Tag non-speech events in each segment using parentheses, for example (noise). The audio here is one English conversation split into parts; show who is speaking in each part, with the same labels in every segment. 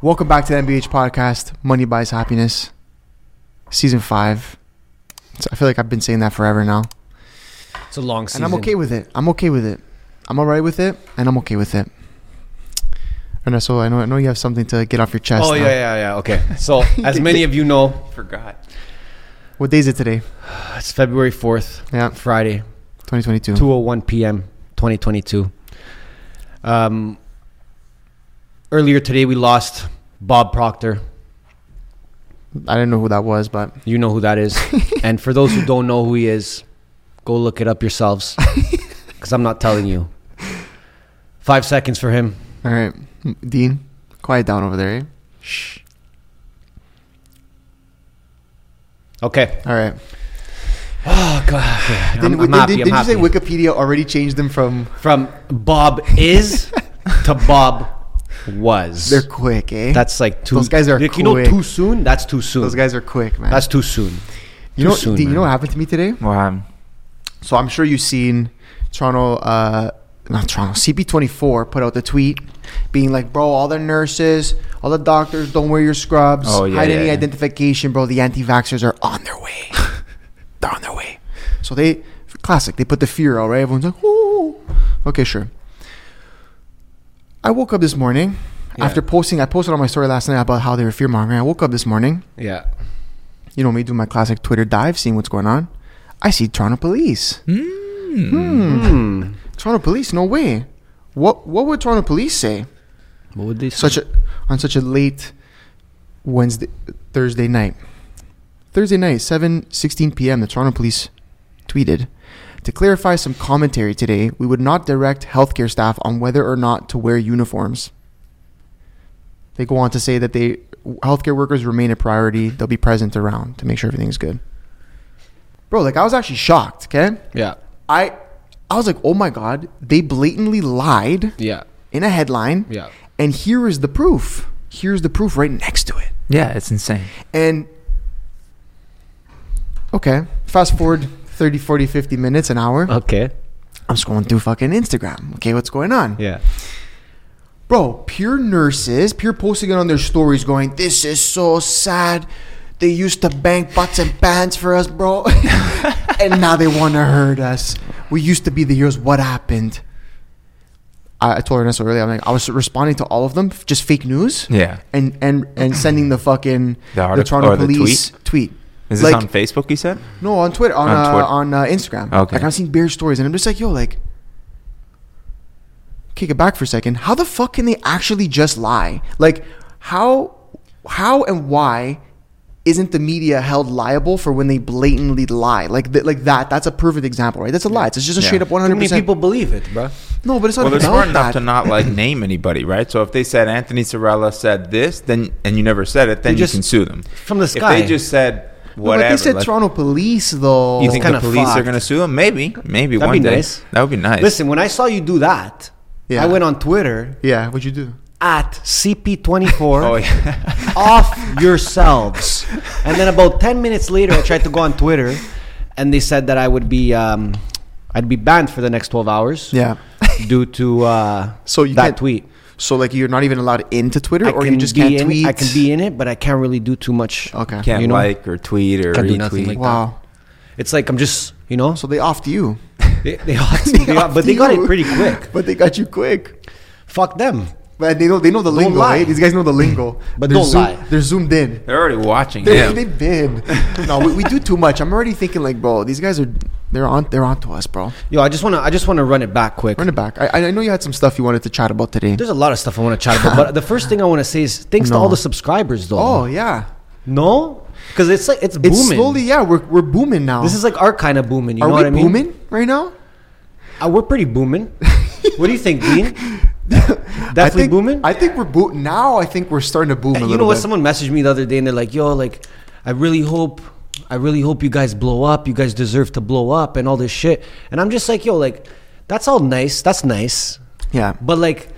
Speaker 1: Welcome back to the MBH podcast, Money Buys Happiness, season five. It's- I feel like I've been saying that forever now.
Speaker 2: It's a long season.
Speaker 1: And I'm okay with it. I'm okay with it. I'm all right with it, and I'm okay with it. Ernesto, I know, I know you have something to get off your chest.
Speaker 2: Oh
Speaker 1: now.
Speaker 2: yeah, yeah, yeah. Okay.
Speaker 1: (laughs)
Speaker 2: So as many of you know, uh,
Speaker 3: Forgot.
Speaker 1: What day is it today?
Speaker 2: it's February fourth, uh,
Speaker 1: Yeah,
Speaker 2: Friday,
Speaker 1: 2022.
Speaker 2: two oh one p.m., twenty twenty two. Um, earlier today we lost Bob Proctor.
Speaker 1: I didn't know who that was, but
Speaker 2: You know who
Speaker 1: (laughs)
Speaker 2: that is. and for those who don't know who he is, go look it
Speaker 1: (laughs)
Speaker 2: up yourselves, because I'm not telling you. Five seconds for him.
Speaker 1: all right, Dean, quiet down over there. Eh?
Speaker 2: Shh. Okay.
Speaker 1: (sighs) All right.
Speaker 2: Oh God. Okay. I'm,
Speaker 1: Didn't-
Speaker 2: I'm
Speaker 1: didn't-
Speaker 2: happy. I'm
Speaker 1: didn't you say
Speaker 2: happy.
Speaker 1: Wikipedia already changed them from?
Speaker 2: from Bob is to Bob was.
Speaker 1: They're quick, eh?
Speaker 2: that's like too.
Speaker 1: Those guys are
Speaker 2: If you know
Speaker 1: quick.
Speaker 2: too soon, that's too soon.
Speaker 1: Those guys are quick, man.
Speaker 2: that's too soon.
Speaker 1: you
Speaker 2: too
Speaker 1: know,
Speaker 2: soon,
Speaker 1: Dean, you know
Speaker 2: man.
Speaker 1: what happened to me today?
Speaker 3: Wow.
Speaker 1: So I'm sure you've seen Toronto, uh, not Toronto, CP24 put out the tweet being like, bro, all the nurses, all the doctors, don't wear your scrubs.
Speaker 3: Oh, yeah,
Speaker 1: Hide
Speaker 3: yeah,
Speaker 1: any
Speaker 3: yeah.
Speaker 1: identification, bro. The anti vaxxers are on their
Speaker 3: (laughs)
Speaker 1: way. They're on their way. So they, classic, they put the fear out, right? Everyone's like, ooh. Okay, sure. I woke up this morning
Speaker 2: Yeah.
Speaker 1: after posting, I posted on my story last night about how they were fear mongering. I woke up this morning,
Speaker 2: Yeah.
Speaker 1: you know me, do my classic Twitter dive, seeing what's going on. I see Toronto police.
Speaker 2: Hmm.
Speaker 1: Toronto police? No way. What what would Toronto police say?
Speaker 2: What would they say?
Speaker 1: Such a on such a late Wednesday Thursday night. Thursday night, seven sixteen p.m. The Toronto police tweeted to clarify some commentary today. We would not direct healthcare staff on whether or not to wear uniforms. They go on to say that they healthcare workers remain a priority. They'll be present around to make sure everything's good. Bro, like I was actually shocked. Okay.
Speaker 2: yeah.
Speaker 1: I I was like, oh my god, they blatantly lied
Speaker 2: Yeah.
Speaker 1: in a headline.
Speaker 2: Yeah.
Speaker 1: And here is the proof. Here's the proof right next to it.
Speaker 3: Yeah, it's insane.
Speaker 1: And okay, fast forward 30, 40, 50 minutes, an hour.
Speaker 2: Okay.
Speaker 1: I'm scrolling through fucking Instagram. Okay, what's going on?
Speaker 2: Yeah.
Speaker 1: Bro, pure nurses, pure posting it on their stories going, this is so sad. They used to bang butts and pants for us, bro. (laughs) and now they want to hurt us. We used to be the heroes. What happened? I, I told Ernesto earlier, I'm like, I was responding to all of them, f- just fake news.
Speaker 3: Yeah.
Speaker 1: And, and, and sending the fucking
Speaker 3: The artic- or the
Speaker 1: tweet.
Speaker 3: Is this
Speaker 1: Like-
Speaker 3: on Facebook? You said.
Speaker 1: No, on Twitter, on,
Speaker 3: On
Speaker 1: uh,
Speaker 3: Twitter.
Speaker 1: on uh, Instagram.
Speaker 3: Okay.
Speaker 1: Like I've seen bear stories, and I'm just like, yo, like, kick it back for a second. How the fuck can they actually just lie? Like, how, how, and why isn't the media held liable for when they blatantly lie? Like, th- like that. That's a perfect example, right? That's a lie. It's just a
Speaker 3: Yeah.
Speaker 1: straight up
Speaker 2: How
Speaker 1: 100.
Speaker 2: many
Speaker 1: percent
Speaker 2: people believe it, bro?
Speaker 1: No, but it's not
Speaker 3: Well, they're
Speaker 1: about
Speaker 3: smart enough
Speaker 1: that.
Speaker 3: to
Speaker 2: (laughs)
Speaker 3: not like name anybody, right? So if they said Anthony Sorella said this, then and you never said it, then
Speaker 2: You
Speaker 3: you,
Speaker 2: just-
Speaker 3: can sue them
Speaker 2: from the
Speaker 3: If
Speaker 2: sky.
Speaker 3: they just said
Speaker 1: No, but
Speaker 3: whatever,
Speaker 1: they said
Speaker 3: like,
Speaker 1: Toronto police though.
Speaker 3: you think the
Speaker 2: kinda
Speaker 3: police are
Speaker 2: fucked.
Speaker 3: going to sue him? Maybe, maybe
Speaker 2: That'd
Speaker 3: one
Speaker 2: be
Speaker 3: day.
Speaker 2: nice.
Speaker 3: That would be nice.
Speaker 2: Listen, when I saw you do that,
Speaker 1: Yeah.
Speaker 2: I went on Twitter
Speaker 1: yeah, what'd you do?
Speaker 2: at CP24. (laughs)
Speaker 3: oh yeah,
Speaker 2: off yourselves. And then about ten minutes later, I tried to go on Twitter, and they said that I would be um, I'd be banned for the next twelve hours.
Speaker 1: Yeah.
Speaker 2: due to uh,
Speaker 1: So you
Speaker 2: that
Speaker 1: can't-
Speaker 2: tweet.
Speaker 1: So like you're not even allowed into Twitter,
Speaker 2: I
Speaker 1: or
Speaker 2: can
Speaker 1: you just
Speaker 2: be
Speaker 1: can't
Speaker 2: in,
Speaker 1: tweet.
Speaker 2: I can be in it, but I can't really do too much.
Speaker 1: okay.
Speaker 3: can't
Speaker 2: You know?
Speaker 3: like or tweet or
Speaker 2: Can't do nothing
Speaker 3: retweet.
Speaker 2: like-
Speaker 1: Wow.
Speaker 2: It's like I'm just you know.
Speaker 1: So they offed you.
Speaker 2: They,
Speaker 1: (laughs)
Speaker 2: they, they- but they got it pretty quick.
Speaker 1: But they got you quick.
Speaker 2: Fuck them.
Speaker 1: But they know they know the lingo.
Speaker 2: lie.
Speaker 1: Right? These guys know the lingo.
Speaker 2: But
Speaker 1: they're
Speaker 2: don't
Speaker 1: zoom-
Speaker 2: lie.
Speaker 1: They're zoomed in.
Speaker 3: They're already watching
Speaker 1: They,
Speaker 3: him.
Speaker 1: They've been.
Speaker 2: (laughs)
Speaker 1: no, we, we do too much. I'm already thinking like, bro, these guys are they're on they're on to us, bro.
Speaker 2: Yo, I just wanna I just wanna run it back quick.
Speaker 1: Run it back. I, I know you had some stuff you wanted to chat about today.
Speaker 2: There's a lot of stuff I want to chat
Speaker 1: (laughs)
Speaker 2: about, but the first thing I want to say is thanks
Speaker 1: No.
Speaker 2: to all the subscribers though.
Speaker 1: Oh yeah,
Speaker 2: no, because it's like it's booming.
Speaker 1: it's slowly yeah we're we're booming now.
Speaker 2: This is like our kind of booming. You
Speaker 1: Oh. are
Speaker 2: know
Speaker 1: we
Speaker 2: what I mean?
Speaker 1: booming right now?
Speaker 2: Uh, we're pretty
Speaker 1: (laughs)
Speaker 2: booming. what do you think, Dean? Definitely
Speaker 1: I think,
Speaker 2: booming.
Speaker 1: I think we're boot now. I think we're starting to boom. a
Speaker 2: you
Speaker 1: little
Speaker 2: know what?
Speaker 1: bit.
Speaker 2: Someone messaged me the other day, and they're like, "Yo, like, I really hope, I really hope you guys blow up. You guys deserve to blow up, and all this shit." And I'm just like, "Yo, like, that's all nice. That's nice, (laughs)
Speaker 1: Yeah,
Speaker 2: but like."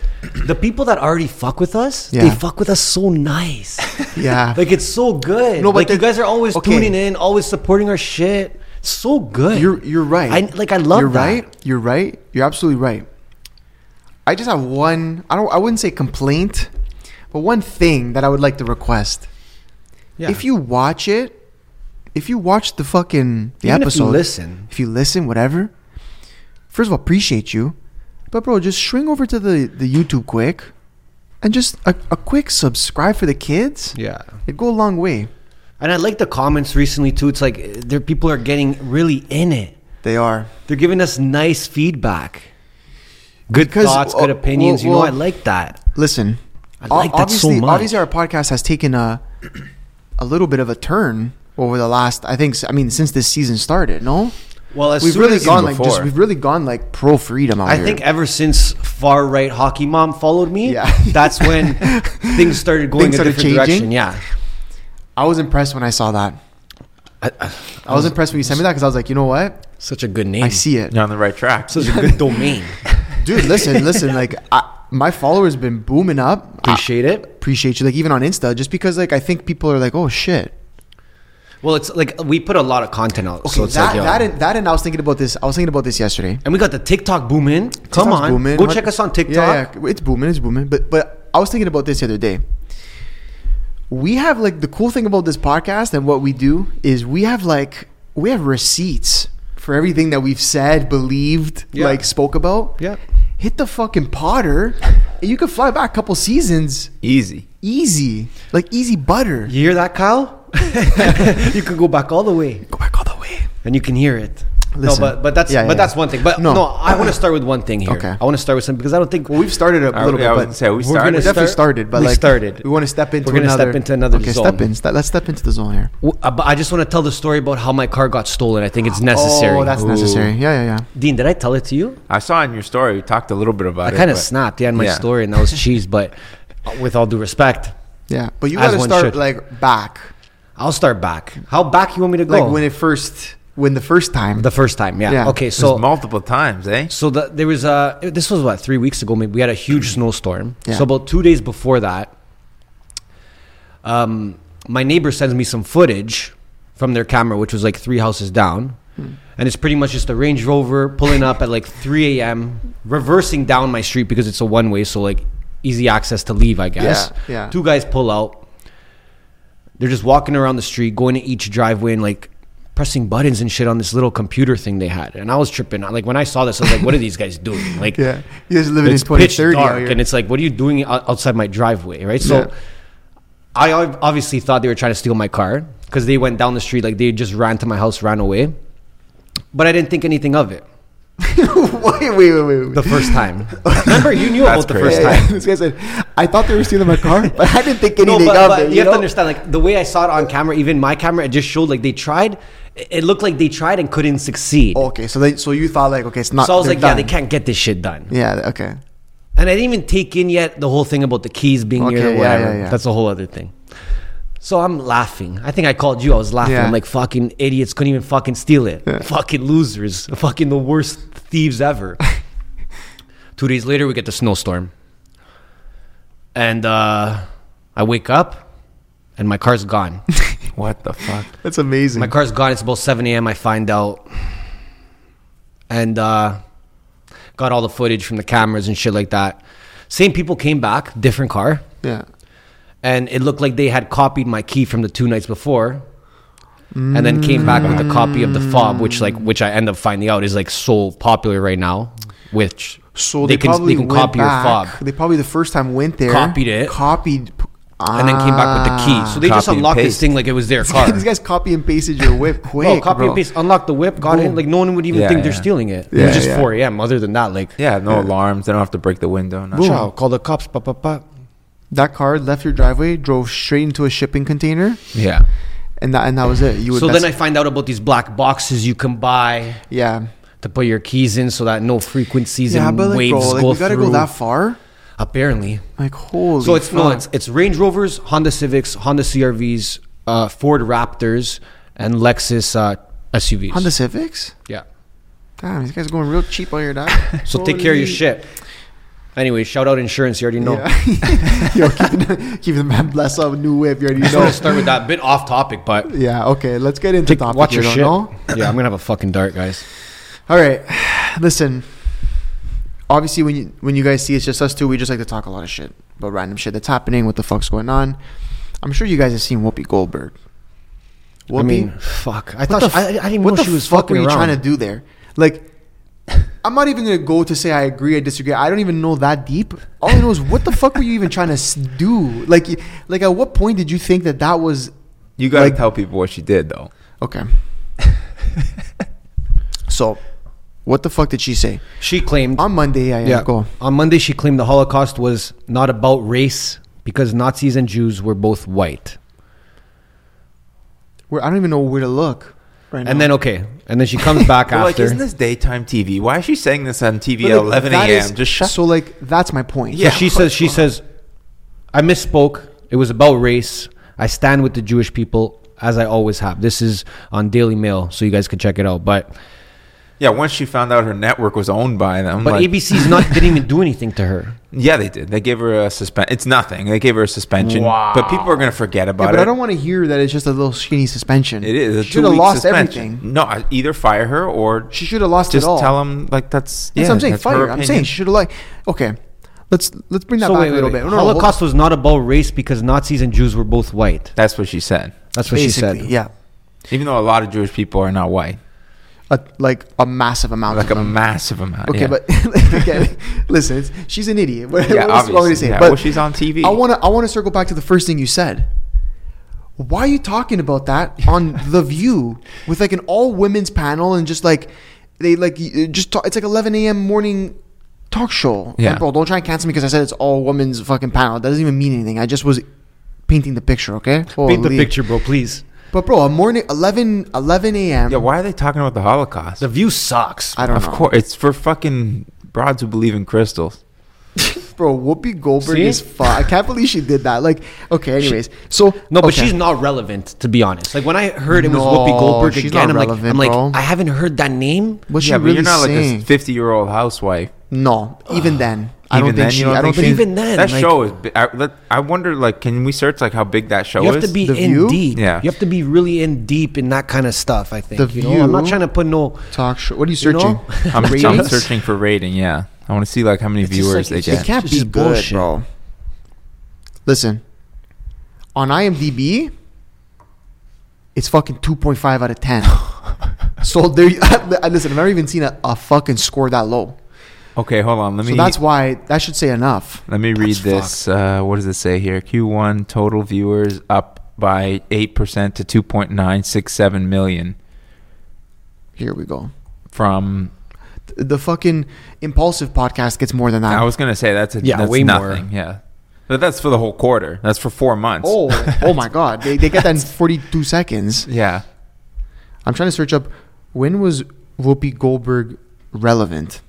Speaker 2: The people that already fuck with us, they
Speaker 1: Yeah.
Speaker 2: fuck with us so nice.
Speaker 1: (laughs) yeah.
Speaker 2: like it's so good.
Speaker 1: No, but
Speaker 2: like you
Speaker 1: the-
Speaker 2: guys are always
Speaker 1: okay.
Speaker 2: tuning in, always supporting our shit. So good.
Speaker 1: You're you're right.
Speaker 2: I like I love
Speaker 1: You're
Speaker 2: that.
Speaker 1: right. You're right. You're absolutely right. I just have one. I don't. I wouldn't say complaint, But one thing that I would like to request:
Speaker 2: Yeah.
Speaker 1: if you watch it, if you watch the fucking the
Speaker 2: Even if you
Speaker 1: episode,
Speaker 2: listen,
Speaker 1: if you listen, whatever. First of all, appreciate you, but bro, just swing over to the the YouTube quick, and just a, a quick subscribe for the kids.
Speaker 2: yeah.
Speaker 1: It'd go a long way.
Speaker 2: And I like the comments recently too. It's like eh, there people are getting really in it.
Speaker 1: They are.
Speaker 2: They're giving us nice feedback, good
Speaker 1: Because-
Speaker 2: thoughts,
Speaker 1: well,
Speaker 2: good opinions.
Speaker 1: well,
Speaker 2: you
Speaker 1: well-
Speaker 2: know, I like that.
Speaker 1: Listen,
Speaker 2: I like
Speaker 1: o-
Speaker 2: that so
Speaker 1: obviously-
Speaker 2: much.
Speaker 1: Obviously, our podcast has taken a a little bit of a turn over the last. I think. s- I mean, since this season started, no,
Speaker 2: Well, as
Speaker 1: we've
Speaker 2: soon
Speaker 1: really
Speaker 2: as-
Speaker 1: gone like just.
Speaker 3: Before.
Speaker 1: We've really gone like pro freedom out
Speaker 2: I
Speaker 1: here.
Speaker 2: think ever since far right hockey mom followed me,
Speaker 1: Yeah.
Speaker 2: that's
Speaker 1: (laughs)
Speaker 2: when things started going
Speaker 1: Things
Speaker 2: a
Speaker 1: started
Speaker 2: different
Speaker 1: changing.
Speaker 2: direction. Yeah.
Speaker 1: I was impressed when I saw that.
Speaker 2: I, I, Mm.
Speaker 1: I was impressed when you sent me that because I was like, you know what,
Speaker 2: such a good name.
Speaker 1: I see it,
Speaker 3: You're on the right track.
Speaker 2: Such a good domain.
Speaker 1: dude. Listen, listen, like I, my followers been booming up. I
Speaker 2: Appreciate it.
Speaker 1: (laughs) appreciate you, like even on Insta, just because like I think people are like, oh shit,
Speaker 2: Well, it's like we put a lot of content out,
Speaker 1: okay,
Speaker 2: so it's
Speaker 1: that
Speaker 2: like, yo.
Speaker 1: that and, that and I was thinking about this. I was thinking about this yesterday.
Speaker 2: and we got the TikTok boom in. Come
Speaker 1: TikTok's
Speaker 2: on,
Speaker 1: booming.
Speaker 2: go
Speaker 1: Hun-
Speaker 2: check us on
Speaker 1: Yeah,
Speaker 2: TikTok.
Speaker 1: Yeah, it's booming. It's booming. But but I was thinking about this the other day. We have like the cool thing about this podcast and what we do is we have like we have receipts for everything that we've said, believed,
Speaker 2: Yeah.
Speaker 1: like spoke about.
Speaker 2: Yeah.
Speaker 1: Hit the fucking Potter, and you can fly back a couple seasons
Speaker 3: Easy.
Speaker 1: easy, like easy butter.
Speaker 2: You hear that, (laughs) Kyle? you can go back all the way,
Speaker 1: Go back all the way.
Speaker 2: and you can hear it.
Speaker 1: Listen.
Speaker 2: no, but but that's
Speaker 1: Yeah, yeah,
Speaker 2: but that's
Speaker 1: yeah.
Speaker 2: one thing. But
Speaker 1: No.
Speaker 2: no, I want to start with one thing here.
Speaker 1: Okay.
Speaker 2: I want to start with something because I don't think
Speaker 1: Well, we've started a
Speaker 3: I,
Speaker 1: little bit,
Speaker 3: I was
Speaker 1: but
Speaker 3: gonna say we
Speaker 2: we're
Speaker 3: started.
Speaker 2: gonna
Speaker 1: we definitely
Speaker 2: start-
Speaker 1: started. But
Speaker 2: we
Speaker 1: like
Speaker 2: started.
Speaker 1: we want to step into.
Speaker 2: We're gonna step
Speaker 1: another,
Speaker 2: into another
Speaker 1: Okay,
Speaker 2: zone.
Speaker 1: step in. St- let's step into the zone here.
Speaker 2: W- uh, but I just want to tell the story about how my car got stolen. I think it's necessary.
Speaker 1: Oh, that's necessary. Yeah, yeah, yeah.
Speaker 2: Dean, did I tell it to you?
Speaker 3: I saw in your story. You talked a little bit about
Speaker 2: I
Speaker 3: it.
Speaker 2: kind of
Speaker 3: but-
Speaker 2: snapped. Yeah, in my
Speaker 3: Yeah.
Speaker 2: story, and that was
Speaker 1: (laughs)
Speaker 2: cheese. But with all due respect,
Speaker 1: Yeah, but you
Speaker 2: As
Speaker 1: gotta
Speaker 2: one
Speaker 1: start
Speaker 2: should.
Speaker 1: like back,
Speaker 2: I'll start back. How back you want me to go?
Speaker 1: like when it first, when the first time.
Speaker 2: Oh. the first time. Yeah.
Speaker 1: Yeah.
Speaker 2: Okay.
Speaker 3: It was
Speaker 2: So
Speaker 3: multiple times, eh?
Speaker 2: So the, there was a. This was what three weeks ago. Maybe we had a huge snowstorm.
Speaker 1: Mm-hmm. Yeah.
Speaker 2: So about two days before that, um, my neighbor sends me some footage from their camera, which was like three houses down,
Speaker 1: Hmm.
Speaker 2: and it's pretty much just a Range Rover pulling up at like three a.m. reversing down my street because it's a one way, so like easy access to leave, I guess.
Speaker 1: yeah.
Speaker 2: Two guys pull out. They're just walking around the street, going to each driveway and like pressing buttons and shit on this little computer thing they had. And I was tripping. Like when I saw this, I was like, "What are these
Speaker 1: (laughs)
Speaker 2: guys doing?"
Speaker 1: (laughs)
Speaker 2: Like,
Speaker 1: yeah, you guys living in
Speaker 2: it's pitch
Speaker 1: 2030 out
Speaker 2: dark,
Speaker 1: here.
Speaker 2: and it's like, "What are you doing o- outside my driveway?" Right. So,
Speaker 1: Yeah.
Speaker 2: I ob- obviously thought they were trying to steal my car because they went down the street, like they just ran to my house, ran away. But I didn't think anything of it
Speaker 1: (laughs) wait, wait, wait, wait. (laughs) wait.
Speaker 2: the first time. Remember, you knew
Speaker 3: That's
Speaker 2: about the first
Speaker 3: crazy.
Speaker 1: Yeah,
Speaker 2: time.
Speaker 1: yeah. (laughs) this guy said, "I thought they were stealing my car, (laughs) but I didn't think anything
Speaker 2: no, but,
Speaker 1: of
Speaker 2: but
Speaker 1: it."
Speaker 2: you,
Speaker 1: You
Speaker 2: have to
Speaker 1: know?
Speaker 2: understand, like the way I saw it on camera, even my camera, it just showed like they tried. It it looked like they tried and couldn't succeed.
Speaker 1: Okay, so they, so you thought like, okay, it's not.
Speaker 2: so I was
Speaker 1: Oh, they're
Speaker 2: like, yeah, they
Speaker 1: done.
Speaker 2: can't get this shit done.
Speaker 1: Yeah, okay.
Speaker 2: And I didn't even take in yet the whole thing about the keys being
Speaker 1: Okay,
Speaker 2: near
Speaker 1: yeah,
Speaker 2: the whatever.
Speaker 1: yeah, yeah.
Speaker 2: That's a whole other thing. So I'm laughing. I think I called you. I was laughing.
Speaker 1: Yeah.
Speaker 2: I'm like, fucking idiots couldn't even fucking steal it.
Speaker 1: Yeah.
Speaker 2: Fucking losers. (laughs) Fucking the worst
Speaker 1: (laughs)
Speaker 2: thieves ever. Two days later, we get the snowstorm. And uh, I wake up and my car's gone.
Speaker 3: What the fuck?
Speaker 1: That's amazing.
Speaker 2: My car's gone. It's about 7 a.m. I find out. And uh, got all the footage from the cameras and shit like that. Same people came back, different car.
Speaker 1: yeah,
Speaker 2: And it looked like they had copied my key from the two nights before. And then came back with a copy of the fob, which like which I end up finding out is like so popular right now. Which
Speaker 1: so they, probably went back. They probably the first time went there,
Speaker 2: Copied it.
Speaker 1: copied, p-
Speaker 2: and then came back with the key.
Speaker 1: uh,
Speaker 2: So they just
Speaker 3: Copy and
Speaker 2: unlocked this
Speaker 3: paste.
Speaker 2: thing like it
Speaker 1: (laughs)
Speaker 2: was their
Speaker 1: Ah.
Speaker 2: car.
Speaker 1: These guys copy and pasted your whip quick.
Speaker 2: Bro, copy
Speaker 1: Oh, bro.
Speaker 2: and paste, unlock the whip, got in.
Speaker 1: Boom.
Speaker 2: Like no one would even
Speaker 3: Yeah,
Speaker 2: think they're
Speaker 3: yeah.
Speaker 2: stealing it. it
Speaker 1: Yeah,
Speaker 2: was just
Speaker 1: yeah.
Speaker 2: 4 a.m. Other than that, like
Speaker 3: Yeah, no alarms. They don't have to break the window. nothing.
Speaker 2: Ciao, call the cops. Pa, pa, pa.
Speaker 1: That car left your driveway, drove straight into a shipping container,
Speaker 2: Yeah.
Speaker 1: and that and that was it. You would
Speaker 2: So then I
Speaker 1: that's-
Speaker 2: find out about these black boxes you can buy
Speaker 1: yeah
Speaker 2: to put your keys in, so that no frequencies
Speaker 1: yeah,
Speaker 2: and
Speaker 1: but like
Speaker 2: waves
Speaker 1: bro,
Speaker 2: go
Speaker 1: like we gotta
Speaker 2: through.
Speaker 1: go that far.
Speaker 2: Apparently,
Speaker 1: Like holy.
Speaker 2: so it's
Speaker 1: fuck.
Speaker 2: no, it's it's Range Rovers, Honda Civics, Honda CRVs, uh, Ford Raptors, and Lexus uh, SUVs.
Speaker 1: Honda Civics.
Speaker 2: yeah.
Speaker 1: Damn, these guys going real cheap on your dog.
Speaker 2: (laughs) So take care of your shit. Anyway, shout out insurance. You already know. (laughs)
Speaker 1: Yeah. (laughs) Yo, keep the, keep the man blessed up new whip. You already
Speaker 2: (laughs) I just want
Speaker 1: know.
Speaker 2: to start with that bit off topic, but
Speaker 1: yeah. Okay. Let's get into
Speaker 2: take,
Speaker 1: topic.
Speaker 2: watch your
Speaker 1: you
Speaker 2: shit.
Speaker 1: don't know? (sighs)
Speaker 2: Yeah, I'm gonna have a fucking dart, guys.
Speaker 1: All right. Listen. obviously when you when you guys see it's just us two, we just like to talk a lot of shit about random shit that's happening, what the fuck's going on. I'm sure you guys have seen Whoopi Goldberg. Whoopi,
Speaker 2: I mean, fuck. I
Speaker 1: what
Speaker 2: thought
Speaker 1: the
Speaker 2: she, I, I didn't even
Speaker 1: what
Speaker 2: know
Speaker 1: the
Speaker 2: she was
Speaker 1: fuck
Speaker 2: fucking
Speaker 1: were you
Speaker 2: around.
Speaker 1: trying to do there? Like, (laughs) I'm not even gonna go to say I agree, I disagree. I don't even know that deep. All I know is what the fuck were you even trying to s- do? Like, y- like at what point did you think that that was
Speaker 3: You gotta
Speaker 1: Like-
Speaker 3: tell people what she did though.
Speaker 1: okay? (laughs) so, what the fuck did she say
Speaker 2: She claimed
Speaker 1: on Monday? I yeah. go.
Speaker 2: On Monday, she claimed the Holocaust was not about race because Nazis and Jews were both white.
Speaker 1: Where I don't even know where to look. Right now.
Speaker 2: And then okay, and then
Speaker 1: (laughs)
Speaker 2: she comes back
Speaker 3: But, like,
Speaker 2: after.
Speaker 3: isn't this daytime TV? Why is she saying this on TV
Speaker 1: But,
Speaker 3: at
Speaker 1: like,
Speaker 3: 11
Speaker 1: that
Speaker 3: a.m.?
Speaker 1: is-
Speaker 3: Just shut.
Speaker 1: So like that's my point.
Speaker 2: So she says she says, I misspoke. It was about race. I stand with the Jewish people as I always have. This is on Daily Mail, so you guys can check it out. But
Speaker 3: yeah, once she found out her network was owned by them,
Speaker 2: but
Speaker 3: like,
Speaker 2: ABC's not didn't even do anything
Speaker 1: (laughs)
Speaker 2: to her.
Speaker 3: yeah, they did. They gave her a suspend. It's nothing. They gave her a suspension. But people are gonna forget about
Speaker 1: Yeah,
Speaker 3: it.
Speaker 1: but I don't want to hear that it's just a little skinny suspension.
Speaker 3: It is. a
Speaker 1: She should have
Speaker 3: two-week
Speaker 1: lost
Speaker 3: suspension.
Speaker 1: everything.
Speaker 3: No, I- either fire her or
Speaker 1: She should have lost
Speaker 3: just
Speaker 1: it all.
Speaker 3: tell them like that's.
Speaker 1: That's
Speaker 3: yeah,
Speaker 1: what I'm saying.
Speaker 3: that's her
Speaker 1: Fire. I'm saying
Speaker 3: opinion.
Speaker 1: she should have like. Okay, let's let's bring that
Speaker 2: So
Speaker 1: back
Speaker 2: wait,
Speaker 1: a
Speaker 2: wait,
Speaker 1: little
Speaker 2: wait.
Speaker 1: bit. No, no, hold-
Speaker 2: Holocaust was not about race because Nazis and Jews were both white.
Speaker 3: That's what she said.
Speaker 2: That's what she
Speaker 1: basically,
Speaker 2: said.
Speaker 1: Yeah,
Speaker 3: Even though a lot of Jewish people are not white,
Speaker 1: a, like a massive amount.
Speaker 3: like
Speaker 1: of
Speaker 3: a
Speaker 1: them.
Speaker 3: massive amount.
Speaker 1: Okay,
Speaker 3: yeah.
Speaker 1: but (laughs) again, listen, it's, she's an idiot. (laughs) What,
Speaker 3: Yeah,
Speaker 1: what else do you want me to
Speaker 3: obviously.
Speaker 1: say?
Speaker 3: Yeah,
Speaker 1: But
Speaker 3: well, she's on TV.
Speaker 1: I want to. I want to circle back to the first thing you said. Why are you talking about that
Speaker 3: (laughs)
Speaker 1: on The View with like an all women's panel and just like they like y- uh, just talk, it's like 11 a.m. morning talk show.
Speaker 3: Yeah.
Speaker 1: And bro, don't try and cancel me because I said it's all women's fucking panel. That doesn't even mean anything. I just was painting the picture. Okay,
Speaker 2: Paint the
Speaker 1: Holy-
Speaker 2: picture, bro, please.
Speaker 1: But bro, a morning 11 11 a.m.
Speaker 3: yeah, why are they talking about the Holocaust?
Speaker 2: The view sucks.
Speaker 1: I don't
Speaker 3: of
Speaker 1: know,
Speaker 3: course, it's for fucking broads who believe in crystals.
Speaker 1: bro. Whoopi Goldberg
Speaker 2: See?
Speaker 1: is fun. I can't believe she did that. Like, okay, anyways. so
Speaker 2: No, but
Speaker 1: okay.
Speaker 2: she's not relevant, to be honest. Like when I heard it was
Speaker 1: No,
Speaker 2: Whoopi Goldberg
Speaker 1: she's
Speaker 2: again,
Speaker 1: not
Speaker 2: I'm like,
Speaker 1: relevant,
Speaker 2: I'm like,
Speaker 1: bro.
Speaker 2: I haven't heard that name.
Speaker 1: What's
Speaker 3: yeah,
Speaker 1: she
Speaker 3: but
Speaker 1: really
Speaker 3: you're not
Speaker 1: saying?
Speaker 3: like a 50 year old housewife.
Speaker 1: No,
Speaker 3: (sighs)
Speaker 1: even then, I don't
Speaker 3: Even then,
Speaker 1: think she.
Speaker 3: you don't
Speaker 1: I don't
Speaker 3: think
Speaker 1: think
Speaker 3: she's-
Speaker 2: Even then,
Speaker 3: that
Speaker 2: like-
Speaker 3: show is. bi- I, let- I wonder, like, can we search like how big that show
Speaker 2: You have
Speaker 3: is?
Speaker 2: to be
Speaker 1: The
Speaker 2: in
Speaker 1: View?
Speaker 2: deep.
Speaker 3: Yeah.
Speaker 2: You have to be really in deep in that kind of stuff. I think.
Speaker 1: The
Speaker 2: you know? I'm not
Speaker 1: View-
Speaker 2: trying to put no.
Speaker 1: talk show. What are you
Speaker 2: You know?
Speaker 1: searching?
Speaker 2: (laughs)
Speaker 3: I'm, I'm
Speaker 1: Ratings?
Speaker 3: searching for rating. Yeah, I want to see like how many
Speaker 2: just like-
Speaker 3: viewers they
Speaker 2: it's
Speaker 1: It
Speaker 3: get.
Speaker 2: just-
Speaker 1: can't
Speaker 2: It's
Speaker 1: be
Speaker 2: just
Speaker 1: good,
Speaker 2: bullshit.
Speaker 1: bro. Listen, on IMDb, it's fucking two point five out of ten.
Speaker 3: (laughs)
Speaker 1: so there, (laughs) you- listen. I've never even seen a, a fucking score that low.
Speaker 3: Okay, hold on. Let me.
Speaker 1: so that's why that should say enough.
Speaker 3: Let me read
Speaker 2: That's
Speaker 3: this. Uh, what does it say here? Q1 total viewers up by 8% to 2.967 million
Speaker 1: Here we go.
Speaker 3: from.
Speaker 1: Th- The fucking impulsive podcast gets more than that.
Speaker 3: I was going to say that's a,
Speaker 2: Uh-huh. Yeah,
Speaker 3: that's
Speaker 2: way more.
Speaker 3: nothing. Yeah. But that's for the whole quarter. That's for four months. (laughs)
Speaker 1: oh, oh my god! They, they get that in forty two seconds.
Speaker 3: Yeah.
Speaker 1: I'm trying to search up when was Whoopi Goldberg relevant.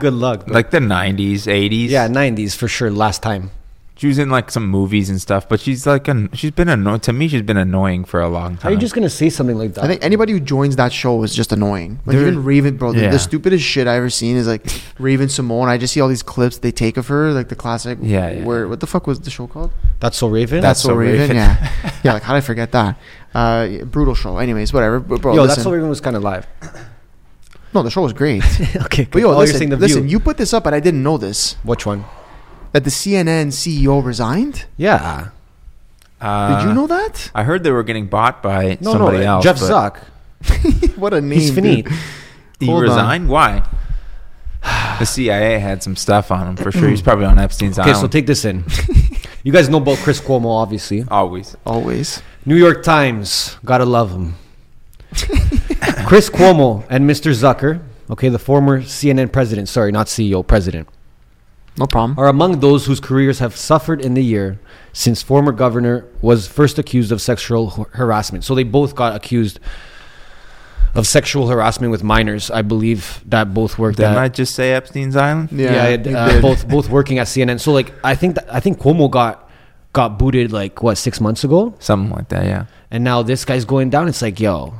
Speaker 2: good luck. Like,
Speaker 3: Like the 90s, 80s.
Speaker 2: yeah, 90s for sure. Last time.
Speaker 3: She was in like some movies and stuff, but she's like, an, she's been annoying. To me, she's been annoying for a long
Speaker 2: How
Speaker 3: time.
Speaker 2: are you just gonna say something like that?
Speaker 1: I think anybody who joins that show is just annoying. Like
Speaker 3: They're-
Speaker 1: even Raven, bro, the- the,
Speaker 3: Yeah.
Speaker 1: stupidest shit I ever seen is like (laughs) Raven Simone. I just see all these clips they take of her, like the classic.
Speaker 3: Yeah, yeah.
Speaker 1: Where what the fuck was the show called?
Speaker 2: that's so Raven.
Speaker 3: That's So Raven. (laughs)
Speaker 1: Yeah, yeah. Like how did I forget that? Uh, yeah, brutal show. Anyways, whatever. But bro,
Speaker 2: yo,
Speaker 1: listen.
Speaker 2: that's so Raven was kind of live.
Speaker 1: no, the show was
Speaker 3: (laughs)
Speaker 1: great.
Speaker 2: (laughs) okay,
Speaker 1: But yo,
Speaker 2: oh, you're
Speaker 1: listen,
Speaker 2: saying the
Speaker 1: listen.
Speaker 2: view.
Speaker 1: You put this up, and I didn't know this
Speaker 2: Which one?
Speaker 1: that the CNN CEO E resigned.
Speaker 2: Yeah.
Speaker 1: Did
Speaker 3: Uh,
Speaker 1: you know that? (laughs)
Speaker 3: I heard they were getting bought by
Speaker 2: No,
Speaker 3: somebody
Speaker 2: no.
Speaker 3: else.
Speaker 2: Jeff
Speaker 3: but
Speaker 2: Zuck.
Speaker 1: what a name.
Speaker 2: He's
Speaker 1: dude.
Speaker 2: finite.
Speaker 3: He
Speaker 1: Hold on.
Speaker 3: resigned? Why? The CIA had some stuff on him for sure. He's probably on Epstein's
Speaker 2: Mm. Okay,
Speaker 3: island.
Speaker 2: so take this in. you guys know about Chris Cuomo, obviously.
Speaker 3: Always.
Speaker 1: Always.
Speaker 2: New York Times, gotta love him. Chris Cuomo and Mr. Zucker, okay, the former CNN president, sorry, not CEO, president,
Speaker 1: No problem.
Speaker 2: are among those whose careers have suffered in the year since former governor was first accused of sexual har- harassment. So they both got accused of sexual harassment with minors. I believe that both worked
Speaker 3: Didn't
Speaker 2: at
Speaker 3: I just say Epstein's Island?
Speaker 2: yeah, it-
Speaker 1: you
Speaker 2: uh,
Speaker 1: did.
Speaker 2: both both working at CNN. So like I think that, I think Cuomo got got booted like what six months ago,
Speaker 3: Something like that, yeah.
Speaker 2: and now this guy's going down. It's like yo,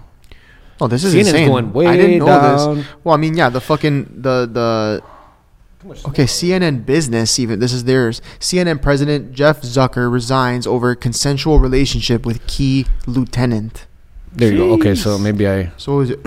Speaker 1: Oh, this is
Speaker 2: CNN is
Speaker 1: insane.
Speaker 2: going way
Speaker 1: I didn't know
Speaker 2: down.
Speaker 1: this. Well, I mean, yeah, the fucking the the. Okay, CNN Business. Even this is theirs. CNN President Jeff Zucker resigns over consensual relationship with key lieutenant.
Speaker 2: There you go. Okay, so
Speaker 1: Jeez.
Speaker 2: maybe I.
Speaker 1: So is it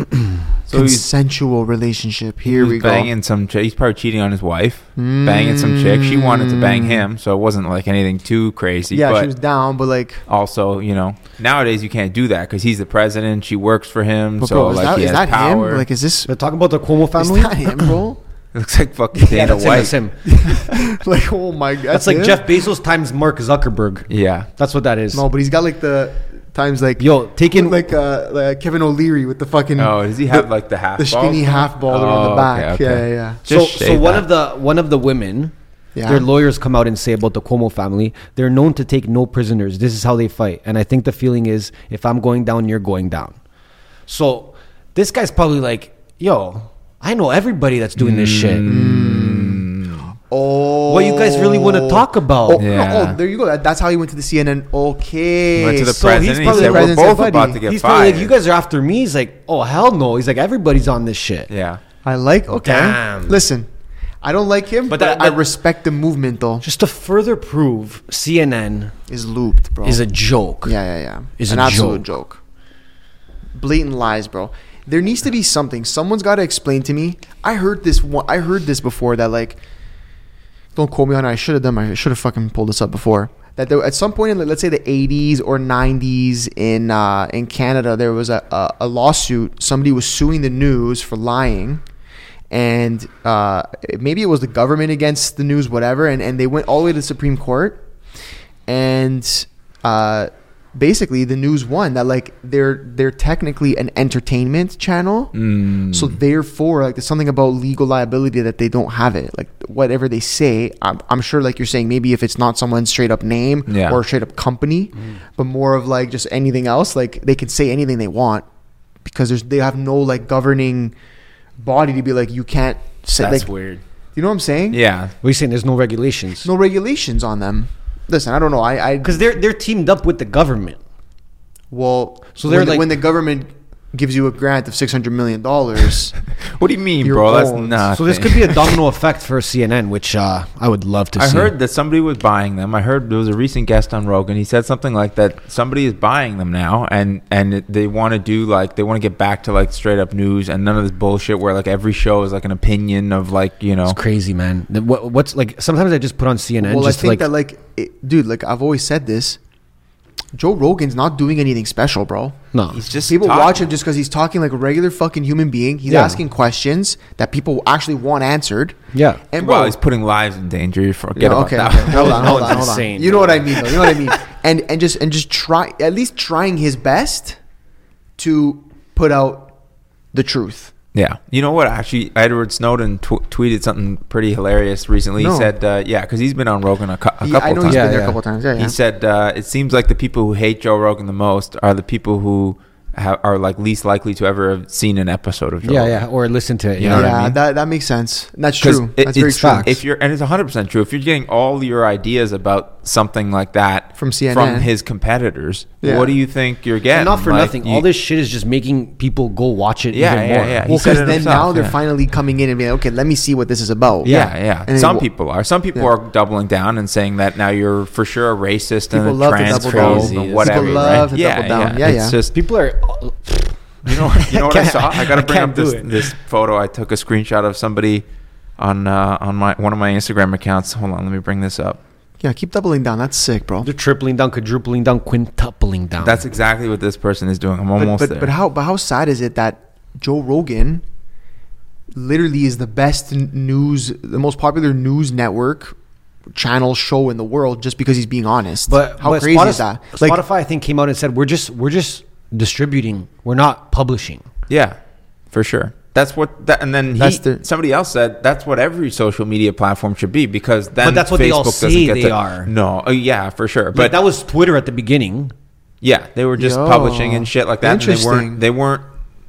Speaker 3: So he's,
Speaker 1: consensual relationship?
Speaker 3: he
Speaker 1: Here
Speaker 3: was
Speaker 1: we go.
Speaker 3: banging some. Ch- he's probably cheating on his wife, banging some chick. She wanted to bang
Speaker 1: Mm.
Speaker 3: him, so it wasn't like anything too crazy.
Speaker 1: Yeah,
Speaker 3: but
Speaker 1: she was down, but like,
Speaker 3: also, you know, nowadays you can't do that because he's the president. She works for him,
Speaker 1: but
Speaker 3: so
Speaker 1: bro, is
Speaker 3: like
Speaker 1: that,
Speaker 3: he
Speaker 1: is
Speaker 3: has
Speaker 1: that
Speaker 3: power.
Speaker 1: him? Like, is this
Speaker 2: But talk about the Cuomo family.
Speaker 1: is that him, bro?
Speaker 3: it (laughs) looks like fucking Dana
Speaker 2: yeah, that's him,
Speaker 3: White.
Speaker 2: that's him.
Speaker 1: like, oh my god,
Speaker 2: That's like
Speaker 1: him?
Speaker 2: Jeff Bezos times Mark Zuckerberg.
Speaker 3: Yeah,
Speaker 2: That's what that is.
Speaker 1: No, but he's got like the times like
Speaker 2: Yo, taking
Speaker 1: like uh like Kevin O'Leary with the fucking
Speaker 3: Oh, does he have like the half
Speaker 1: the skinny
Speaker 3: balls?
Speaker 1: half baller on
Speaker 3: Oh,
Speaker 1: the
Speaker 3: okay,
Speaker 1: back.
Speaker 3: okay.
Speaker 1: Yeah, yeah,
Speaker 2: so
Speaker 3: Just
Speaker 2: so
Speaker 3: shave
Speaker 2: one
Speaker 3: that.
Speaker 2: of the one of the women.
Speaker 1: yeah.
Speaker 2: Their lawyers come out and say about the Cuomo family, they're known to take no prisoners. This is how they fight. And I think the feeling is if I'm going down, you're going down. So this guy's probably like, yo, I know everybody that's doing this shit.
Speaker 3: Mm.
Speaker 1: oh,
Speaker 2: What you guys really want to talk about?
Speaker 1: Oh,
Speaker 3: Yeah.
Speaker 1: no, oh, there you go. That, that's how he went to the CNN. Okay,
Speaker 3: Went to the
Speaker 1: so
Speaker 3: president. He
Speaker 2: probably
Speaker 3: said,
Speaker 2: the
Speaker 3: "We're
Speaker 1: president's
Speaker 3: both
Speaker 1: buddy.
Speaker 3: about to get
Speaker 2: He's probably
Speaker 3: fired."
Speaker 2: like, you guys are after me. He's like, oh, hell no. He's like, everybody's on this shit.
Speaker 3: yeah,
Speaker 1: I like. Okay,
Speaker 2: Damn.
Speaker 1: listen, I don't like him, but,
Speaker 2: But that-
Speaker 1: I
Speaker 2: that-
Speaker 1: respect the movement though.
Speaker 2: Just to further prove CNN
Speaker 1: Is looped, bro.
Speaker 2: is a joke.
Speaker 1: Yeah, yeah, yeah.
Speaker 2: Is
Speaker 1: an
Speaker 2: a
Speaker 1: absolute joke. Blatant lies, bro. There needs to be something. Someone's got to explain to me. I heard this. One, I heard this before. That like, don't quote me on. it. I should have done. my- I should have fucking pulled this up before. That there, at some point in, like, let's say the '80s or '90s in uh, in Canada, there was a, a, a lawsuit. Somebody was suing the news for lying, and uh, maybe it was the government against the news, whatever. And and they went all the way to the Supreme Court, and uh, basically the news won that like they're they're technically an entertainment channel
Speaker 3: Mm.
Speaker 1: so therefore like there's something about legal liability that they don't have it like whatever they say I'm, I'm sure like you're saying maybe if it's not someone's straight up name
Speaker 3: Yeah.
Speaker 1: or straight up company but more of like just anything else like they can say anything they want because there's they have no like governing body to be like you can't say
Speaker 3: that's
Speaker 1: like
Speaker 3: weird.
Speaker 1: you know what i'm saying
Speaker 3: Yeah,
Speaker 2: What are you saying? There's no regulations.
Speaker 1: no regulations on them listen i don't know i i
Speaker 2: Because they're, they're teamed up with the government.
Speaker 1: Well, so
Speaker 2: So
Speaker 1: when,
Speaker 2: they're
Speaker 1: the-
Speaker 2: like-
Speaker 1: when the government gives you a grant of six hundred million
Speaker 2: (laughs)
Speaker 1: dollars,
Speaker 3: what do you mean,
Speaker 1: Your
Speaker 3: bro? That's
Speaker 1: own.
Speaker 3: nothing.
Speaker 2: So this could
Speaker 3: (laughs)
Speaker 2: be a domino effect for CNN, which uh, I would love to
Speaker 3: I
Speaker 2: see.
Speaker 3: heard that somebody was buying them. I heard there was a recent guest on Rogan. He said something like that somebody is buying them now, and and it- they want to do like they want to get back to like straight up news and none of this bullshit where like every show is like an opinion of like you know.
Speaker 2: it's crazy, man. The- What, what's like? Sometimes I just put on CNN.
Speaker 1: well, I
Speaker 2: just
Speaker 1: think
Speaker 2: like,
Speaker 1: that like, it, dude, like I've always said this, Joe Rogan's not doing anything special, bro.
Speaker 2: no,
Speaker 3: He's just
Speaker 1: people
Speaker 3: talking.
Speaker 1: watch him just because he's talking like a regular fucking human being. He's
Speaker 2: Yeah.
Speaker 1: asking questions that people actually want answered.
Speaker 2: yeah.
Speaker 1: And bro,
Speaker 3: Well, he's putting lives in danger. You Forget
Speaker 1: No,
Speaker 3: about
Speaker 1: okay,
Speaker 3: (laughs) that.
Speaker 1: okay. Hold on,
Speaker 2: That
Speaker 1: hold
Speaker 2: was
Speaker 1: on, hold on.
Speaker 2: insane,
Speaker 1: You know
Speaker 2: bro.
Speaker 1: what I mean, though. You know what I mean. and and just and just try at least trying his best to put out the truth.
Speaker 3: Yeah. You know what? Actually, Edward Snowden tw- tweeted something pretty hilarious recently.
Speaker 1: No.
Speaker 3: He said, uh, yeah, because he's been on Rogan a, cou- a
Speaker 1: He-
Speaker 3: couple
Speaker 1: I know
Speaker 3: times.
Speaker 1: he's
Speaker 2: Yeah,
Speaker 1: been there
Speaker 2: yeah.
Speaker 1: a couple times. Yeah, yeah.
Speaker 3: He said, uh, it seems like the people who hate Joe Rogan the most are the people who ha- are like least likely to ever have seen an episode of Joe
Speaker 2: yeah,
Speaker 3: Rogan.
Speaker 2: yeah, or listen to it.
Speaker 3: You
Speaker 2: Yeah,
Speaker 3: know what I
Speaker 1: yeah,
Speaker 3: mean?
Speaker 1: that that makes sense. That's
Speaker 3: 'Cause
Speaker 1: true.
Speaker 3: it-
Speaker 1: That's very
Speaker 3: it's-
Speaker 1: true.
Speaker 2: facts.
Speaker 3: If you're and it's 100% true. If you're getting all your ideas about something like that
Speaker 1: From CNN.
Speaker 3: from his competitors,
Speaker 1: Yeah.
Speaker 3: what do you think you're
Speaker 2: And
Speaker 3: getting?
Speaker 2: not for
Speaker 3: Like,
Speaker 2: nothing.
Speaker 3: you-
Speaker 2: All this shit is just making people go watch it
Speaker 3: Yeah,
Speaker 2: even
Speaker 3: yeah,
Speaker 2: more.
Speaker 3: yeah. He
Speaker 1: well,
Speaker 3: said
Speaker 1: because
Speaker 3: it
Speaker 1: then
Speaker 3: himself,
Speaker 1: now they're
Speaker 3: yeah.
Speaker 1: finally coming in and being like, okay, let me see what this is about.
Speaker 3: Yeah,
Speaker 2: Yeah.
Speaker 3: yeah.
Speaker 1: And then
Speaker 3: Some
Speaker 1: wha-
Speaker 3: people are. Some people
Speaker 1: Yeah.
Speaker 3: are doubling down and saying that now you're for sure a racist
Speaker 1: People
Speaker 3: and a
Speaker 1: love to double
Speaker 3: transphobe
Speaker 2: down.
Speaker 3: and whatever.
Speaker 1: People love
Speaker 3: right?
Speaker 1: to double down. Yeah,
Speaker 3: it's
Speaker 1: yeah.
Speaker 3: just
Speaker 2: People are. uh,
Speaker 3: you know. You know what I
Speaker 2: can't-
Speaker 3: saw? I got
Speaker 2: I
Speaker 3: to bring
Speaker 2: can't
Speaker 3: up
Speaker 2: do
Speaker 3: this
Speaker 2: it.
Speaker 3: this photo. I took a screenshot of somebody on uh, on my one of my Instagram accounts. Hold on, let me bring this up.
Speaker 1: Yeah, keep doubling down. That's sick, bro.
Speaker 2: They're tripling down, quadrupling down, quintupling down.
Speaker 3: That's exactly what this person is doing. I'm
Speaker 1: But
Speaker 3: almost
Speaker 1: but,
Speaker 3: there.
Speaker 1: but how but how sad is it that Joe Rogan literally is the best n- news, the most popular news network channel show in the world just because he's being honest.
Speaker 2: But
Speaker 1: how
Speaker 2: but
Speaker 1: crazy
Speaker 2: Spotify,
Speaker 1: is that? Like,
Speaker 2: Spotify, I think, came out and said we're just we're just distributing. We're not publishing.
Speaker 3: Yeah, for sure. That's what that, and then he,
Speaker 1: That's the-
Speaker 3: somebody else said that's what every social media platform should be because then
Speaker 2: But that's what
Speaker 3: Facebook
Speaker 2: they all
Speaker 3: doesn't
Speaker 2: say
Speaker 3: get
Speaker 2: they
Speaker 3: to-
Speaker 2: are.
Speaker 3: No, uh, yeah, for sure. But
Speaker 2: But that was Twitter at the beginning.
Speaker 3: Yeah, they were just
Speaker 1: Yo.
Speaker 3: publishing and shit like that. and they
Speaker 1: Interesting.
Speaker 3: weren't. They weren't.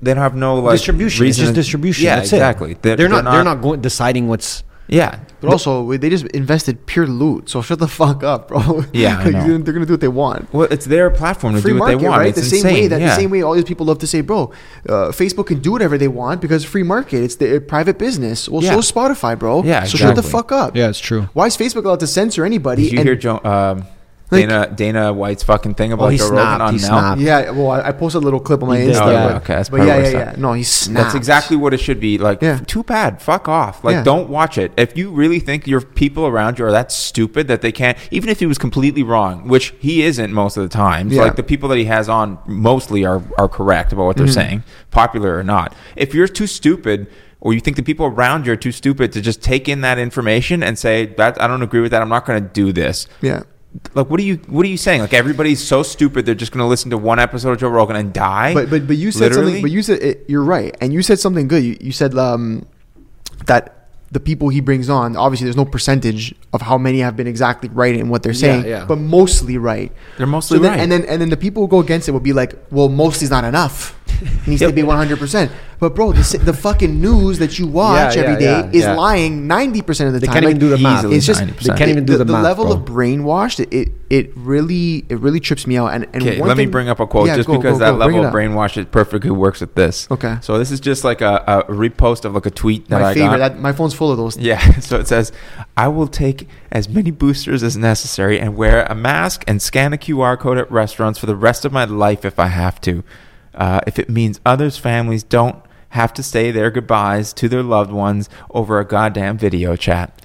Speaker 3: They don't have no like
Speaker 2: distribution. It's
Speaker 3: reason
Speaker 2: just
Speaker 3: to-
Speaker 2: distribution.
Speaker 3: Yeah,
Speaker 2: That's it.
Speaker 3: exactly.
Speaker 2: They're, not, They're not going deciding what's.
Speaker 3: Yeah,
Speaker 1: but also we- they just invested pure loot. So shut the fuck up, bro.
Speaker 3: Yeah,
Speaker 1: (laughs)
Speaker 3: I
Speaker 1: Like,
Speaker 3: know.
Speaker 1: they're- they're gonna do what they want.
Speaker 3: well, it's their platform to
Speaker 1: free
Speaker 3: do what
Speaker 1: market,
Speaker 3: they want.
Speaker 1: right?
Speaker 3: It's
Speaker 1: the same
Speaker 3: insane.
Speaker 1: way that
Speaker 3: yeah.
Speaker 1: the same way all these people love to say, bro, uh, Facebook can do whatever they want because free market. It's their private business. Well,
Speaker 3: Yeah.
Speaker 1: so is Spotify, bro.
Speaker 3: Yeah,
Speaker 1: So shut the
Speaker 3: exactly.
Speaker 1: fuck up.
Speaker 2: it's true.
Speaker 1: Why is Facebook allowed to censor anybody?
Speaker 3: Did you
Speaker 1: and
Speaker 3: hear Joe? Um,
Speaker 1: Like-
Speaker 3: Dana Dana White's fucking thing about
Speaker 2: Oh, he
Speaker 3: Joe Rogan
Speaker 2: snapped,
Speaker 3: on
Speaker 2: he
Speaker 3: Now.
Speaker 2: snapped.
Speaker 1: Yeah, well, I, I posted a little clip on my
Speaker 2: He did,
Speaker 1: Insta.
Speaker 2: yeah.
Speaker 1: but,
Speaker 3: Oh, Okay, that's
Speaker 1: but
Speaker 3: probably
Speaker 1: yeah,
Speaker 3: what I
Speaker 1: yeah, yeah.
Speaker 3: said.
Speaker 1: No, he snapped.
Speaker 3: That's exactly what it should be. Like,
Speaker 1: Yeah.
Speaker 3: too bad. Fuck off. Like,
Speaker 1: Yeah.
Speaker 3: don't watch it. If you really think your people around you are that stupid that they can't, even if he was completely wrong, which he isn't most of the time.
Speaker 1: Yeah.
Speaker 3: Like the people that he has on mostly are are correct about what
Speaker 1: Mm-hmm.
Speaker 3: they're saying, popular or not. If you're too stupid. Or you think the people around you are too stupid to just take in that information and say that I don't agree with that. I'm not going to do this
Speaker 1: Yeah.
Speaker 3: like what are you what are you saying like everybody's so stupid they're just going to listen to one episode of joe rogan and die
Speaker 1: But but but you said something. But you said it, you're right, and you said something good. You, you said um, that the people he brings on, obviously, there's no percentage of how many have been exactly right in what they're saying,
Speaker 2: yeah.
Speaker 1: but mostly right.
Speaker 3: They're mostly
Speaker 1: So then-
Speaker 3: right.
Speaker 1: And then and then the people who go against it will be like, well, mostly's not enough. It needs
Speaker 2: (laughs)
Speaker 1: to be 100. percent But bro, the, s- the fucking news that you watch
Speaker 2: Yeah, yeah,
Speaker 1: every day
Speaker 2: yeah,
Speaker 1: is
Speaker 2: yeah.
Speaker 1: lying 90 percent of the
Speaker 2: They
Speaker 1: time.
Speaker 2: can't even do the math.
Speaker 3: easily
Speaker 1: It's just
Speaker 3: 90%.
Speaker 2: they can't even do the, math.
Speaker 1: level
Speaker 2: bro.
Speaker 1: of brainwashed. It, it it really it really trips me out. And and
Speaker 3: okay
Speaker 1: one
Speaker 3: let me
Speaker 1: thing-
Speaker 3: bring up a quote
Speaker 1: Yeah,
Speaker 3: just
Speaker 1: go, go,
Speaker 3: because that
Speaker 1: go. Bring
Speaker 3: level
Speaker 1: it
Speaker 3: of
Speaker 1: up.
Speaker 3: brainwash it perfectly works with this
Speaker 1: Okay.
Speaker 3: so this is just like a, a repost of like a tweet that
Speaker 1: my
Speaker 3: i
Speaker 1: favorite.
Speaker 3: got
Speaker 1: That, my phone's full of those.
Speaker 3: yeah (laughs) so it says i will take as many boosters as necessary and wear a mask and scan a qr code at restaurants for the rest of my life if i have to uh, if it means others families don't have to say their goodbyes to their loved ones over a goddamn video chat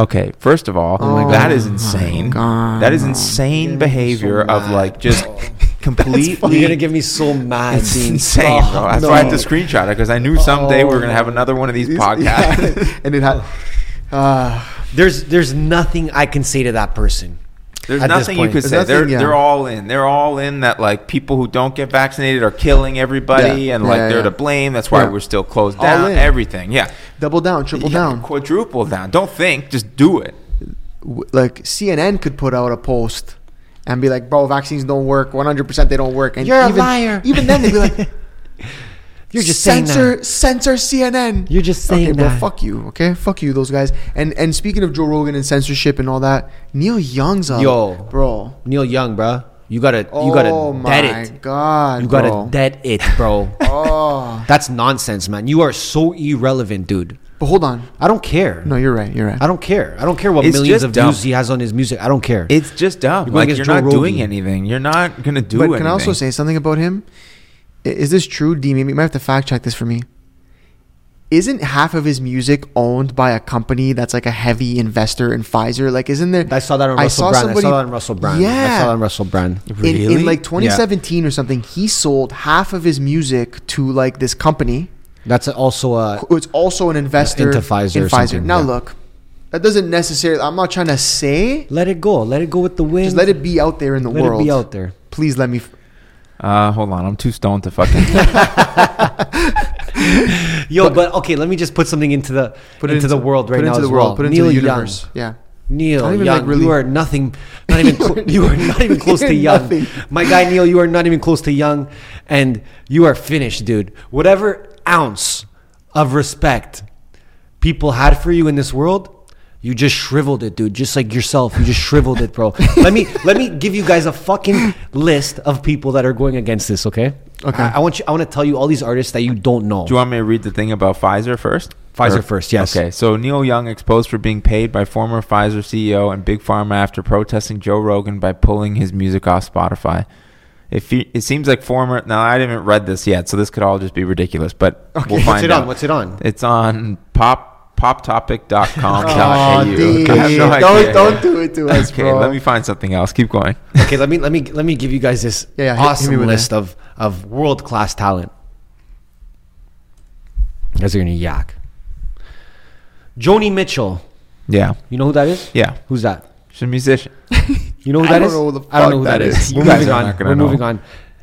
Speaker 3: Okay, first of all,
Speaker 1: Oh my
Speaker 3: that
Speaker 1: God.
Speaker 3: is insane.
Speaker 1: God.
Speaker 3: That is
Speaker 1: You're
Speaker 3: insane
Speaker 1: gonna make me
Speaker 3: behavior
Speaker 1: so
Speaker 3: of
Speaker 1: mad.
Speaker 3: like just completely
Speaker 2: You're gonna get me so mad.
Speaker 3: it's
Speaker 2: Dean.
Speaker 3: insane,
Speaker 2: Stop.
Speaker 3: bro. That's
Speaker 2: Oh, No.
Speaker 3: why I had to screenshot it because I knew someday we were gonna have another one of these
Speaker 1: These- (laughs)
Speaker 3: podcasts.
Speaker 1: yeah. and it had. Uh,
Speaker 2: There's there's nothing I can say to that person.
Speaker 3: There's
Speaker 2: At this
Speaker 3: nothing you
Speaker 2: point.
Speaker 3: could
Speaker 1: There's
Speaker 3: say.
Speaker 1: nothing,
Speaker 3: they're
Speaker 1: yeah.
Speaker 3: they're all in. They're all in that like people who don't get vaccinated are killing everybody
Speaker 1: Yeah.
Speaker 3: and
Speaker 1: Yeah,
Speaker 3: like
Speaker 1: yeah,
Speaker 3: they're
Speaker 1: yeah.
Speaker 3: to blame. That's why
Speaker 1: Yeah.
Speaker 3: we're still closed
Speaker 1: All
Speaker 3: down.
Speaker 1: in.
Speaker 3: Everything, yeah.
Speaker 1: double down, triple
Speaker 3: Yeah,
Speaker 1: down.
Speaker 3: quadruple down. Don't think, just do it.
Speaker 1: W- Like CNN could put out a post and be like, "Bro, vaccines don't work. 100 percent they don't work." And
Speaker 2: You're a
Speaker 1: even,
Speaker 2: liar.
Speaker 1: Even then, they'd be
Speaker 2: (laughs)
Speaker 1: like,
Speaker 2: You're just saying
Speaker 1: censor,
Speaker 2: that.
Speaker 1: censor CNN.
Speaker 2: You're just saying
Speaker 1: okay, bro,
Speaker 2: that.
Speaker 1: fuck you. Okay, fuck you, those guys. And and speaking of Joe Rogan and censorship and all that, Neil Young's up,
Speaker 2: Yo.
Speaker 1: bro.
Speaker 2: Neil Young, bro. You gotta you gotta
Speaker 1: oh
Speaker 2: dead
Speaker 1: my
Speaker 2: it.
Speaker 1: god,
Speaker 2: You gotta
Speaker 1: bro.
Speaker 2: dead it, bro.
Speaker 1: Oh,
Speaker 2: That's nonsense, man. You are so irrelevant, dude.
Speaker 1: but hold on.
Speaker 2: I don't care.
Speaker 1: No, you're right. You're right.
Speaker 2: I don't care. I don't care what
Speaker 3: It's
Speaker 2: millions
Speaker 3: just
Speaker 2: of
Speaker 3: dumb.
Speaker 2: views he has on his music. I don't care.
Speaker 3: It's just dumb.
Speaker 2: You're going
Speaker 3: like
Speaker 2: against
Speaker 3: you're
Speaker 2: Joe
Speaker 3: not doing
Speaker 2: Rogan.
Speaker 3: anything. You're not gonna do
Speaker 1: but
Speaker 3: anything.
Speaker 1: can I also say something about him? I- Is this true, D? Maybe you might have to fact check this for me. Isn't half of his music owned by a company that's like a heavy investor in Pfizer? Like, isn't there?
Speaker 2: I saw that on Russell Brand. I saw that on Russell Brand.
Speaker 1: Yeah,
Speaker 2: I saw that on Russell Brand.
Speaker 1: in, in like
Speaker 3: Yeah.
Speaker 1: 2017 or something, he sold half of his music to like this company.
Speaker 2: That's also a
Speaker 1: who- It's also an investor
Speaker 2: Into Pfizer
Speaker 1: In
Speaker 2: or
Speaker 1: Pfizer.
Speaker 2: something,
Speaker 1: Now
Speaker 2: yeah.
Speaker 1: look, that doesn't necessarily. I'm not trying to say.
Speaker 2: let it go. Let it go with the wind.
Speaker 1: Just let it be out there in the
Speaker 2: Let
Speaker 1: world.
Speaker 2: it be out there.
Speaker 1: Please let me. f-
Speaker 3: Uh, hold on, I'm too stoned
Speaker 1: (laughs)
Speaker 3: to fucking.
Speaker 2: Yo, but, okay, let me just put something into the
Speaker 1: Put it
Speaker 2: into, the world
Speaker 1: put
Speaker 2: right
Speaker 1: it
Speaker 2: now
Speaker 1: into
Speaker 2: as
Speaker 1: the world.
Speaker 2: well.
Speaker 1: Put it into
Speaker 2: Neil
Speaker 1: the
Speaker 2: Young.
Speaker 1: universe. Yeah.
Speaker 2: Neil
Speaker 1: Don't even,
Speaker 2: Young,
Speaker 1: like, really-
Speaker 2: you are nothing. Not even clo- you are not even close to
Speaker 1: You're
Speaker 2: Young.
Speaker 1: nothing.
Speaker 2: My guy Neil, you are not even close to Young, and you are finished, dude. Whatever ounce of respect people had for you in this world. You just shriveled it, dude. Just like yourself, you just shriveled it, bro. let me let me give you guys a fucking list of people that are going against this. Okay.
Speaker 1: Okay.
Speaker 2: I, I want you. I want to tell you all these artists that you don't know.
Speaker 3: Do you want me to read the thing about Pfizer first?
Speaker 2: Pfizer
Speaker 3: Or-
Speaker 2: first, yes.
Speaker 3: Okay, so Neil Young exposed for being paid by former Pfizer CEO and Big Pharma after protesting Joe Rogan by pulling his music off Spotify. It, fe- it seems like former. Now, I haven't read this yet, so this could all just be ridiculous, but we'll
Speaker 2: What's
Speaker 3: find
Speaker 2: it
Speaker 3: out.
Speaker 2: on? What's it on?
Speaker 3: It's on pop poptopic.com.
Speaker 1: Aw, dude. (laughs) don't don't do it
Speaker 2: (laughs)
Speaker 1: to us,
Speaker 3: (laughs) Okay,
Speaker 1: bro.
Speaker 3: let me find something else. Keep going.
Speaker 2: Okay, let me let me let me give you guys this
Speaker 1: Yeah, yeah, hit- hit me
Speaker 2: awesome
Speaker 1: with
Speaker 2: list of of world class talent. You guys are gonna yak. Joni Mitchell,
Speaker 3: Yeah,
Speaker 2: you know who that is?
Speaker 3: yeah.
Speaker 2: Who's that?
Speaker 3: She's a musician.
Speaker 2: You know who
Speaker 1: I
Speaker 2: that
Speaker 1: don't
Speaker 2: is?
Speaker 1: know who the
Speaker 2: I don't know
Speaker 1: fuck
Speaker 2: who that
Speaker 1: that
Speaker 2: is.
Speaker 1: is.
Speaker 2: We're
Speaker 3: You guys
Speaker 2: moving
Speaker 3: are
Speaker 2: on.
Speaker 3: not gonna
Speaker 2: We're
Speaker 3: know.
Speaker 2: moving on.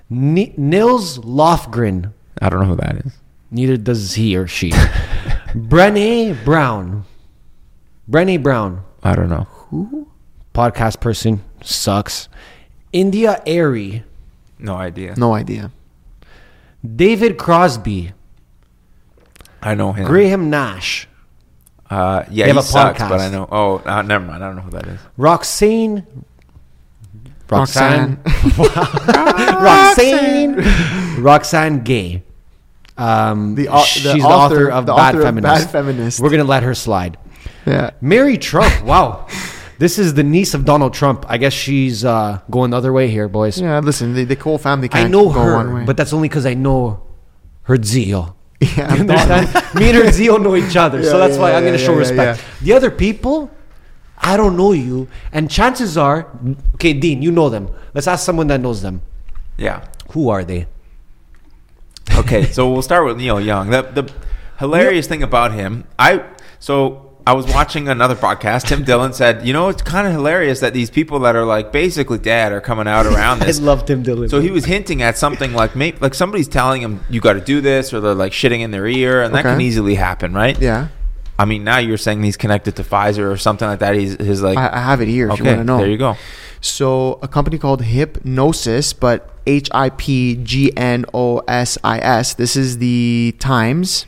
Speaker 2: Ni- Nils Lofgren.
Speaker 3: I don't know who that is.
Speaker 2: Neither does he or she. Brené Brown. Brené Brown,
Speaker 3: I don't know.
Speaker 2: podcast person, sucks. India Airy.
Speaker 3: No idea.
Speaker 1: No idea.
Speaker 2: David Crosby.
Speaker 3: I know him.
Speaker 2: Graham Nash.
Speaker 3: Uh, yeah,
Speaker 2: They have
Speaker 3: he
Speaker 2: a
Speaker 3: sucks,
Speaker 2: podcast.
Speaker 3: but I know. Oh, uh, never mind. I don't know who that is.
Speaker 2: Roxane. Roxanne.
Speaker 1: (laughs)
Speaker 2: (laughs) Roxane. Roxanne Gay. Um,
Speaker 1: The au- the
Speaker 2: she's the
Speaker 1: author-
Speaker 2: author, of,
Speaker 1: the
Speaker 2: Bad
Speaker 1: author of
Speaker 2: Feminist.
Speaker 1: Bad Feminist.
Speaker 2: We're going to let her slide.
Speaker 1: Yeah.
Speaker 2: Mary Trump. Wow. This is the niece of Donald Trump. I guess she's uh, going the other way here, boys.
Speaker 1: Yeah, listen, the, the Cole family can't
Speaker 2: I know
Speaker 1: go one
Speaker 2: her,
Speaker 1: way.
Speaker 2: but that's only because I know her zeal.
Speaker 1: (laughs) yeah,
Speaker 2: You understand? Me and her Zio know each other, so
Speaker 1: Yeah,
Speaker 2: that's why
Speaker 1: yeah,
Speaker 2: I'm
Speaker 1: yeah,
Speaker 2: gonna
Speaker 1: yeah,
Speaker 2: show
Speaker 1: yeah,
Speaker 2: respect. The other people, I don't know you, and chances are, okay, Dean, you know them. Let's ask someone that knows them.
Speaker 1: (laughs)
Speaker 3: Yeah.
Speaker 2: Who are they?
Speaker 3: Okay, so we'll start with Neil Young. The, the hilarious thing about him, I so I was watching another podcast. Tim Dillon said, you know, it's kind of hilarious that these people that are like basically dead are coming out around
Speaker 2: I
Speaker 1: (laughs)
Speaker 3: this.
Speaker 2: love Tim Dillon.
Speaker 3: So he was hinting at something like maybe like somebody's telling him you got to do this, or they're like shitting in their ear, and that
Speaker 1: Okay.
Speaker 3: can easily happen, right?
Speaker 1: yeah.
Speaker 3: I mean, now you're saying he's connected to Pfizer or something like that. He's his like
Speaker 1: I, I have it here if you
Speaker 3: okay,
Speaker 1: want to know.
Speaker 3: there you go.
Speaker 1: So a company called Hypnosis, but H I P G N O S I S. This is the Times.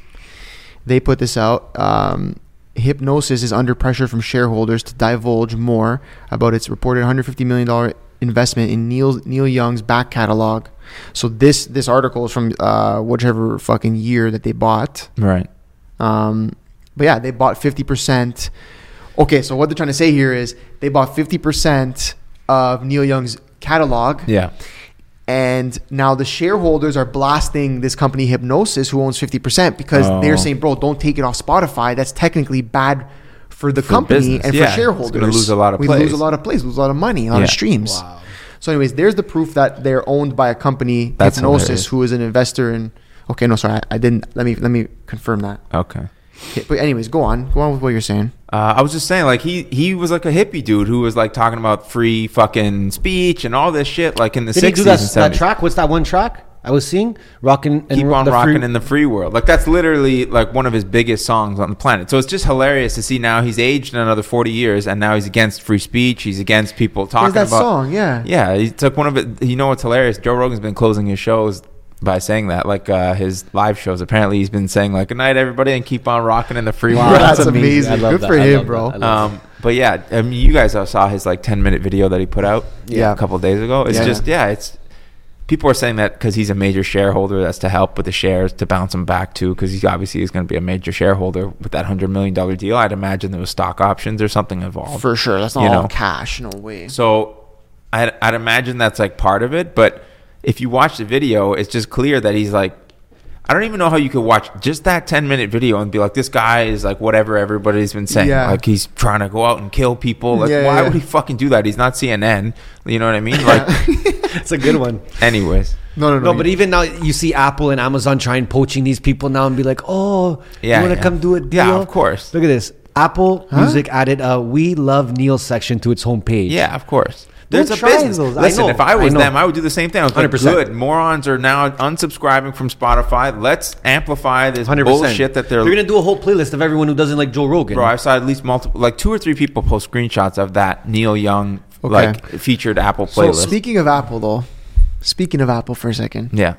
Speaker 1: They put this out. Um, Hypnosis is under pressure from shareholders to divulge more about its reported 150 million dollar investment in Neil Neil Young's back catalog. So this this article is from uh, whichever fucking year that they bought.
Speaker 3: Right.
Speaker 1: Um, but yeah, they bought 50%. Okay, so what they're trying to say here is they bought 50% of Neil Young's catalog.
Speaker 3: Yeah.
Speaker 1: And now the shareholders are blasting this company, Hypnosis, who owns 50%, because
Speaker 3: Oh.
Speaker 1: they're saying, bro, don't take it off Spotify. That's technically bad for the
Speaker 3: For
Speaker 1: company
Speaker 3: business,
Speaker 1: and
Speaker 3: yeah.
Speaker 1: for
Speaker 3: It's
Speaker 1: shareholders.
Speaker 3: gonna lose a lot of
Speaker 1: we
Speaker 3: plays.
Speaker 1: lose a lot of plays, lose a lot of money, a lot
Speaker 3: Yeah.
Speaker 1: of streams.
Speaker 2: Wow.
Speaker 1: So, anyways, there's the proof that they're owned by a company,
Speaker 3: That's
Speaker 1: Hypnosis,
Speaker 3: hilarious.
Speaker 1: who is an investor in. Okay, no, sorry, I, I didn't. Let me let me confirm that.
Speaker 3: Okay.
Speaker 1: Okay, but anyways, go on. Go on with what you're saying.
Speaker 3: Uh, I was just saying, like he he was like a hippie dude who was like talking about free fucking speech and all this shit, like in the
Speaker 2: Did he do
Speaker 3: sixties
Speaker 2: that,
Speaker 3: and
Speaker 2: that
Speaker 3: seventies.
Speaker 2: track? What's that one track I was seeing? Rocking and
Speaker 3: Keep on
Speaker 2: the
Speaker 3: rocking
Speaker 2: Free-
Speaker 3: in the free world, like that's literally like one of his biggest songs on the planet. So it's just hilarious to see now he's aged another forty years, and now he's against free speech. He's against people talking
Speaker 1: There's that
Speaker 3: about.
Speaker 1: song, yeah.
Speaker 3: Yeah, he took one of it. You know what's hilarious? Joe Rogan's been closing his shows by saying that, like uh, his live shows. Apparently, he's been saying like "Good night, everybody," and keep on rocking in the
Speaker 2: (laughs)
Speaker 3: free
Speaker 1: Wow, (laughs)
Speaker 3: world.
Speaker 1: that's
Speaker 2: I
Speaker 1: amazing.
Speaker 2: love
Speaker 1: Good
Speaker 2: that.
Speaker 1: for
Speaker 2: I
Speaker 1: him,
Speaker 2: love
Speaker 1: bro.
Speaker 2: that. I love (laughs)
Speaker 3: Um, but yeah, I mean, you guys all saw his like ten minute video that he put out
Speaker 1: Yeah.
Speaker 3: a couple of days ago. It's
Speaker 1: Yeah.
Speaker 3: just yeah, it's people are saying that because he's a major shareholder, that's to help with the shares to bounce him back to because he's obviously is going to be a major shareholder with that hundred million dollar deal. I'd imagine there was stock options or something involved.
Speaker 1: Oh, For sure. That's not
Speaker 3: You
Speaker 1: all
Speaker 3: know.
Speaker 1: cash. No way.
Speaker 3: So I'd, I'd imagine that's like part of it. But if you watch the video, it's just clear that he's like, I don't even know how you could watch just that 10 minute video and be like, this guy is like whatever everybody's been saying.
Speaker 1: Yeah.
Speaker 3: Like he's trying to go out and kill people. Like,
Speaker 1: Yeah,
Speaker 3: why
Speaker 1: yeah.
Speaker 3: would he fucking do that? He's not CNN. You know what I mean? Like,
Speaker 2: It's a good one.
Speaker 3: anyways.
Speaker 1: No, no, no.
Speaker 2: No, but even now you see Apple and Amazon trying poaching these people now and be like, oh,
Speaker 3: Yeah,
Speaker 2: you want to
Speaker 3: yeah.
Speaker 2: come do a deal?
Speaker 3: Yeah, of course.
Speaker 2: Look at this. Apple Music added a "We Love Neil" section to its homepage.
Speaker 3: Yeah, of course.
Speaker 2: Don't
Speaker 3: There's a
Speaker 2: try
Speaker 3: business.
Speaker 2: those. I
Speaker 3: Listen,
Speaker 2: know.
Speaker 3: if I
Speaker 2: I
Speaker 3: was
Speaker 2: know.
Speaker 3: them, I would do the same thing. I was like,
Speaker 2: 100%.
Speaker 3: good, morons are now unsubscribing from Spotify. Let's amplify this
Speaker 2: 100%.
Speaker 3: bullshit that they're
Speaker 2: They're gonna do a whole playlist of everyone who doesn't like Joe Rogan.
Speaker 3: Bro, I saw at least multiple, like two or three people post screenshots of that Neil Young
Speaker 1: Okay.
Speaker 3: like featured Apple
Speaker 1: so
Speaker 3: playlist.
Speaker 1: speaking of Apple, though, speaking of Apple for a second,
Speaker 3: yeah,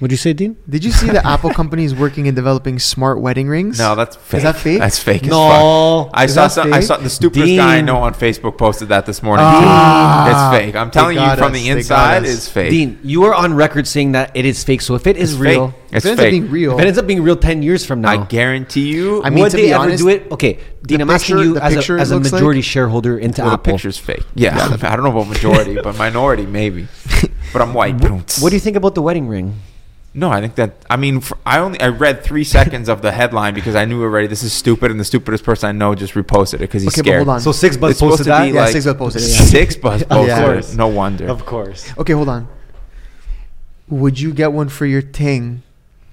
Speaker 2: Would you say, Dean?
Speaker 1: did you see that Apple company is working in developing smart wedding rings?
Speaker 3: no, that's fake.
Speaker 1: Is that fake?
Speaker 3: That's fake. as
Speaker 2: No.
Speaker 3: fuck. I
Speaker 1: Is
Speaker 3: saw.
Speaker 1: that
Speaker 3: Some, I
Speaker 1: fake?
Speaker 3: saw the stupidest guy I
Speaker 2: Dean.
Speaker 3: know on Facebook posted that this morning.
Speaker 1: Ah.
Speaker 3: it's fake. I'm
Speaker 1: They
Speaker 3: telling you
Speaker 1: got
Speaker 3: from
Speaker 1: us.
Speaker 3: the
Speaker 1: They got
Speaker 3: inside,
Speaker 1: us.
Speaker 3: it's fake.
Speaker 2: Dean, you are on record saying that it is fake. So if it is
Speaker 3: It's fake.
Speaker 2: real,
Speaker 3: It's
Speaker 1: If it ends up
Speaker 3: fake.
Speaker 1: being real.
Speaker 2: if it ends up being real ten years from now,
Speaker 3: I guarantee you.
Speaker 1: I mean,
Speaker 2: would
Speaker 1: to
Speaker 2: they
Speaker 1: be
Speaker 2: ever
Speaker 1: honest,
Speaker 2: do it? Okay, Dean, I'm asking
Speaker 1: picture-
Speaker 2: you
Speaker 1: the
Speaker 2: as a,
Speaker 1: picture
Speaker 2: as a
Speaker 1: looks like-
Speaker 2: majority shareholder into
Speaker 3: well, the
Speaker 2: Apple.
Speaker 3: picture's fake. Yeah, (laughs) I don't know about majority, but minority
Speaker 2: (laughs)
Speaker 3: maybe. But I'm white.
Speaker 2: What do you think about the wedding ring?
Speaker 3: No, I think that I mean fr- I only I read
Speaker 1: (laughs)
Speaker 3: three seconds of the headline because I knew already this is stupid and the stupidest person I know just reposted it because he's
Speaker 1: Okay, but
Speaker 3: scared.
Speaker 1: hold on. So
Speaker 2: six
Speaker 3: It's supposed to be
Speaker 1: Yeah,
Speaker 3: like
Speaker 1: six bus posted it, yeah. (laughs)
Speaker 3: Six bus posted it.
Speaker 1: course.
Speaker 3: No wonder.
Speaker 2: course.
Speaker 1: Okay, hold on. Would you get one for your ting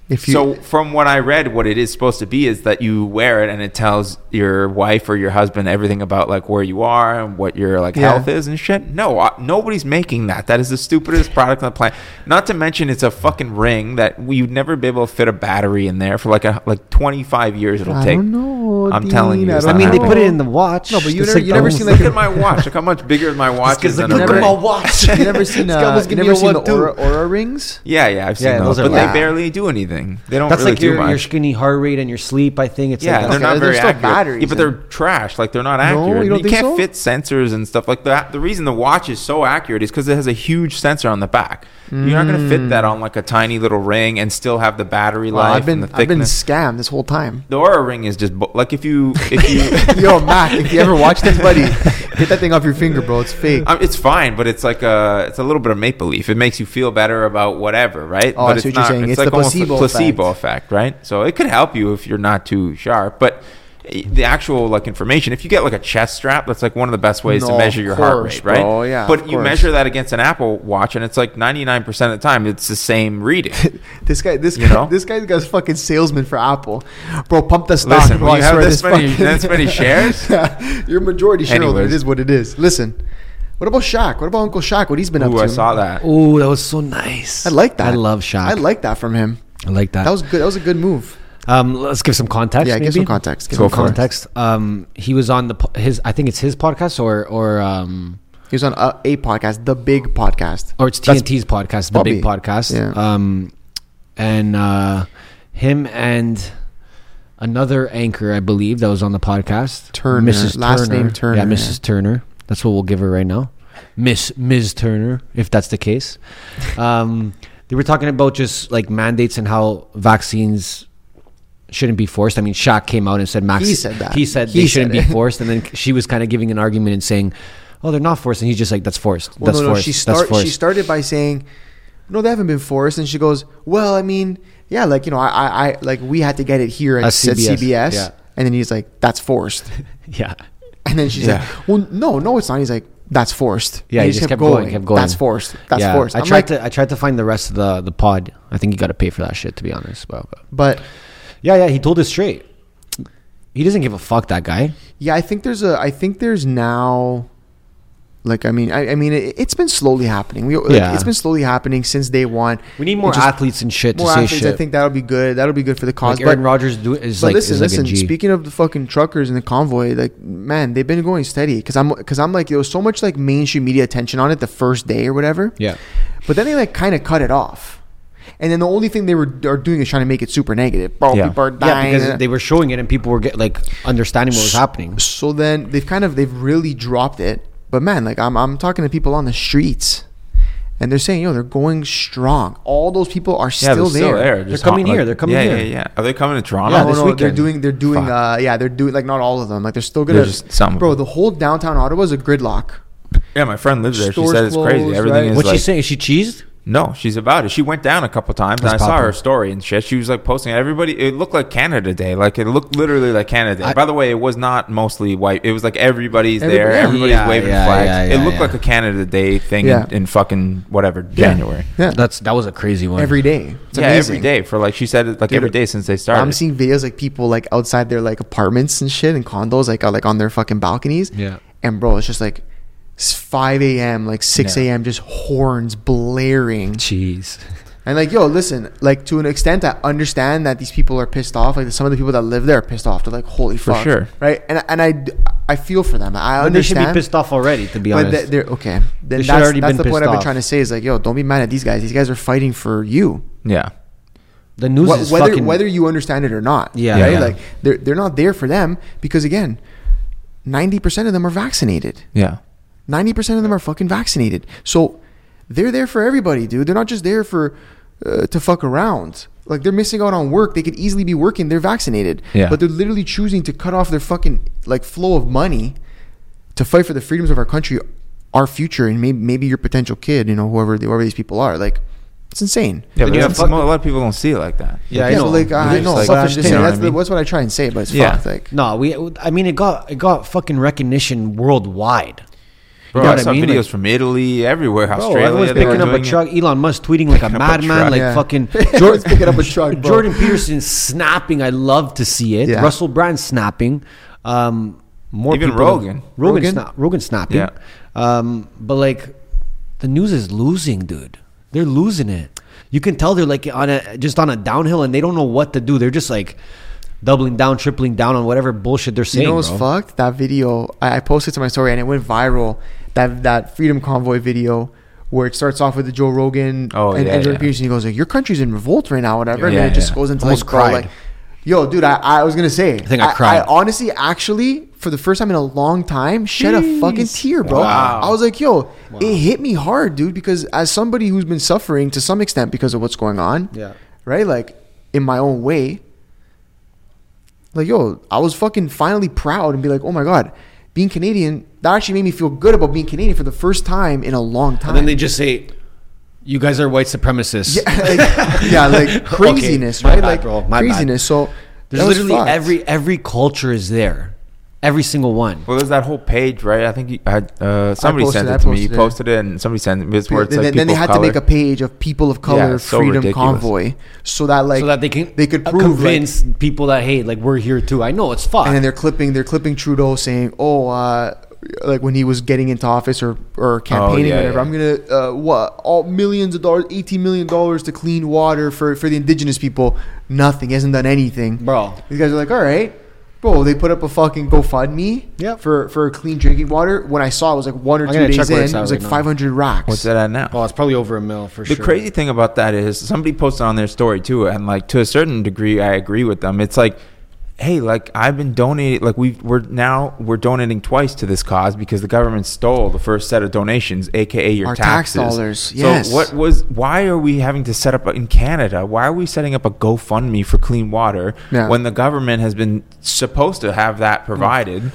Speaker 1: if you?
Speaker 3: so from what I read, what it is supposed to be is that you wear it and it tells your wife or your husband everything about like where you are and what your like
Speaker 1: Yeah.
Speaker 3: health is and shit. No, I, nobody's making that. That is the stupidest product on the planet. Not to mention it's a fucking ring that we would never be able to fit a battery in there for like a like twenty five years it'll
Speaker 1: I
Speaker 3: take.
Speaker 1: don't know.
Speaker 3: I'm
Speaker 1: Dean,
Speaker 3: telling you,
Speaker 1: I
Speaker 3: it's
Speaker 1: don't
Speaker 2: I
Speaker 3: not
Speaker 2: mean, they
Speaker 3: happening.
Speaker 2: put it in the watch.
Speaker 1: No, but you
Speaker 2: It's
Speaker 1: never-
Speaker 2: like
Speaker 1: you
Speaker 2: the
Speaker 1: never
Speaker 2: whole-
Speaker 1: seen, like,
Speaker 3: Look at my watch. Look how much bigger my watch is
Speaker 2: Because
Speaker 3: than
Speaker 2: look
Speaker 3: a
Speaker 1: never-
Speaker 2: at
Speaker 1: (laughs)
Speaker 3: ring.
Speaker 2: my watch.
Speaker 1: You never seen?
Speaker 2: This
Speaker 1: Uh,
Speaker 2: guy was
Speaker 1: you
Speaker 2: giving
Speaker 1: never
Speaker 2: me a
Speaker 1: seen the
Speaker 2: what, too.
Speaker 1: aura, aura rings?
Speaker 3: Yeah, yeah, I've seen
Speaker 2: Yeah,
Speaker 3: those,
Speaker 2: those are
Speaker 3: but
Speaker 1: like-
Speaker 3: they barely do anything. anything. They don't
Speaker 2: That's
Speaker 3: really
Speaker 2: like
Speaker 3: do
Speaker 2: your,
Speaker 3: much.
Speaker 2: your skinny heart rate and your sleep. I think it's
Speaker 3: yeah,
Speaker 2: like
Speaker 3: they're
Speaker 1: Okay,
Speaker 2: that's-
Speaker 3: not
Speaker 1: there's
Speaker 3: very
Speaker 1: still
Speaker 3: accurate.
Speaker 1: batteries
Speaker 3: yeah, but
Speaker 1: in-
Speaker 3: they're trash. Like they're not
Speaker 1: No,
Speaker 3: accurate.
Speaker 1: you
Speaker 3: you
Speaker 1: don't think
Speaker 3: can't
Speaker 1: so?
Speaker 3: fit sensors and stuff like that. The reason the watch is so accurate is because it has a huge sensor on the back. You're not going to fit that on like a tiny little ring and still have the battery
Speaker 1: Well,
Speaker 3: life
Speaker 1: I've been
Speaker 3: and the
Speaker 1: I've been
Speaker 3: thickness.
Speaker 1: scammed this whole time.
Speaker 3: the Aura ring is just bu- like if you
Speaker 1: (laughs)
Speaker 3: if you.
Speaker 1: Yo, Mac, if you ever watch this, buddy, get that thing off your finger, bro. It's fake.
Speaker 3: Um, it's fine, but it's like a it's a little bit of maple leaf. It makes you feel better about whatever, right?
Speaker 1: Oh, I
Speaker 3: but
Speaker 1: see what you're saying. It's the
Speaker 3: almost
Speaker 1: placebo
Speaker 3: a placebo effect. right? So it could help you if you're not too sharp, but eh, the actual like information if you get like a chest strap that's like one of the best ways
Speaker 1: No,
Speaker 3: to
Speaker 1: of
Speaker 3: measure your heart
Speaker 1: course,
Speaker 3: rate right
Speaker 1: bro. Yeah,
Speaker 3: but
Speaker 1: of
Speaker 3: you
Speaker 1: course.
Speaker 3: measure that against an apple watch and it's like 99% of the time it's the
Speaker 1: (laughs)
Speaker 3: same reading
Speaker 1: This guy, this
Speaker 3: You
Speaker 1: guy,
Speaker 3: know?
Speaker 1: this guy's got a fucking salesman for Apple, bro. Pump the stock.
Speaker 3: Listen,
Speaker 1: bro,
Speaker 3: when
Speaker 1: I
Speaker 3: you have
Speaker 1: swear
Speaker 3: this many-
Speaker 1: fucking- (laughs)
Speaker 3: this many shares?
Speaker 1: You're majority shareholder. It
Speaker 3: Anyways.
Speaker 1: is what it is. Listen, what about Shaq? What about Uncle Shaq? What he's been up
Speaker 3: ooh
Speaker 1: to?
Speaker 3: i saw that
Speaker 2: Oh, that was so nice.
Speaker 1: I like that.
Speaker 2: I love Shaq.
Speaker 1: I like that from him.
Speaker 2: I like that.
Speaker 1: That was good. That was a good move.
Speaker 2: um, let's give some context.
Speaker 1: Yeah,
Speaker 2: maybe.
Speaker 1: give some context. Give
Speaker 2: Give some
Speaker 1: some
Speaker 2: context. Um, he was on the po- his. I think it's his podcast or or um
Speaker 1: He was on a, a podcast, the big podcast.
Speaker 2: or it's
Speaker 1: That's
Speaker 2: TNT's podcast, the big
Speaker 1: Bobby.
Speaker 2: podcast.
Speaker 1: Yeah.
Speaker 2: Um, and uh, him and another anchor, I believe, that was on the podcast.
Speaker 1: Turner. Last name Turner,
Speaker 2: Yeah,
Speaker 1: yeah.
Speaker 2: Mrs. Turner. That's what we'll give her right now. Miss Ms. Turner, if that's the case. Um, they were talking about just like mandates and how vaccines shouldn't be forced. I mean, Shaq came out and said Max.
Speaker 1: He said that.
Speaker 2: He said
Speaker 1: He
Speaker 2: they shouldn't
Speaker 1: said
Speaker 2: be
Speaker 1: it. (laughs)
Speaker 2: forced, and then she was kind of giving an argument and saying, "Oh, they're not forced," and he's just like, "That's forced.
Speaker 1: Well,
Speaker 2: that's
Speaker 1: no, no.
Speaker 2: forced.
Speaker 1: She
Speaker 2: that's
Speaker 1: start.
Speaker 2: forced."
Speaker 1: She started by saying, "No, they haven't been forced." And she goes, "Well, I mean, yeah, like you know, I, I, I like we had to get it here at,
Speaker 2: At
Speaker 1: at CBS."
Speaker 2: CBS, yeah.
Speaker 1: And then he's like, "That's forced." (laughs)
Speaker 2: (laughs) yeah.
Speaker 1: And then she's
Speaker 3: Yeah.
Speaker 1: like, "Well, no, no, it's not." He's like, "That's forced."
Speaker 2: Yeah,
Speaker 1: And
Speaker 2: he just kept going, kept going.
Speaker 1: That's forced. That's
Speaker 2: yeah,
Speaker 1: forced.
Speaker 2: I
Speaker 1: I'm
Speaker 2: tried
Speaker 1: like,
Speaker 2: to I tried to find the rest of the the pod. I think you got to pay for that shit to be honest. But, but-
Speaker 1: but
Speaker 2: yeah, yeah, he told it straight. He doesn't give a fuck that guy.
Speaker 1: yeah, I think there's a. I think there's now. Like I mean, I, I mean, it, it's been slowly happening. We, like,
Speaker 2: Yeah.
Speaker 1: it's been slowly happening since day one.
Speaker 2: We need more
Speaker 1: It just-
Speaker 2: athletes and shit to
Speaker 1: More
Speaker 2: say
Speaker 1: athletes,
Speaker 2: shit.
Speaker 1: I think that'll be good. That'll be good for the cause.
Speaker 2: like Aaron
Speaker 1: but-
Speaker 2: Rodgers do, is
Speaker 1: But
Speaker 2: like
Speaker 1: listen,
Speaker 2: is like
Speaker 1: listen.
Speaker 2: a G.
Speaker 1: Speaking of the fucking truckers and the convoy, like man, they've been going steady because I'm because I'm like there was so much like mainstream media attention on it the first day or whatever.
Speaker 2: yeah,
Speaker 1: But then they like kind of cut it off, and then the only thing they were are doing is trying to make it super negative. Bro,
Speaker 3: Yeah.
Speaker 1: people are
Speaker 2: yeah,
Speaker 1: dying.
Speaker 2: because they were showing it and people were get, like understanding what was happening.
Speaker 1: so then they've kind of they've really dropped it. But man, like I'm I'm talking to people on the streets, and they're saying, yo, they're going strong. All those people are
Speaker 3: yeah,
Speaker 1: still,
Speaker 3: they're still
Speaker 1: there.
Speaker 3: there.
Speaker 2: They're coming here, they're coming
Speaker 3: yeah,
Speaker 2: here.
Speaker 3: Yeah, yeah, Are they coming to Toronto?
Speaker 1: Yeah,
Speaker 3: this
Speaker 1: no, no, they're
Speaker 3: weekend?
Speaker 1: doing they're doing uh
Speaker 3: Fuck.
Speaker 1: yeah, they're doing like not all of them. Like they're still gonna
Speaker 3: They're just some.
Speaker 1: Bro, the whole downtown Ottawa is a gridlock.
Speaker 3: yeah, my friend lives there. She
Speaker 1: Stores
Speaker 3: said it's
Speaker 1: closed,
Speaker 3: crazy. Everything
Speaker 1: right?
Speaker 3: is
Speaker 2: What's
Speaker 3: like,
Speaker 2: she saying? Is she cheesed?
Speaker 3: No, she's about it. She went down a couple times,
Speaker 2: That's
Speaker 3: and I saw her
Speaker 2: poppin'.
Speaker 3: story and shit. She was like posting it. everybody. It looked like Canada Day. Like it looked literally like Canada Day.
Speaker 2: I-
Speaker 3: By the way, it was not mostly white. It was like everybody's
Speaker 1: Everybody-
Speaker 3: there. Everybody's
Speaker 2: Yeah,
Speaker 3: waving
Speaker 2: yeah,
Speaker 3: flags.
Speaker 2: yeah, yeah,
Speaker 3: it looked
Speaker 2: yeah.
Speaker 3: like a Canada Day thing
Speaker 1: Yeah.
Speaker 3: in, in fucking whatever January.
Speaker 1: Yeah.
Speaker 2: That's that was a crazy one.
Speaker 1: every day. It's
Speaker 3: yeah,
Speaker 1: amazing.
Speaker 3: every day for like she said it like
Speaker 1: Dude,
Speaker 3: every day since they started.
Speaker 1: I'm seeing videos like people like outside their like apartments and shit and condos like are, like on their fucking balconies.
Speaker 2: Yeah.
Speaker 1: And bro, it's just like it's 5 a.m. like 6
Speaker 2: Yeah.
Speaker 1: a.m. just horns blaring.
Speaker 2: cheese.
Speaker 1: And like, yo, listen, like to an extent, I understand that these people are pissed off. Like some of the people that live there are pissed off. They're like, holy
Speaker 3: For
Speaker 1: fuck,
Speaker 3: sure.
Speaker 1: right? And and I, d- I feel for them. I
Speaker 2: But they should
Speaker 1: understand.
Speaker 2: be pissed off already. To be
Speaker 1: But
Speaker 2: honest,
Speaker 1: they- they're okay.
Speaker 2: They
Speaker 1: Then
Speaker 2: should
Speaker 1: that's,
Speaker 2: already
Speaker 1: that's
Speaker 2: been
Speaker 1: the point
Speaker 2: pissed
Speaker 1: I've been
Speaker 2: off.
Speaker 1: trying to say is like, yo, don't be mad at these guys. These guys are fighting for you.
Speaker 3: yeah,
Speaker 2: the news
Speaker 1: Wh-
Speaker 2: is
Speaker 1: whether
Speaker 2: fucking.
Speaker 1: whether you understand it or not.
Speaker 2: Yeah,
Speaker 1: right?
Speaker 2: yeah.
Speaker 1: Like they're they're not there for them because again, ninety percent of them are vaccinated.
Speaker 3: yeah.
Speaker 1: Ninety percent of them are fucking vaccinated. So they're there for everybody, dude. They're not just there for uh, to fuck around. Like they're missing out on work. They could easily be working. They're vaccinated,
Speaker 3: Yeah.
Speaker 1: but they're literally choosing to cut off their fucking like flow of money to fight for the freedoms of our country, our future, and maybe maybe your potential kid. You know, whoever whoever these people are. Like it's insane.
Speaker 3: Yeah,
Speaker 2: Then
Speaker 3: but
Speaker 2: you
Speaker 3: that's-
Speaker 2: have fuck-
Speaker 3: a lot of people don't see it like that.
Speaker 2: Yeah, I
Speaker 1: Yeah,
Speaker 2: know.
Speaker 1: but like I
Speaker 3: It's
Speaker 1: know,
Speaker 3: like-
Speaker 1: selfish
Speaker 3: You know
Speaker 1: dissent.
Speaker 3: what I
Speaker 1: That's, the,
Speaker 3: mean?
Speaker 1: that's what I try and say, but it's
Speaker 3: Yeah.
Speaker 1: fucked. Like,
Speaker 2: No, we. I mean, it got it got fucking recognition worldwide.
Speaker 3: Bro,
Speaker 2: You know
Speaker 3: I
Speaker 2: what I
Speaker 3: saw
Speaker 2: mean?
Speaker 3: videos
Speaker 2: Like-
Speaker 3: from Italy, everywhere,
Speaker 2: Bro,
Speaker 3: Australia.
Speaker 2: Oh, everyone's
Speaker 3: they were
Speaker 2: picking up a
Speaker 3: doing it.
Speaker 2: truck. Elon Musk tweeting like a
Speaker 3: Picking up a
Speaker 2: madman,
Speaker 3: truck.
Speaker 2: like
Speaker 1: Yeah. (laughs)
Speaker 2: fucking
Speaker 1: Everyone's picking
Speaker 2: (laughs)
Speaker 1: up a truck, bro.
Speaker 2: Jordan Peterson snapping. I love to see it.
Speaker 1: Yeah.
Speaker 2: Russell Brand snapping. Um, more
Speaker 3: Even
Speaker 2: people-
Speaker 3: Rogan.
Speaker 2: Rogan,
Speaker 1: Rogan?
Speaker 2: sna- Rogan snapping.
Speaker 3: Yeah.
Speaker 2: Um, but like, the news is losing, dude. They're losing it. You can tell they're like on a just on a downhill, and they don't know what to do. They're just like doubling down, tripling down on whatever bullshit they're saying.
Speaker 1: you know what's
Speaker 2: bro.
Speaker 1: fucked? That video I, I posted to my story and it went viral. That that freedom convoy video where it starts off with the Joe Rogan
Speaker 3: Oh,
Speaker 1: and
Speaker 3: yeah,
Speaker 1: Jordan
Speaker 3: yeah.
Speaker 1: Peterson. He goes like, "Your country's in revolt right now, whatever." and
Speaker 3: Yeah,
Speaker 1: then it just
Speaker 3: yeah.
Speaker 1: goes into
Speaker 2: Almost
Speaker 1: like, bro,
Speaker 2: cried.
Speaker 1: like, "Yo, dude, I, I was gonna say, I
Speaker 2: think I cried.
Speaker 1: honestly, actually, for the first time in a long time, shed a fucking tear, bro.
Speaker 3: Wow.
Speaker 1: I was like, yo, it hit me hard, dude, because as somebody who's been suffering to some extent because of what's going on,
Speaker 2: Yeah.
Speaker 1: right? Like in my own way, like yo, I was fucking finally proud and be like, oh my god, being Canadian. That actually made me feel good about being Canadian for the first time in a long time.
Speaker 2: And then they just say, "You guys are white supremacists."
Speaker 1: (laughs) yeah, like, yeah, like
Speaker 2: (laughs) Okay,
Speaker 1: craziness,
Speaker 2: my
Speaker 1: right?
Speaker 2: bad,
Speaker 1: like
Speaker 2: bro, my bad.
Speaker 1: craziness. So
Speaker 2: There's
Speaker 1: that was
Speaker 2: literally
Speaker 1: fucked.
Speaker 2: every every culture is there, every single one.
Speaker 3: Well, there's that whole page, right? I think you, I, uh, somebody
Speaker 1: posted
Speaker 3: sent
Speaker 1: it,
Speaker 3: it,
Speaker 1: I
Speaker 3: to me. You
Speaker 1: posted it.
Speaker 3: posted it, and somebody sent it. It's where it's
Speaker 1: then,
Speaker 3: like
Speaker 1: then they
Speaker 3: people
Speaker 1: had
Speaker 3: of
Speaker 1: to
Speaker 3: color.
Speaker 1: make a page of people of color
Speaker 3: Yeah, it's so
Speaker 1: freedom
Speaker 3: ridiculous.
Speaker 1: convoy so that like
Speaker 2: so that they can
Speaker 1: they could
Speaker 2: uh,
Speaker 1: prove like,
Speaker 2: convince people that hey, like we're here too. I know it's fucked.
Speaker 1: and then they're clipping they're clipping Trudeau saying, "Oh, uh, like when he was getting into office or or campaigning,
Speaker 3: yeah,
Speaker 1: or whatever.
Speaker 3: yeah.
Speaker 1: I'm gonna uh, what all millions of dollars, eighteen million dollars to clean water for for the indigenous people. Nothing. He hasn't done anything,
Speaker 2: Bro.
Speaker 1: These guys are like, all right. Bro, they put up a fucking GoFundMe
Speaker 2: Yep.
Speaker 1: for for clean drinking water. When I saw it, it was like one or
Speaker 2: I'm
Speaker 1: two
Speaker 2: gonna
Speaker 1: days
Speaker 2: check
Speaker 1: in.
Speaker 2: where it's
Speaker 1: It
Speaker 2: at
Speaker 1: was like
Speaker 2: right now.
Speaker 1: 500 rocks.
Speaker 3: What's that at now?
Speaker 2: oh, it's probably over a mill for
Speaker 3: The
Speaker 2: sure.
Speaker 3: crazy thing about that is somebody posted on their story too, and like to a certain degree, I agree with them. It's like, hey, like I've been donating, like we we're now we're donating twice to this cause because the government stole the first set of donations, aka your
Speaker 1: Our tax
Speaker 3: taxes.
Speaker 1: dollars, yes.
Speaker 3: So what was? Why are we having to set up a- in Canada? Why are we setting up a GoFundMe for clean water
Speaker 1: Yeah. Mm.
Speaker 3: when the government has been supposed to have that provided?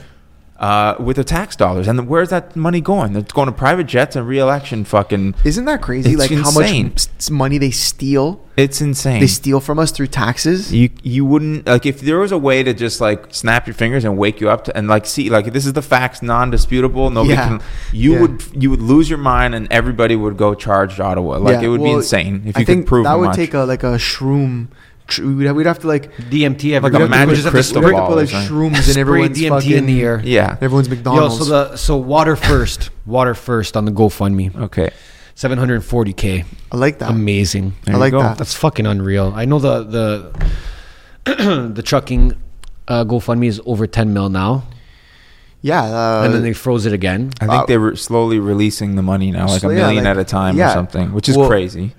Speaker 3: Uh, with the tax dollars, and where's that money going? It's going to private jets and re-election fucking.
Speaker 1: Isn't that crazy?
Speaker 3: It's
Speaker 1: like how
Speaker 3: insane.
Speaker 1: much s- money they steal?
Speaker 3: It's insane.
Speaker 1: They steal from us through taxes.
Speaker 3: You you wouldn't like if there was a way to just like snap your fingers and wake you up to, and like see like this is the facts non disputable nobody
Speaker 1: Yeah.
Speaker 3: can you
Speaker 1: Yeah.
Speaker 3: would you would lose your mind and everybody would go charge Ottawa like
Speaker 1: Yeah,
Speaker 3: it would be
Speaker 1: well,
Speaker 3: insane if
Speaker 1: I
Speaker 3: you
Speaker 1: think
Speaker 3: could prove
Speaker 1: that
Speaker 3: how
Speaker 1: would
Speaker 3: much.
Speaker 1: take a like a shroom. tr- We'd have, we'd have to like
Speaker 2: DMT every
Speaker 3: Like a
Speaker 1: we'd have to
Speaker 3: magic
Speaker 1: put- we'd have
Speaker 3: crystal
Speaker 1: to
Speaker 3: ball
Speaker 1: put
Speaker 3: or
Speaker 1: like
Speaker 3: something.
Speaker 2: (laughs)
Speaker 1: shrooms in
Speaker 2: Spray
Speaker 1: everyone's
Speaker 2: DMT
Speaker 1: fucking
Speaker 2: in the air.
Speaker 3: yeah
Speaker 1: Everyone's
Speaker 2: Yo,
Speaker 1: McDonald's.
Speaker 2: so the so water first, water first on the GoFundMe,
Speaker 3: okay
Speaker 2: seven hundred and forty k.
Speaker 1: I like that.
Speaker 2: Amazing.
Speaker 3: There
Speaker 1: I
Speaker 3: you
Speaker 1: like
Speaker 3: go.
Speaker 1: that.
Speaker 2: That's fucking unreal. I know the the the (clears throat) trucking uh, GoFundMe is over ten mil now,
Speaker 1: Yeah, uh,
Speaker 2: and then they froze it again.
Speaker 3: I think they were slowly releasing the money now like
Speaker 1: Sl-
Speaker 3: a
Speaker 1: Uh, yeah,
Speaker 3: million
Speaker 1: like-
Speaker 3: at a time
Speaker 1: yeah.
Speaker 3: or something which is
Speaker 1: Well,
Speaker 3: crazy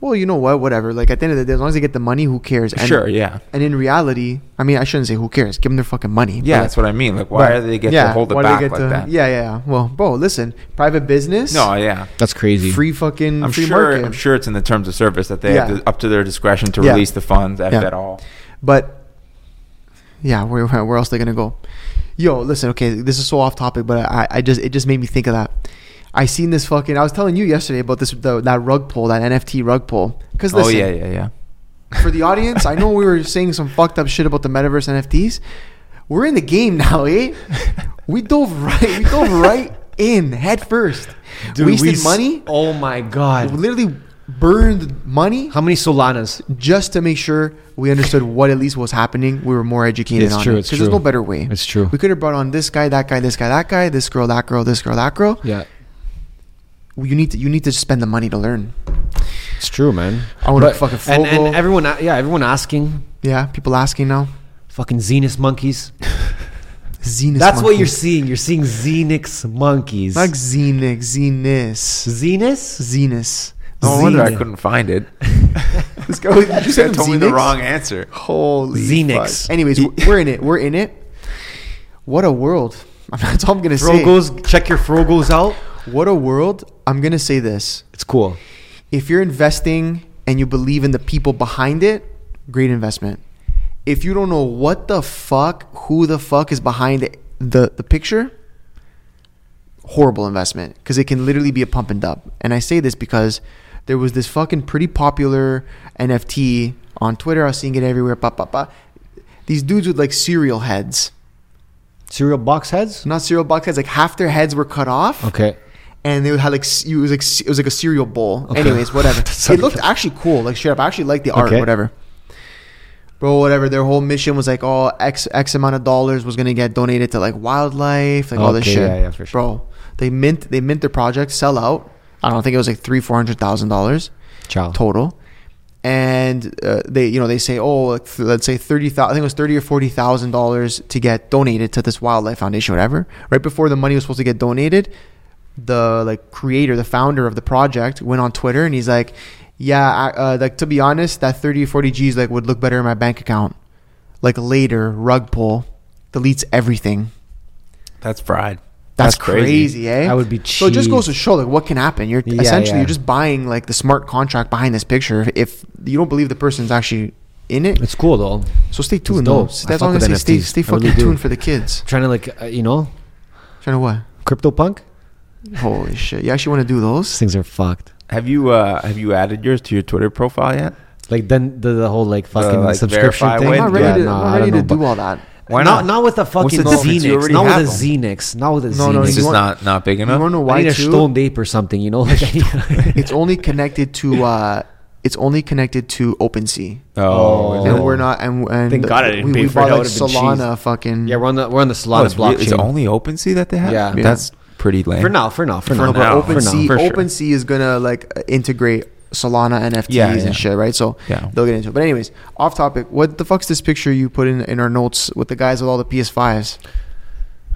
Speaker 1: well, you know what? Whatever. Like at the end of the day, as long as they get the money, who cares? And,
Speaker 3: sure yeah
Speaker 1: And in reality, I mean, I shouldn't say who cares. Give them their fucking money.
Speaker 3: yeah
Speaker 1: but-
Speaker 3: that's what I mean like why
Speaker 1: but-
Speaker 3: are they get
Speaker 1: yeah,
Speaker 3: to hold it
Speaker 1: why do they
Speaker 3: back
Speaker 1: get
Speaker 3: like
Speaker 1: to-
Speaker 3: that
Speaker 1: Yeah, yeah, yeah. Well, bro, listen. Private business.
Speaker 3: no yeah
Speaker 2: That's crazy.
Speaker 1: Free fucking.
Speaker 3: I'm
Speaker 1: free
Speaker 3: sure
Speaker 1: Market.
Speaker 3: I'm sure it's in the terms of service that they
Speaker 1: Yeah.
Speaker 3: have to, up to their discretion to
Speaker 1: Yeah.
Speaker 3: release the funds if
Speaker 1: Yeah.
Speaker 3: at all
Speaker 1: But yeah, where where where else they gonna go? Yo, listen, okay, this is so off topic, but I I just it just made me think of that. I seen this fucking. I was telling you yesterday about this the, that rug pull, that NFT rug pull. Because
Speaker 3: oh
Speaker 1: listen,
Speaker 3: yeah yeah yeah
Speaker 1: for the audience, I know we were saying some fucked up shit about the metaverse NFTs. We're in the game now, eh? We dove right, we dove right in head first. Wasted
Speaker 2: s-
Speaker 1: money,
Speaker 2: Oh my god.
Speaker 1: literally burned money
Speaker 2: How many Solanas?
Speaker 1: just to make sure we understood what at least was happening. We were more educated
Speaker 2: It's
Speaker 1: on
Speaker 2: true,
Speaker 1: it
Speaker 2: it's
Speaker 1: because there's
Speaker 2: true.
Speaker 1: no better way.
Speaker 2: It's true.
Speaker 1: We could have brought on this guy, that guy, this guy, that guy, this girl, that girl, this girl, that girl.
Speaker 2: Yeah.
Speaker 1: You need to you need to spend the money to learn.
Speaker 2: It's true, man.
Speaker 1: I wanna
Speaker 2: But-
Speaker 1: fucking
Speaker 2: and, and
Speaker 1: Fogel.
Speaker 2: everyone a- yeah, everyone asking
Speaker 1: Yeah, people asking now.
Speaker 2: fucking Xenus monkeys.
Speaker 1: Zenus.
Speaker 2: That's what
Speaker 1: monkey.
Speaker 2: you're seeing. You're seeing Xenix monkeys.
Speaker 1: Like Xenix, Zenus,
Speaker 2: Xenus?
Speaker 1: Zenus.
Speaker 3: No wonder I
Speaker 1: Xenus.
Speaker 3: couldn't find (laughs) it.
Speaker 1: This
Speaker 2: (laughs)
Speaker 1: guy, did you say
Speaker 3: told me the
Speaker 1: Xenix?
Speaker 3: wrong answer.
Speaker 1: Holy
Speaker 2: Xenix.
Speaker 1: fuck. Anyways, w- we're in it. We're in it. What a world. That's all I'm gonna say.
Speaker 2: Frogos, check your Frogos out.
Speaker 1: What a world. I'm gonna say this.
Speaker 2: It's cool.
Speaker 1: If you're investing and you believe in the people behind it, great investment. If you don't know what the fuck, who the fuck is behind the the, the picture, horrible investment because it can literally be a pump and dump. And I say this because there was this fucking pretty popular NFT on Twitter. I was seeing it everywhere. Bah, bah, bah. These dudes with like cereal heads,
Speaker 2: Cereal box heads?
Speaker 1: not cereal box heads, like half their heads were cut off
Speaker 2: Okay.
Speaker 1: and they had like s- it was like s- it was like a cereal bowl.
Speaker 2: Okay.
Speaker 1: Anyways, whatever.
Speaker 2: (laughs) That's
Speaker 1: it looked actually cool. Like straight up, I actually liked the art.
Speaker 2: Okay.
Speaker 1: Whatever. Bro, whatever. Their whole mission was like, oh, x x amount of dollars was gonna get donated to like wildlife, like all this
Speaker 2: Okay,
Speaker 1: shit.
Speaker 2: yeah, yeah, for sure.
Speaker 1: Bro, they mint they mint their project, sell out. I don't think it was like three four hundred thousand dollars
Speaker 2: Ciao.
Speaker 1: total. And uh, they, you know, they say, oh, like, th- let's say thirty thousand. I think it was thirty or forty thousand dollars to get donated to this wildlife foundation, whatever. Right before the money was supposed to get donated, the like creator, the founder of the project, went on Twitter and he's like, "Yeah, I, uh, like to be honest, that 30 or 40 G's like would look better in my bank account." Like later, rug pull deletes everything.
Speaker 3: That's fried.
Speaker 1: That's, crazy. eh?
Speaker 2: That would be
Speaker 1: so it just
Speaker 2: cheap.
Speaker 1: goes to show like what can happen. You're
Speaker 2: Yeah,
Speaker 1: essentially
Speaker 2: yeah.
Speaker 1: you're just buying like the smart contract behind this picture. If, if you don't believe the person's actually in it,
Speaker 2: It's cool though.
Speaker 1: so stay tuned.
Speaker 2: dope.
Speaker 1: Though.
Speaker 2: I
Speaker 1: That's
Speaker 2: fuck
Speaker 1: all I'm
Speaker 2: with
Speaker 1: gonna say. Stay,
Speaker 2: NFTs.
Speaker 1: stay
Speaker 2: I really
Speaker 1: fucking
Speaker 2: do.
Speaker 1: tuned for the kids.
Speaker 2: Trying to like uh, you know,
Speaker 1: Trying to what?
Speaker 2: crypto punk.
Speaker 1: Holy shit! You actually want to do
Speaker 2: These
Speaker 1: those?
Speaker 2: things are fucked.
Speaker 3: Have you uh, have you added yours to your Twitter profile yet?
Speaker 2: Like then the, the whole like fucking
Speaker 3: like,
Speaker 2: subscription
Speaker 3: verify
Speaker 2: thing.
Speaker 1: I'm
Speaker 3: when-
Speaker 1: not ready
Speaker 3: Yeah,
Speaker 1: to,
Speaker 2: nah,
Speaker 1: I'm
Speaker 2: I
Speaker 1: not
Speaker 2: don't
Speaker 1: ready
Speaker 2: know,
Speaker 1: to
Speaker 2: but-
Speaker 1: do all that.
Speaker 3: Why
Speaker 2: not?
Speaker 3: not?
Speaker 2: Not with a fucking
Speaker 3: the difference?
Speaker 2: Xenix.
Speaker 3: You already
Speaker 2: Not with a
Speaker 3: have
Speaker 2: Xenix. Not with a
Speaker 1: No,
Speaker 2: Xenix.
Speaker 1: no,
Speaker 3: It's
Speaker 1: you
Speaker 3: just
Speaker 1: want-
Speaker 3: not not big
Speaker 1: You
Speaker 3: enough.
Speaker 1: want to know
Speaker 2: I
Speaker 1: why
Speaker 2: need a
Speaker 1: too?
Speaker 2: stone ape or something, (laughs) you know? Like, I need-
Speaker 1: (laughs) It's only connected to. uh it's only connected to OpenSea,
Speaker 2: Oh.
Speaker 1: and we're not. And, and
Speaker 2: Thank God I didn't
Speaker 1: we,
Speaker 2: pay
Speaker 1: we
Speaker 2: for it.
Speaker 1: bought
Speaker 2: That
Speaker 1: like
Speaker 2: would've been
Speaker 1: Solana, fucking
Speaker 2: yeah, we're on the we're on the
Speaker 3: Oh,
Speaker 2: Solana
Speaker 3: it's, re-
Speaker 2: blockchain.
Speaker 3: it's only OpenSea that they have.
Speaker 2: Yeah. Yeah.
Speaker 3: that's pretty lame.
Speaker 2: for now, for now, for,
Speaker 1: For
Speaker 2: now.
Speaker 1: now, but
Speaker 3: now,
Speaker 2: for now.
Speaker 1: OpenSea,
Speaker 3: for sure.
Speaker 1: OpenSea is gonna like uh, integrate Solana NFTs
Speaker 3: Yeah, yeah.
Speaker 1: and shit, right? So
Speaker 3: Yeah.
Speaker 1: they'll get into it. But anyways, off topic. What the fuck's this picture you put in in our notes with the guys with all the PS5s?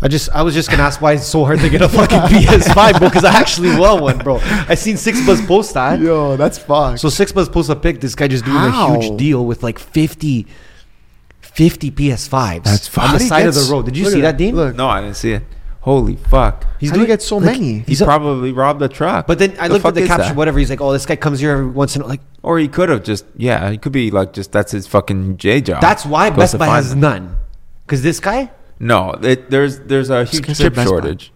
Speaker 2: I just I was just gonna ask why it's so hard to (laughs) get a fucking PS5, bro, because I actually want one, bro. I seen Six Buzz post that.
Speaker 1: Yo, that's fucked.
Speaker 2: So Six Buzz posts a pic, this guy just doing a
Speaker 1: How?
Speaker 2: huge deal with like 50, 50 PS5s
Speaker 3: That's
Speaker 2: on
Speaker 3: fuck.
Speaker 2: the
Speaker 3: He
Speaker 2: side of
Speaker 3: gets-
Speaker 2: the road. Did you
Speaker 1: Look
Speaker 2: see
Speaker 1: at
Speaker 2: that, Dean?
Speaker 1: Look,
Speaker 3: No, I didn't see it. Holy fuck!
Speaker 2: He's
Speaker 1: How do you get so many?
Speaker 3: He
Speaker 2: He's a-
Speaker 3: probably robbed a truck.
Speaker 2: but then I
Speaker 3: The
Speaker 2: looked at
Speaker 3: fuck
Speaker 2: the
Speaker 3: is
Speaker 2: caption,
Speaker 3: that?
Speaker 2: whatever. He's like, "Oh, this guy comes here every once in a like."
Speaker 3: Or he could have just yeah. He could be like just that's his fucking J job.
Speaker 2: That's why
Speaker 3: Goes
Speaker 2: Best
Speaker 3: Ah. to
Speaker 2: Buy
Speaker 3: find
Speaker 2: has
Speaker 3: them.
Speaker 2: none, because this guy.
Speaker 3: no. It, there's there's a
Speaker 1: Just
Speaker 3: huge
Speaker 1: consider
Speaker 3: chip
Speaker 1: Best Buy.
Speaker 3: shortage.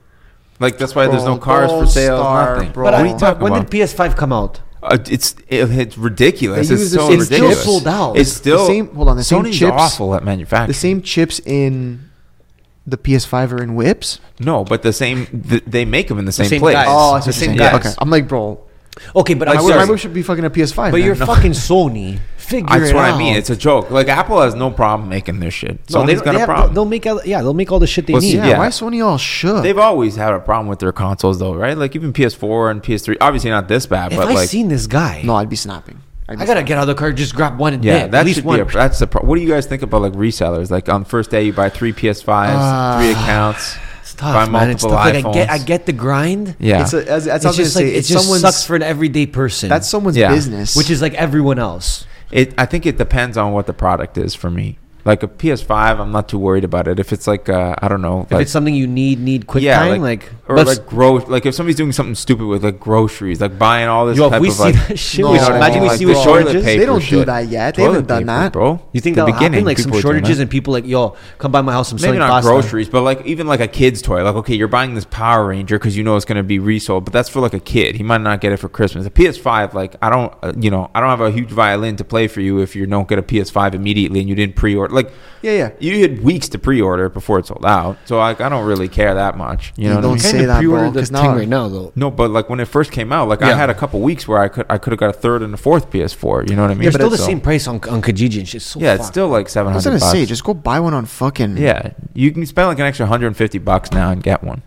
Speaker 3: Like that's why there's
Speaker 1: Bro,
Speaker 3: no cars for
Speaker 1: Gold
Speaker 3: sale.
Speaker 1: Star,
Speaker 3: nothing.
Speaker 1: bro.
Speaker 3: What
Speaker 2: But
Speaker 3: are
Speaker 2: I-
Speaker 3: you talking
Speaker 2: when
Speaker 3: about?
Speaker 2: did PS5 come out?
Speaker 3: Uh, it's it, it's ridiculous.
Speaker 1: They
Speaker 3: It's
Speaker 1: use the
Speaker 3: so
Speaker 1: same
Speaker 2: It's still
Speaker 3: ridiculous.
Speaker 2: sold out.
Speaker 3: It's
Speaker 1: The
Speaker 3: still
Speaker 1: same- hold on, the same
Speaker 3: Sony's
Speaker 1: chips-
Speaker 3: awful at manufacturing.
Speaker 1: the same chips in the PS5 are in whips.
Speaker 3: No, but the same. Th- they make them in the same,
Speaker 2: same
Speaker 3: place.
Speaker 2: guys. Oh, I see
Speaker 1: the
Speaker 2: what you're
Speaker 1: same
Speaker 2: saying.
Speaker 1: guy. Okay, I'm like, bro,
Speaker 2: Okay, but
Speaker 3: Like,
Speaker 2: I'm
Speaker 1: my,
Speaker 3: sorry.
Speaker 1: whip- my whip should be fucking a PS5.
Speaker 2: But
Speaker 1: man.
Speaker 3: (laughs)
Speaker 2: you're fucking Sony. Figure
Speaker 3: That's
Speaker 2: it
Speaker 3: what
Speaker 2: out.
Speaker 3: I mean. It's a joke. Like Apple has no problem making their shit.
Speaker 2: no, they,
Speaker 3: Sony's got
Speaker 2: they
Speaker 3: a
Speaker 2: have-
Speaker 3: problem.
Speaker 2: They'll make all, yeah, they'll make all the shit they
Speaker 3: Well,
Speaker 2: need.
Speaker 1: yeah,
Speaker 3: yeah.
Speaker 1: Why is Sony all shook?
Speaker 3: They've always had a problem with their consoles, though, right? Like even PS4 and PS3. Obviously not this bad,
Speaker 2: If
Speaker 3: but
Speaker 2: I
Speaker 3: like
Speaker 2: seen this guy,
Speaker 1: no, I'd be snapping. I'd be
Speaker 2: I gotta get out of the car, just grab one and
Speaker 3: yeah,
Speaker 2: dip,
Speaker 3: that
Speaker 2: at least
Speaker 3: should
Speaker 2: one.
Speaker 3: be a, that's the. Pro- what do you guys think about like resellers? Like on first day, you buy three PS5s,
Speaker 1: Ah.
Speaker 3: three accounts,
Speaker 2: it's
Speaker 3: buy
Speaker 2: tough, man. It's
Speaker 3: multiple
Speaker 2: tough. Like, I
Speaker 3: iPhones.
Speaker 2: get, I get the grind.
Speaker 3: yeah,
Speaker 1: It's a, that's, that's
Speaker 2: it's
Speaker 1: what I was
Speaker 2: just
Speaker 1: gonna
Speaker 2: like
Speaker 1: say.
Speaker 2: it
Speaker 1: It's
Speaker 2: just
Speaker 1: someone's
Speaker 2: sucks for an everyday person.
Speaker 1: that's someone's
Speaker 3: Yeah.
Speaker 1: business,
Speaker 2: which is like everyone else.
Speaker 3: It, I think it depends on what the product is for me. Like a PS5, I'm not too worried about it. If it's like uh, I don't know,
Speaker 2: if
Speaker 3: like,
Speaker 2: it's something you need, need quick time, like,
Speaker 3: or
Speaker 2: let's-
Speaker 3: like gro- like if somebody's doing something stupid with like groceries, like buying all this
Speaker 2: yo,
Speaker 3: type
Speaker 2: if we
Speaker 3: of
Speaker 2: see
Speaker 3: like
Speaker 2: that shit,
Speaker 1: No,
Speaker 2: we-
Speaker 1: you know what I
Speaker 2: imagine
Speaker 1: mean?
Speaker 2: we
Speaker 1: Like,
Speaker 2: see with
Speaker 1: bro,
Speaker 2: shortages.
Speaker 1: They don't do that yet. They
Speaker 3: Toilet
Speaker 1: haven't done
Speaker 3: paper,
Speaker 1: that.
Speaker 3: bro.
Speaker 2: You think
Speaker 3: The
Speaker 2: that'll happen? Like
Speaker 3: people
Speaker 2: some
Speaker 3: were doing
Speaker 2: shortages
Speaker 3: that.
Speaker 2: and people like, yo, come by my house. I'm
Speaker 3: Maybe
Speaker 2: selling
Speaker 3: not
Speaker 2: pasta.
Speaker 3: groceries, but like even like a kid's toy. Like okay, you're buying this Power Ranger because you know it's going to be resold, but that's for like a kid. He might not get it for Christmas. A PS5, like I don't, uh, you know, I don't have a huge violin to play for you if you don't get a PS5 immediately and you didn't pre-order. Like
Speaker 1: yeah, yeah.
Speaker 3: you had weeks to pre-order before it sold out, so like I don't really care that much. You know, what I
Speaker 1: don't
Speaker 3: mean?
Speaker 1: say
Speaker 2: Kinda
Speaker 1: that, bro,
Speaker 2: pre-ordered the
Speaker 1: 'cause
Speaker 2: thing
Speaker 1: now-
Speaker 2: right now though.
Speaker 3: No, but like when it first came out, like I
Speaker 2: Yeah.
Speaker 3: had a couple weeks where I could I could have got a third and a fourth PS4. You know what I mean?
Speaker 2: They're still the
Speaker 3: So-
Speaker 2: same price on on Kijiji and shit. So
Speaker 3: Yeah, it's
Speaker 2: fucked.
Speaker 3: still like seven
Speaker 1: I was
Speaker 3: hundred.
Speaker 1: gonna
Speaker 3: bucks.
Speaker 1: say, just go buy one on fucking
Speaker 3: yeah, you can spend like an extra hundred and fifty bucks now and get one.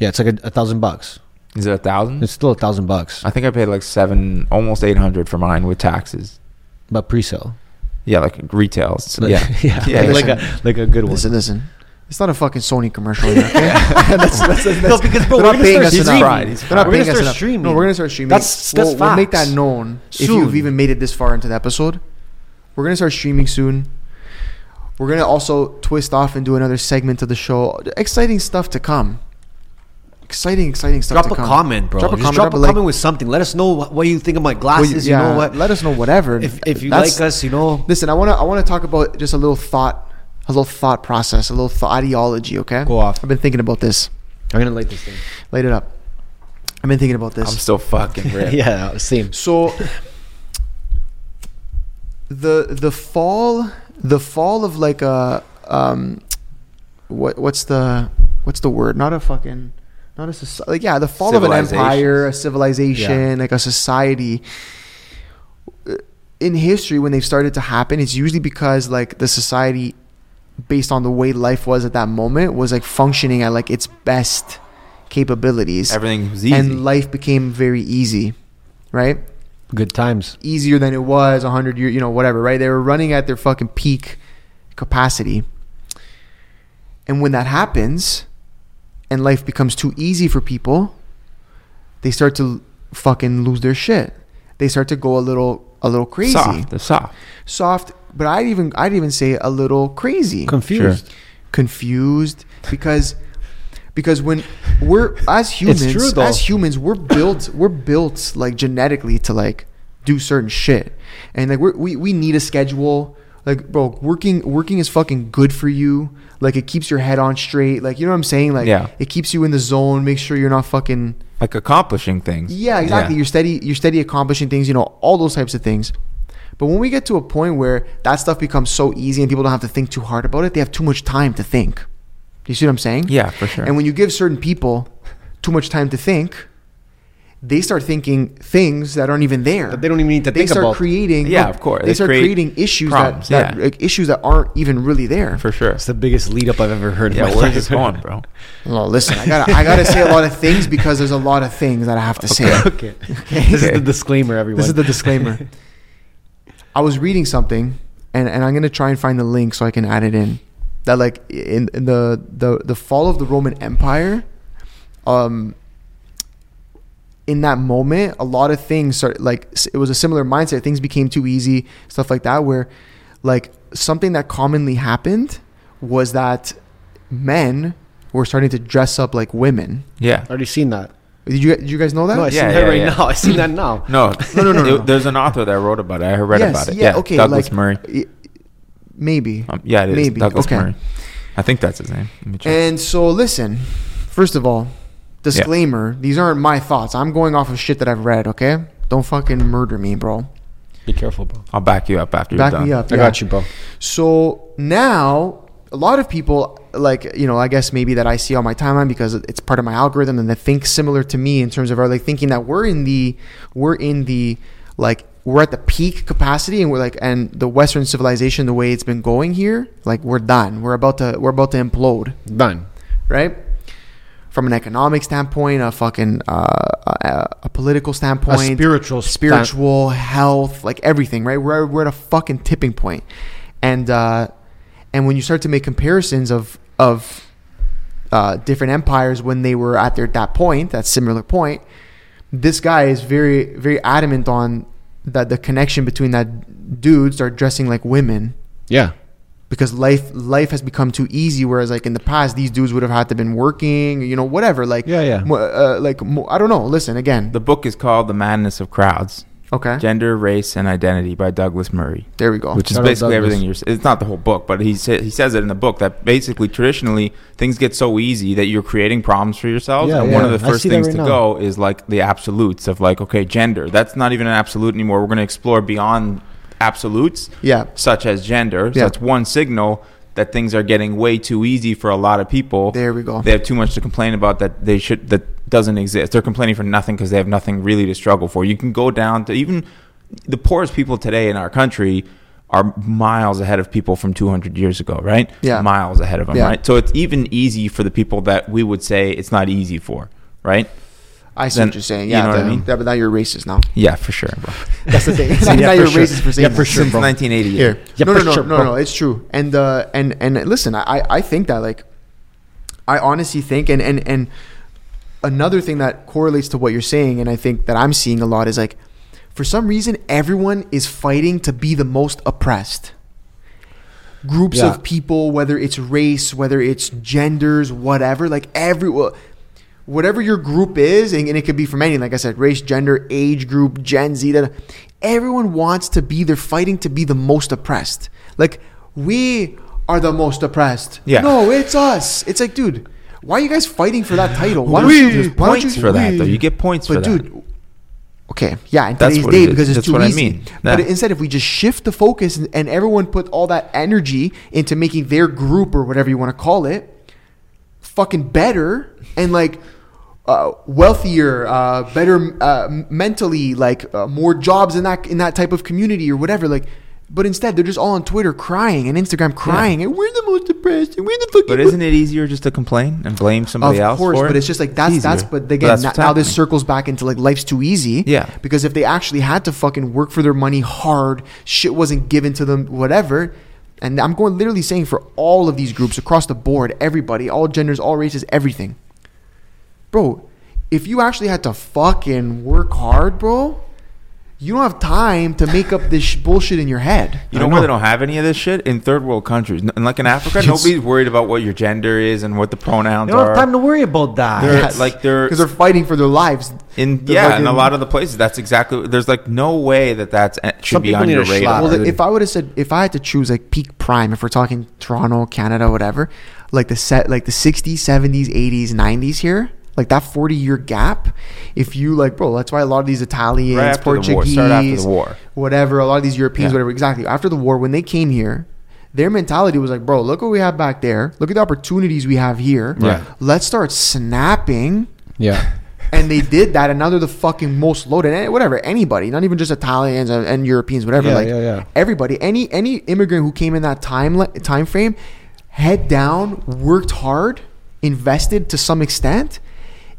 Speaker 2: yeah, it's like a, a thousand bucks.
Speaker 3: Is it a thousand?
Speaker 2: It's still a thousand bucks,
Speaker 3: I think I paid like seven, almost eight hundred for mine with taxes.
Speaker 2: but pre-sale.
Speaker 3: Yeah, like retail. It's-
Speaker 1: (laughs)
Speaker 2: Like-
Speaker 3: yeah,
Speaker 2: yeah,
Speaker 3: Yeah,
Speaker 2: like a like a good one.
Speaker 1: Listen, listen. It's not a fucking Sony commercial.
Speaker 2: (laughs)
Speaker 1: Here, okay? that's, that's, that's,
Speaker 2: No, because, bro,
Speaker 1: they're not
Speaker 2: we're gonna
Speaker 1: paying
Speaker 2: start
Speaker 1: us
Speaker 3: He's
Speaker 1: enough.
Speaker 3: fried. He's
Speaker 1: They're not
Speaker 2: fried. We're
Speaker 1: paying
Speaker 2: gonna
Speaker 1: us
Speaker 2: start
Speaker 1: enough.
Speaker 2: streaming.
Speaker 1: No, we're gonna start streaming.
Speaker 2: That's- that's
Speaker 1: we'll, we'll make
Speaker 2: facts.
Speaker 1: that known if
Speaker 2: Soon.
Speaker 1: you've even made it this far into the episode. We're gonna start streaming soon. We're gonna also twist off and do another segment of the show. Exciting stuff to come. Exciting, exciting stuff.
Speaker 2: Drop
Speaker 1: to
Speaker 2: a
Speaker 1: come.
Speaker 2: comment, bro. Drop a comment, drop a
Speaker 1: like.
Speaker 2: comment with something. Let us know what, what you think of my
Speaker 1: Well,
Speaker 2: glasses.
Speaker 1: you-
Speaker 2: You
Speaker 1: yeah,
Speaker 2: know what?
Speaker 1: Let us know whatever.
Speaker 2: If, if you
Speaker 1: That's-
Speaker 2: like us, you know.
Speaker 1: Listen, I want to I want to talk about just a little thought, a little thought process, a little th- ideology. Okay,
Speaker 2: Go off.
Speaker 1: I've been thinking about this.
Speaker 2: I'm gonna light this thing.
Speaker 1: Light it up. I've been thinking about
Speaker 3: I'm
Speaker 1: this.
Speaker 3: still fucking
Speaker 1: (laughs)
Speaker 3: ripped.
Speaker 2: yeah, same.
Speaker 1: so the the fall the fall of like a um what what's the what's the word? Not a fucking not a society. Like yeah, the fall of an
Speaker 3: Civilization.
Speaker 1: empire, a civilization, like a society. Uh, In history, when they've started to happen, it's usually because like the society, based on the way life was at that moment, was like functioning at like its best capabilities,
Speaker 3: Everything was easy.
Speaker 1: and life became very easy, right?
Speaker 2: Good times.
Speaker 1: easier than it was 100 years, you know, whatever, right? They were running at their fucking peak capacity. And when that happens, and life becomes too easy for people, they start to fucking lose their shit. They start to go a little a little crazy.
Speaker 3: Soft, the soft.
Speaker 1: Soft, but I'd even I'd even say a little crazy
Speaker 2: Confused.
Speaker 1: confused because because when we're as humans
Speaker 2: true, though.
Speaker 1: as humans we're built we're built like genetically to like do certain shit and like we're, we we need a schedule like bro working working is fucking good for you like it keeps your head on straight like you know what i'm saying like
Speaker 3: Yeah.
Speaker 1: it keeps you in the zone make sure you're not fucking
Speaker 3: Like accomplishing things.
Speaker 1: yeah, exactly. You're steady. You're steady accomplishing things. You know all those types of things. But when we get to a point where that stuff becomes so easy and people don't have to think too hard about it, they have too much time to think. Do you see what I'm saying?
Speaker 3: Yeah, for sure.
Speaker 1: And when you give certain people too much time to think, they start thinking things that aren't even there.
Speaker 2: That they don't even need to
Speaker 1: They
Speaker 2: think
Speaker 1: start
Speaker 2: about.
Speaker 1: creating.
Speaker 3: Yeah, of course.
Speaker 1: They,
Speaker 3: They
Speaker 1: start
Speaker 3: create
Speaker 1: creating issues
Speaker 3: problems,
Speaker 1: that, that
Speaker 3: yeah.
Speaker 1: like, issues that aren't even really there.
Speaker 3: for sure.
Speaker 2: It's the biggest lead up I've ever heard. in my
Speaker 3: Yeah,
Speaker 1: (laughs)
Speaker 3: where's
Speaker 2: life.
Speaker 3: this
Speaker 2: (laughs)
Speaker 3: going, bro?
Speaker 1: Well, listen, I gotta I gotta say a lot of things because there's a lot of things that I have to say.
Speaker 2: okay. This is
Speaker 1: Okay.
Speaker 2: the disclaimer, everyone.
Speaker 1: This is the disclaimer. (laughs) I was reading something, and, and I'm gonna try and find the link so I can add it in. That like in, in the, the the fall of the Roman Empire, um, in that moment, a lot of things started like s- it was a similar mindset. Things became too easy, stuff like that. Where like something that commonly happened was that men were starting to dress up like women.
Speaker 3: Yeah.
Speaker 2: (laughs) I already seen that.
Speaker 1: Did you did you guys know that?
Speaker 2: No, I
Speaker 3: see-
Speaker 2: seen
Speaker 3: Yeah,
Speaker 2: that
Speaker 3: yeah,
Speaker 2: right
Speaker 3: yeah.
Speaker 2: now. I seen that now.
Speaker 3: No,
Speaker 1: No, no, no,
Speaker 3: It-
Speaker 1: no, no.
Speaker 3: There's an author that wrote about it. I read
Speaker 1: Yes,
Speaker 3: about it.
Speaker 1: yeah,
Speaker 3: Yeah,
Speaker 1: okay,
Speaker 3: Douglas
Speaker 1: like-
Speaker 3: Murray.
Speaker 1: Y- Maybe.
Speaker 3: Um, yeah, it is.
Speaker 1: maybe,
Speaker 3: Douglas
Speaker 1: okay.
Speaker 3: Murray. I think that's his name. Let me check.
Speaker 1: And so, listen, first of all, disclaimer these aren't my thoughts. I'm going off of shit that I've read, okay? Don't fucking murder me, bro.
Speaker 2: Be careful, bro.
Speaker 3: I'll back you up after
Speaker 1: Back
Speaker 3: you're done.
Speaker 1: me up.
Speaker 2: I
Speaker 1: yeah.
Speaker 2: got you, bro.
Speaker 1: So now, a lot of people, like, you know, I guess maybe that I see on my timeline because it's part of my algorithm and they think similar to me in terms of our, like, thinking that we're in the, we're in the, like, we're at the peak capacity and we're like, and the Western civilization, the way it's been going here, like, we're done. We're about to, we're about to implode.
Speaker 2: Done.
Speaker 1: right? From an economic standpoint, a fucking uh, a, a political standpoint,
Speaker 2: spiritual stan-
Speaker 1: spiritual health, like everything, right? We're we're at a fucking tipping point, and uh, and when you start to make comparisons of of uh, different empires when they were at their that point, that similar point, this guy is very very adamant on that the connection between that dudes are dressing like women
Speaker 2: Yeah.
Speaker 1: because life life has become too easy. Whereas like in the past, these dudes would have had to been working, you know, whatever. Like
Speaker 2: Yeah, yeah.
Speaker 1: mo- uh, like mo- I don't know. Listen again.
Speaker 3: The book is called The Madness of Crowds
Speaker 1: okay,
Speaker 3: Gender, Race, and Identity by Douglas Murray.
Speaker 1: there we go.
Speaker 3: Which is
Speaker 2: Shout out
Speaker 3: basically
Speaker 2: Douglas.
Speaker 3: everything you're. s- It's not the whole book, but he sa- he says it in the book that basically traditionally things get so easy that you're creating problems for yourselves.
Speaker 2: Yeah,
Speaker 3: and one
Speaker 2: yeah.
Speaker 3: of the
Speaker 2: I
Speaker 3: first
Speaker 2: see that
Speaker 3: things
Speaker 2: right
Speaker 3: to
Speaker 2: now.
Speaker 3: go is like the absolutes of like okay, gender. That's not even an absolute anymore. We're going to explore beyond absolutes.
Speaker 1: yeah,
Speaker 3: such as gender. So
Speaker 1: Yeah.
Speaker 3: that's one signal that things are getting way too easy for a lot of people.
Speaker 1: there we go.
Speaker 3: They have too much to complain about that they should that doesn't exist. They're complaining for nothing because they have nothing really to struggle for. You can go down to even the poorest people today in our country are miles ahead of people from 200 years ago, right?
Speaker 1: Yeah.
Speaker 3: Miles ahead of them,
Speaker 1: Yeah.
Speaker 3: right? So it's even easy for the people that we would say it's not easy for, right?
Speaker 1: I see
Speaker 3: then-
Speaker 1: what you're saying.
Speaker 3: you
Speaker 1: Yeah,
Speaker 3: know what I
Speaker 1: the-
Speaker 3: mean?
Speaker 1: yeah, but now you're racist
Speaker 3: (laughs)
Speaker 1: now.
Speaker 3: Yeah, for sure. Bro.
Speaker 1: That's the thing.
Speaker 2: Yeah,
Speaker 1: (laughs) now
Speaker 2: for
Speaker 1: you're
Speaker 2: sure.
Speaker 1: racist for saying
Speaker 2: Yeah,
Speaker 1: that.
Speaker 2: for sure,
Speaker 3: Since
Speaker 2: bro.
Speaker 3: 1988.
Speaker 1: Here.
Speaker 2: Yeah,
Speaker 1: no,
Speaker 2: for
Speaker 1: no, no,
Speaker 2: sure,
Speaker 1: no,
Speaker 2: bro.
Speaker 1: no. It's true. And uh, and and listen, I I- I think that like, I honestly think and and and another thing that correlates to what you're saying, and I think that I'm seeing a lot is like, for some reason, everyone is fighting to be the most oppressed. Groups
Speaker 2: Yeah.
Speaker 1: of people, whether it's race, whether it's genders, whatever, like every whatever your group is, and, and it could be from any, like I said, race, gender, age group, Gen Z, that everyone wants to be, they're fighting to be the most oppressed. Like, we are the most oppressed.
Speaker 3: Yeah.
Speaker 1: No, it's us. It's like, dude, why are you guys fighting for that title? Why don't
Speaker 3: We-
Speaker 1: you-
Speaker 3: There's
Speaker 1: why don't
Speaker 3: points
Speaker 1: you-
Speaker 3: for that,
Speaker 1: we-
Speaker 3: though. You get points for
Speaker 1: but
Speaker 3: that.
Speaker 1: dude, okay, yeah, in
Speaker 3: That's
Speaker 1: today's
Speaker 3: what
Speaker 1: day
Speaker 3: it is.
Speaker 1: because it's
Speaker 3: That's
Speaker 1: too
Speaker 3: what I
Speaker 1: easy.
Speaker 3: mean.
Speaker 1: But
Speaker 3: Yeah.
Speaker 1: instead, if we just shift the focus and, and everyone put all that energy into making their group or whatever you want to call it, fucking better and like uh, wealthier, uh, better uh, m- mentally, like uh, more jobs in that in that type of community or whatever, like. But instead, they're just all on Twitter crying and Instagram crying, and we're the most depressed, and we're the fucking.
Speaker 3: But isn't it easier just to complain and blame somebody
Speaker 1: of
Speaker 3: else?
Speaker 1: course,
Speaker 3: for it?
Speaker 1: but it's just like that's that's
Speaker 3: easier.
Speaker 1: but again
Speaker 3: that's
Speaker 1: now,
Speaker 3: what's
Speaker 1: now this
Speaker 3: happening.
Speaker 1: circles back into like life's too easy.
Speaker 3: Yeah.
Speaker 1: Because if they actually had to fucking work for their money hard, shit wasn't given to them, whatever. And I'm going literally saying for all of these groups across the board, everybody, all genders, all races, everything. bro, if you actually had to fucking work hard, bro, you don't have time to make up this sh- bullshit in your head.
Speaker 3: You
Speaker 1: I
Speaker 3: know where they don't have any of this shit in third world countries, N- and like in Africa,
Speaker 1: Yes.
Speaker 3: nobody's worried about what your gender is and what the pronouns
Speaker 2: They don't
Speaker 3: are.
Speaker 2: have time to worry about that.
Speaker 1: (laughs)
Speaker 3: They're- like, they're-
Speaker 1: because they're fighting for their lives.
Speaker 3: in
Speaker 1: They're
Speaker 3: yeah, in
Speaker 1: fucking-
Speaker 3: a lot of the places, that's exactly. There's like no way that that's e, should
Speaker 2: Some
Speaker 3: be
Speaker 2: people
Speaker 3: on
Speaker 2: need
Speaker 3: your
Speaker 2: a
Speaker 3: radar.
Speaker 2: schlop.
Speaker 1: Well, if I would have said, if I had to choose like peak prime, if we're talking Toronto, Canada, whatever, like the set, like the 60s, 70s, 80s, 90s here, like that 40 year gap, if you like, bro, that's why a lot of these Italians,
Speaker 3: Right after the war.
Speaker 1: Portuguese,
Speaker 3: Start after the war.
Speaker 1: whatever, a lot of these Europeans,
Speaker 3: Yeah.
Speaker 1: whatever, exactly. After the war, when they came here, their mentality was like, bro, look what we have back there. Look at the opportunities we have here.
Speaker 2: Right.
Speaker 1: Let's start snapping.
Speaker 2: yeah.
Speaker 1: And they did that, and now they're the fucking most loaded. And whatever, anybody, not even just Italians and, and Europeans, whatever.
Speaker 2: Yeah,
Speaker 1: like
Speaker 2: yeah, yeah.
Speaker 1: everybody, any any immigrant who came in that time li- time frame, head down, worked hard, invested to some extent,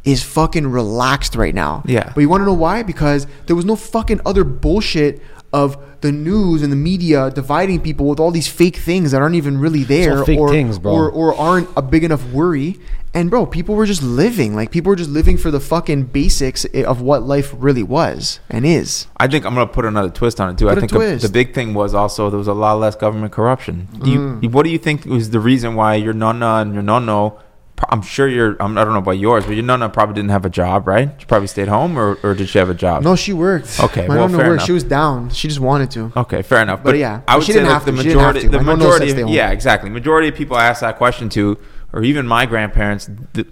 Speaker 1: is fucking relaxed right now.
Speaker 3: Yeah.
Speaker 1: But you want to know why? Because there was no fucking other bullshit of the news and the media dividing people with all these fake things that aren't even really there
Speaker 2: fake
Speaker 1: or,
Speaker 2: things, bro.
Speaker 1: or or aren't a big enough worry. And bro, people were just living. Like people were just living for the fucking basics i- of what life really was and is.
Speaker 3: I think I'm gonna put another twist on it too.
Speaker 1: Put
Speaker 3: I
Speaker 1: a
Speaker 3: think the-
Speaker 1: twist.
Speaker 3: the big thing was also there was a lot less government corruption. Do you,
Speaker 1: Mm.
Speaker 3: What do you think was the reason why your nonna and your nonno? pro- I'm sure your I'm, I don't know about yours, but your nonna probably didn't have a job, right? She probably stayed home, or, or did she have a job?
Speaker 1: No, she worked.
Speaker 3: Okay,
Speaker 1: my
Speaker 3: well,
Speaker 1: mom
Speaker 3: fair
Speaker 1: worked. She
Speaker 3: enough. Oh.
Speaker 1: was down. She just wanted to.
Speaker 3: Okay, fair enough.
Speaker 1: But
Speaker 3: But,
Speaker 1: yeah,
Speaker 3: yeah,
Speaker 1: but
Speaker 3: I would
Speaker 1: she
Speaker 3: say
Speaker 1: didn't
Speaker 3: that
Speaker 1: have
Speaker 3: the
Speaker 1: to. She didn't have
Speaker 3: majority,
Speaker 1: to.
Speaker 3: the
Speaker 1: I know no
Speaker 3: majority,
Speaker 1: sex they
Speaker 3: yeah,
Speaker 1: own.
Speaker 3: exactly. Majority of people I asked that question to, or even my grandparents. th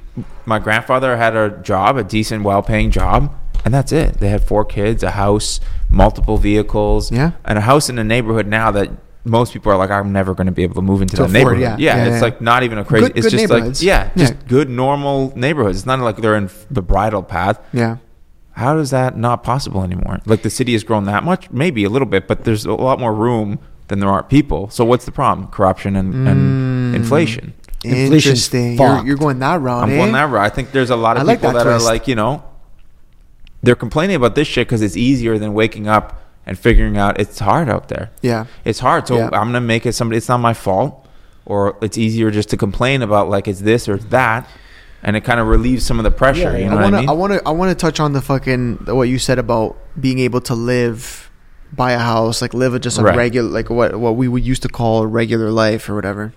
Speaker 3: my grandfather had a job, a decent, well-paying job, and that's it. They had four kids, a house, multiple vehicles,
Speaker 1: Yeah.
Speaker 3: and a house in a neighborhood now that. Most people are like, I'm never going to be able to move into
Speaker 1: To
Speaker 3: that
Speaker 1: afford,
Speaker 3: neighborhood. Yeah,
Speaker 1: yeah. Yeah,
Speaker 3: it's
Speaker 1: yeah.
Speaker 3: like not even a crazy.
Speaker 1: Good-
Speaker 3: it's
Speaker 1: good
Speaker 3: just like,
Speaker 1: neighborhoods.
Speaker 3: yeah,
Speaker 1: Yeah.
Speaker 3: just good normal neighborhoods. It's not like they're in the bridle path
Speaker 1: Yeah.
Speaker 3: how is that not possible anymore? Like the city has grown that much, maybe a little bit, but there's a lot more room than there are people. So what's the problem? Corruption and,
Speaker 1: Mm.
Speaker 3: and inflation.
Speaker 2: Inflation's
Speaker 1: Interesting. You're,
Speaker 2: fucked.
Speaker 1: you're going that route.
Speaker 3: I'm
Speaker 1: eh?
Speaker 3: going that route. I think there's a lot of
Speaker 1: I like
Speaker 3: people
Speaker 1: that
Speaker 3: that,
Speaker 1: twist.
Speaker 3: are like, you know, they're complaining about this shit because it's easier than waking up and figuring out it's hard out there.
Speaker 1: Yeah.
Speaker 3: It's hard. So
Speaker 1: Yeah.
Speaker 3: I'm gonna make it somebody. It's not my fault, or it's easier just to complain about like it's this or it's that, and it kind of relieves some of the pressure.
Speaker 2: Yeah,
Speaker 3: you
Speaker 2: yeah.
Speaker 3: know
Speaker 1: I
Speaker 3: what I
Speaker 1: want to.
Speaker 3: mean?
Speaker 1: I want to. I want to touch on the fucking what you said about being able to live, buy a house, like live a just a
Speaker 3: Right.
Speaker 1: regular, like what what we would used to call a regular life or whatever.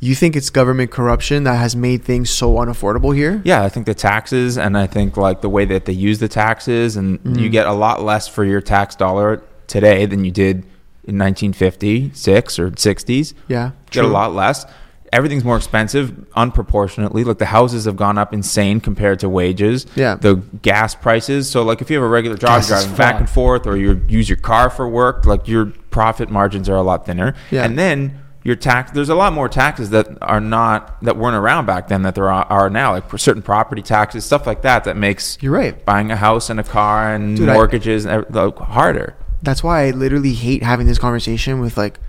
Speaker 1: You think it's government corruption that has made things so unaffordable here?
Speaker 3: Yeah, I think the taxes, and I think like the way that they use the taxes, and
Speaker 1: Mm-hmm.
Speaker 3: you get a lot less for your tax dollar today than you did in 1956 or 60s.
Speaker 1: Yeah,
Speaker 3: get a
Speaker 1: true.
Speaker 3: lot less. Everything's more expensive, unproportionately. Like the houses have gone up insane compared to wages.
Speaker 1: Yeah.
Speaker 3: the gas prices. So like if you have a regular job,
Speaker 2: Gas
Speaker 3: you're
Speaker 2: is
Speaker 3: driving back
Speaker 2: fucked.
Speaker 3: and forth, or you use your car for work, like your profit margins are a lot thinner.
Speaker 1: Yeah.
Speaker 3: and then. Your tax, there's a lot more taxes that are not that weren't around back then that there are, are now, like for certain property taxes, stuff like that, that makes
Speaker 1: You're right.
Speaker 3: buying a house and a car and
Speaker 1: Dude, I-
Speaker 3: mortgages and ev- like, harder.
Speaker 1: That's why I literally hate having this conversation with like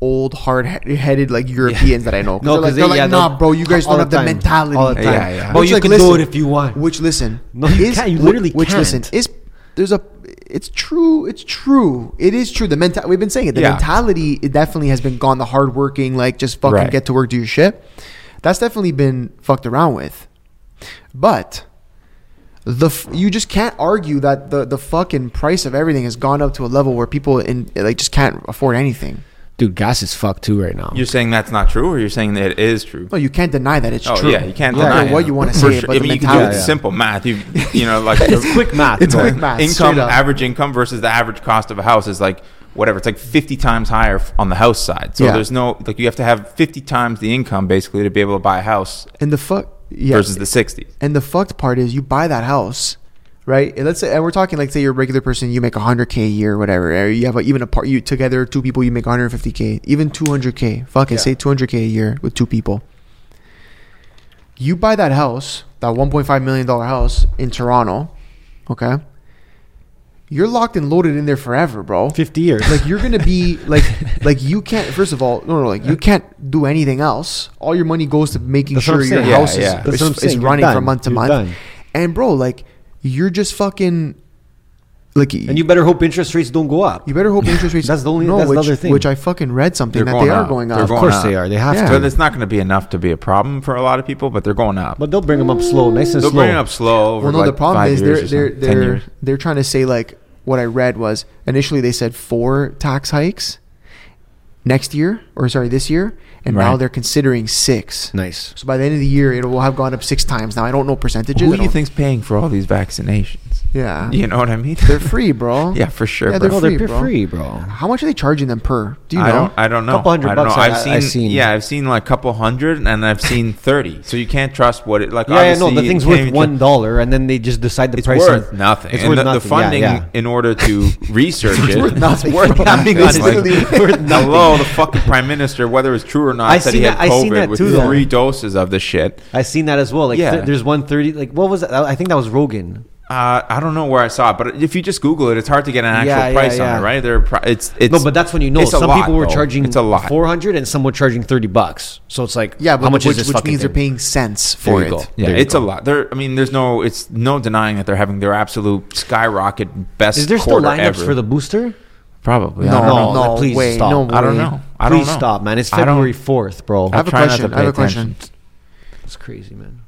Speaker 1: old hard-headed like Europeans that I
Speaker 2: (laughs)
Speaker 1: know.
Speaker 2: No,
Speaker 1: they're like,
Speaker 2: 'cause they-
Speaker 1: they're like,
Speaker 2: yeah,
Speaker 1: nah,
Speaker 2: they'll-
Speaker 1: bro, you guys
Speaker 2: all
Speaker 1: don't
Speaker 2: the
Speaker 1: have the
Speaker 2: time.
Speaker 1: mentality.
Speaker 2: All the
Speaker 3: time. Yeah, yeah.
Speaker 2: But you can do it if you want.
Speaker 1: Which listen,
Speaker 2: (laughs) No, you can't. You literally
Speaker 1: which
Speaker 2: can't.
Speaker 1: listen is there's a it's true. It's true. It is true. The mental we've been saying it. The
Speaker 3: Yeah.
Speaker 1: mentality it definitely has been gone. The hardworking, like just fucking
Speaker 3: Right.
Speaker 1: get to work, do your shit. That's definitely been fucked around with. But the f- you just can't argue that the the fucking price of everything has gone up to a level where people in like just can't afford anything.
Speaker 2: Dude, gas is fucked too right now.
Speaker 3: You're saying that's not true, or you're saying that it is true?
Speaker 1: No, you can't deny that it's
Speaker 3: Oh
Speaker 1: true.
Speaker 3: yeah, you can't
Speaker 1: I don't
Speaker 3: deny
Speaker 1: care
Speaker 3: it.
Speaker 1: what you want to
Speaker 3: For
Speaker 1: say,
Speaker 3: sure.
Speaker 1: but
Speaker 3: I
Speaker 1: the
Speaker 3: mean, you can do
Speaker 1: mentality.
Speaker 3: the
Speaker 2: yeah.
Speaker 3: simple math. You
Speaker 1: (laughs)
Speaker 3: you know like the
Speaker 2: quick math.
Speaker 1: It's
Speaker 2: bro.
Speaker 1: quick math.
Speaker 3: income
Speaker 1: straight up.
Speaker 3: average income versus the average cost of a house is like whatever. It's like fifty times higher f- on the house side. So
Speaker 1: Yeah.
Speaker 3: there's no like you have to have fifty times the income basically to be able to buy a house
Speaker 1: and the fuck yeah,
Speaker 3: versus the sixties.
Speaker 1: And the fucked part is you buy that house, right? And let's say, and we're talking like, say you're a regular person, you make 100K a year, whatever. Or you have a, even a part, you together, two people, you make 150K, even 200K. Fuck it, say 200K a year with two people. You buy that house, that $1.5 million house in Toronto, okay? You're locked and loaded in there forever, bro.
Speaker 2: 50 years.
Speaker 1: Like you're gonna be like like you can't first of all no no like you can't do anything else. All your money goes to making
Speaker 2: That's what
Speaker 1: sure
Speaker 2: I'm
Speaker 1: your
Speaker 2: saying.
Speaker 3: Yeah,
Speaker 1: house
Speaker 3: yeah.
Speaker 1: is,
Speaker 3: That's
Speaker 1: is,
Speaker 2: what I'm
Speaker 1: is
Speaker 2: saying. You're
Speaker 1: running from
Speaker 2: done.
Speaker 1: month to
Speaker 2: You're
Speaker 1: month.
Speaker 2: done.
Speaker 1: And bro, like you're just fucking like
Speaker 2: And you better hope interest rates don't go up.
Speaker 1: you better hope interest rates.
Speaker 2: (clears throat) That's the only-
Speaker 1: no,
Speaker 2: that's the
Speaker 1: which,
Speaker 2: other thing.
Speaker 1: Which I fucking read something
Speaker 3: They're
Speaker 1: that
Speaker 3: going
Speaker 1: they are
Speaker 3: up.
Speaker 1: going
Speaker 3: They're
Speaker 1: up.
Speaker 2: of
Speaker 3: going
Speaker 2: course
Speaker 3: up.
Speaker 2: they are. They have
Speaker 1: Yeah.
Speaker 3: So
Speaker 2: to.
Speaker 3: that's not going to be enough to be a problem for a lot of people, but they're going up.
Speaker 2: But they'll bring them up slow, nice and
Speaker 3: they'll
Speaker 2: slow.
Speaker 3: bring it up slow. Over
Speaker 1: Well, no,
Speaker 3: like
Speaker 1: the problem
Speaker 3: five
Speaker 1: is
Speaker 3: years
Speaker 1: they're
Speaker 3: or
Speaker 1: they're
Speaker 3: something, 10
Speaker 1: they're
Speaker 3: years.
Speaker 1: they're trying to say like what I read was initially they said four tax hikes next year or sorry this year, and now
Speaker 3: Right.
Speaker 1: they're considering six.
Speaker 2: Nice.
Speaker 1: So by the end of the year, it will have gone up six times. Now I don't know percentages. I
Speaker 3: Who do you
Speaker 1: don't-
Speaker 3: think's paying for all these vaccinations?
Speaker 1: Yeah,
Speaker 3: You know what I mean?
Speaker 1: they're free, bro.
Speaker 3: (laughs) yeah, for sure.
Speaker 1: Yeah,
Speaker 3: bro.
Speaker 1: they're
Speaker 2: No, they're
Speaker 1: free,
Speaker 2: free,
Speaker 1: bro.
Speaker 2: bro.
Speaker 1: How much are they charging them per? Do you
Speaker 3: I
Speaker 1: know?
Speaker 3: don't. I don't know.
Speaker 2: Couple hundred
Speaker 3: I don't
Speaker 2: bucks
Speaker 3: Know.
Speaker 2: I-
Speaker 3: I've seen,
Speaker 2: I seen.
Speaker 3: Yeah, I've seen like couple hundred, and I've seen thirty. So you can't trust what it like.
Speaker 2: Yeah, yeah, no,
Speaker 3: obviously,
Speaker 2: the thing's
Speaker 3: you can't
Speaker 2: worth
Speaker 3: even
Speaker 2: one dollar, and then they just decide the
Speaker 3: It's
Speaker 2: price.
Speaker 3: worth
Speaker 2: and-
Speaker 3: nothing.
Speaker 2: It's
Speaker 3: and
Speaker 2: worth
Speaker 3: the,
Speaker 2: nothing.
Speaker 3: the funding
Speaker 2: yeah, yeah.
Speaker 3: in
Speaker 2: (laughs)
Speaker 3: order to research it.
Speaker 1: worth nothing,
Speaker 3: It's worth
Speaker 1: bro.
Speaker 3: nothing.
Speaker 1: It's
Speaker 3: It's like,
Speaker 1: literally
Speaker 3: (laughs)
Speaker 1: worth nothing.
Speaker 3: Hello, the fucking prime minister, whether it's true or not,
Speaker 2: I
Speaker 3: said he
Speaker 2: seen
Speaker 3: had
Speaker 2: that- I
Speaker 3: COVID
Speaker 2: seen that
Speaker 3: with
Speaker 2: too, though.
Speaker 3: three doses of the shit.
Speaker 2: I seen that as well. Like,
Speaker 3: Yeah.
Speaker 2: th- there's one thirty. Like, what was that? I think that was Rogan.
Speaker 3: Uh, I don't know where I saw it, but if you just Google it, it's hard to get an actual
Speaker 2: Yeah, yeah,
Speaker 3: price
Speaker 2: yeah.
Speaker 3: on it, right? There, are pri- it's it's
Speaker 2: no, but that's when you know
Speaker 3: it's a
Speaker 2: some
Speaker 3: lot,
Speaker 2: people were
Speaker 3: though.
Speaker 2: charging
Speaker 3: It's a lot.
Speaker 2: four hundred, and some were charging thirty bucks. So it's like,
Speaker 1: Yeah, but
Speaker 2: how much
Speaker 1: which,
Speaker 2: is this
Speaker 1: which
Speaker 2: fucking
Speaker 1: means they're
Speaker 2: thing?
Speaker 1: paying cents
Speaker 2: There
Speaker 1: for
Speaker 2: you go.
Speaker 1: it.
Speaker 3: Yeah,
Speaker 2: There you
Speaker 3: it's
Speaker 2: go.
Speaker 3: a lot. There, I mean, there's no, it's no denying that they're having their absolute skyrocket best.
Speaker 2: Is there still
Speaker 3: quarter
Speaker 2: lineups
Speaker 3: ever.
Speaker 2: for the booster?
Speaker 3: Probably?
Speaker 1: No,
Speaker 3: I don't know.
Speaker 1: no, no,
Speaker 2: please
Speaker 1: way,
Speaker 2: stop.
Speaker 1: no
Speaker 3: I don't
Speaker 1: way.
Speaker 3: know. I don't
Speaker 2: Please
Speaker 3: know.
Speaker 2: stop, man. It's
Speaker 3: I don't-
Speaker 2: February fourth, bro.
Speaker 1: I have a
Speaker 3: try not to
Speaker 1: question.
Speaker 3: pay
Speaker 1: I have a
Speaker 3: attention.
Speaker 1: question.
Speaker 2: It's crazy, man.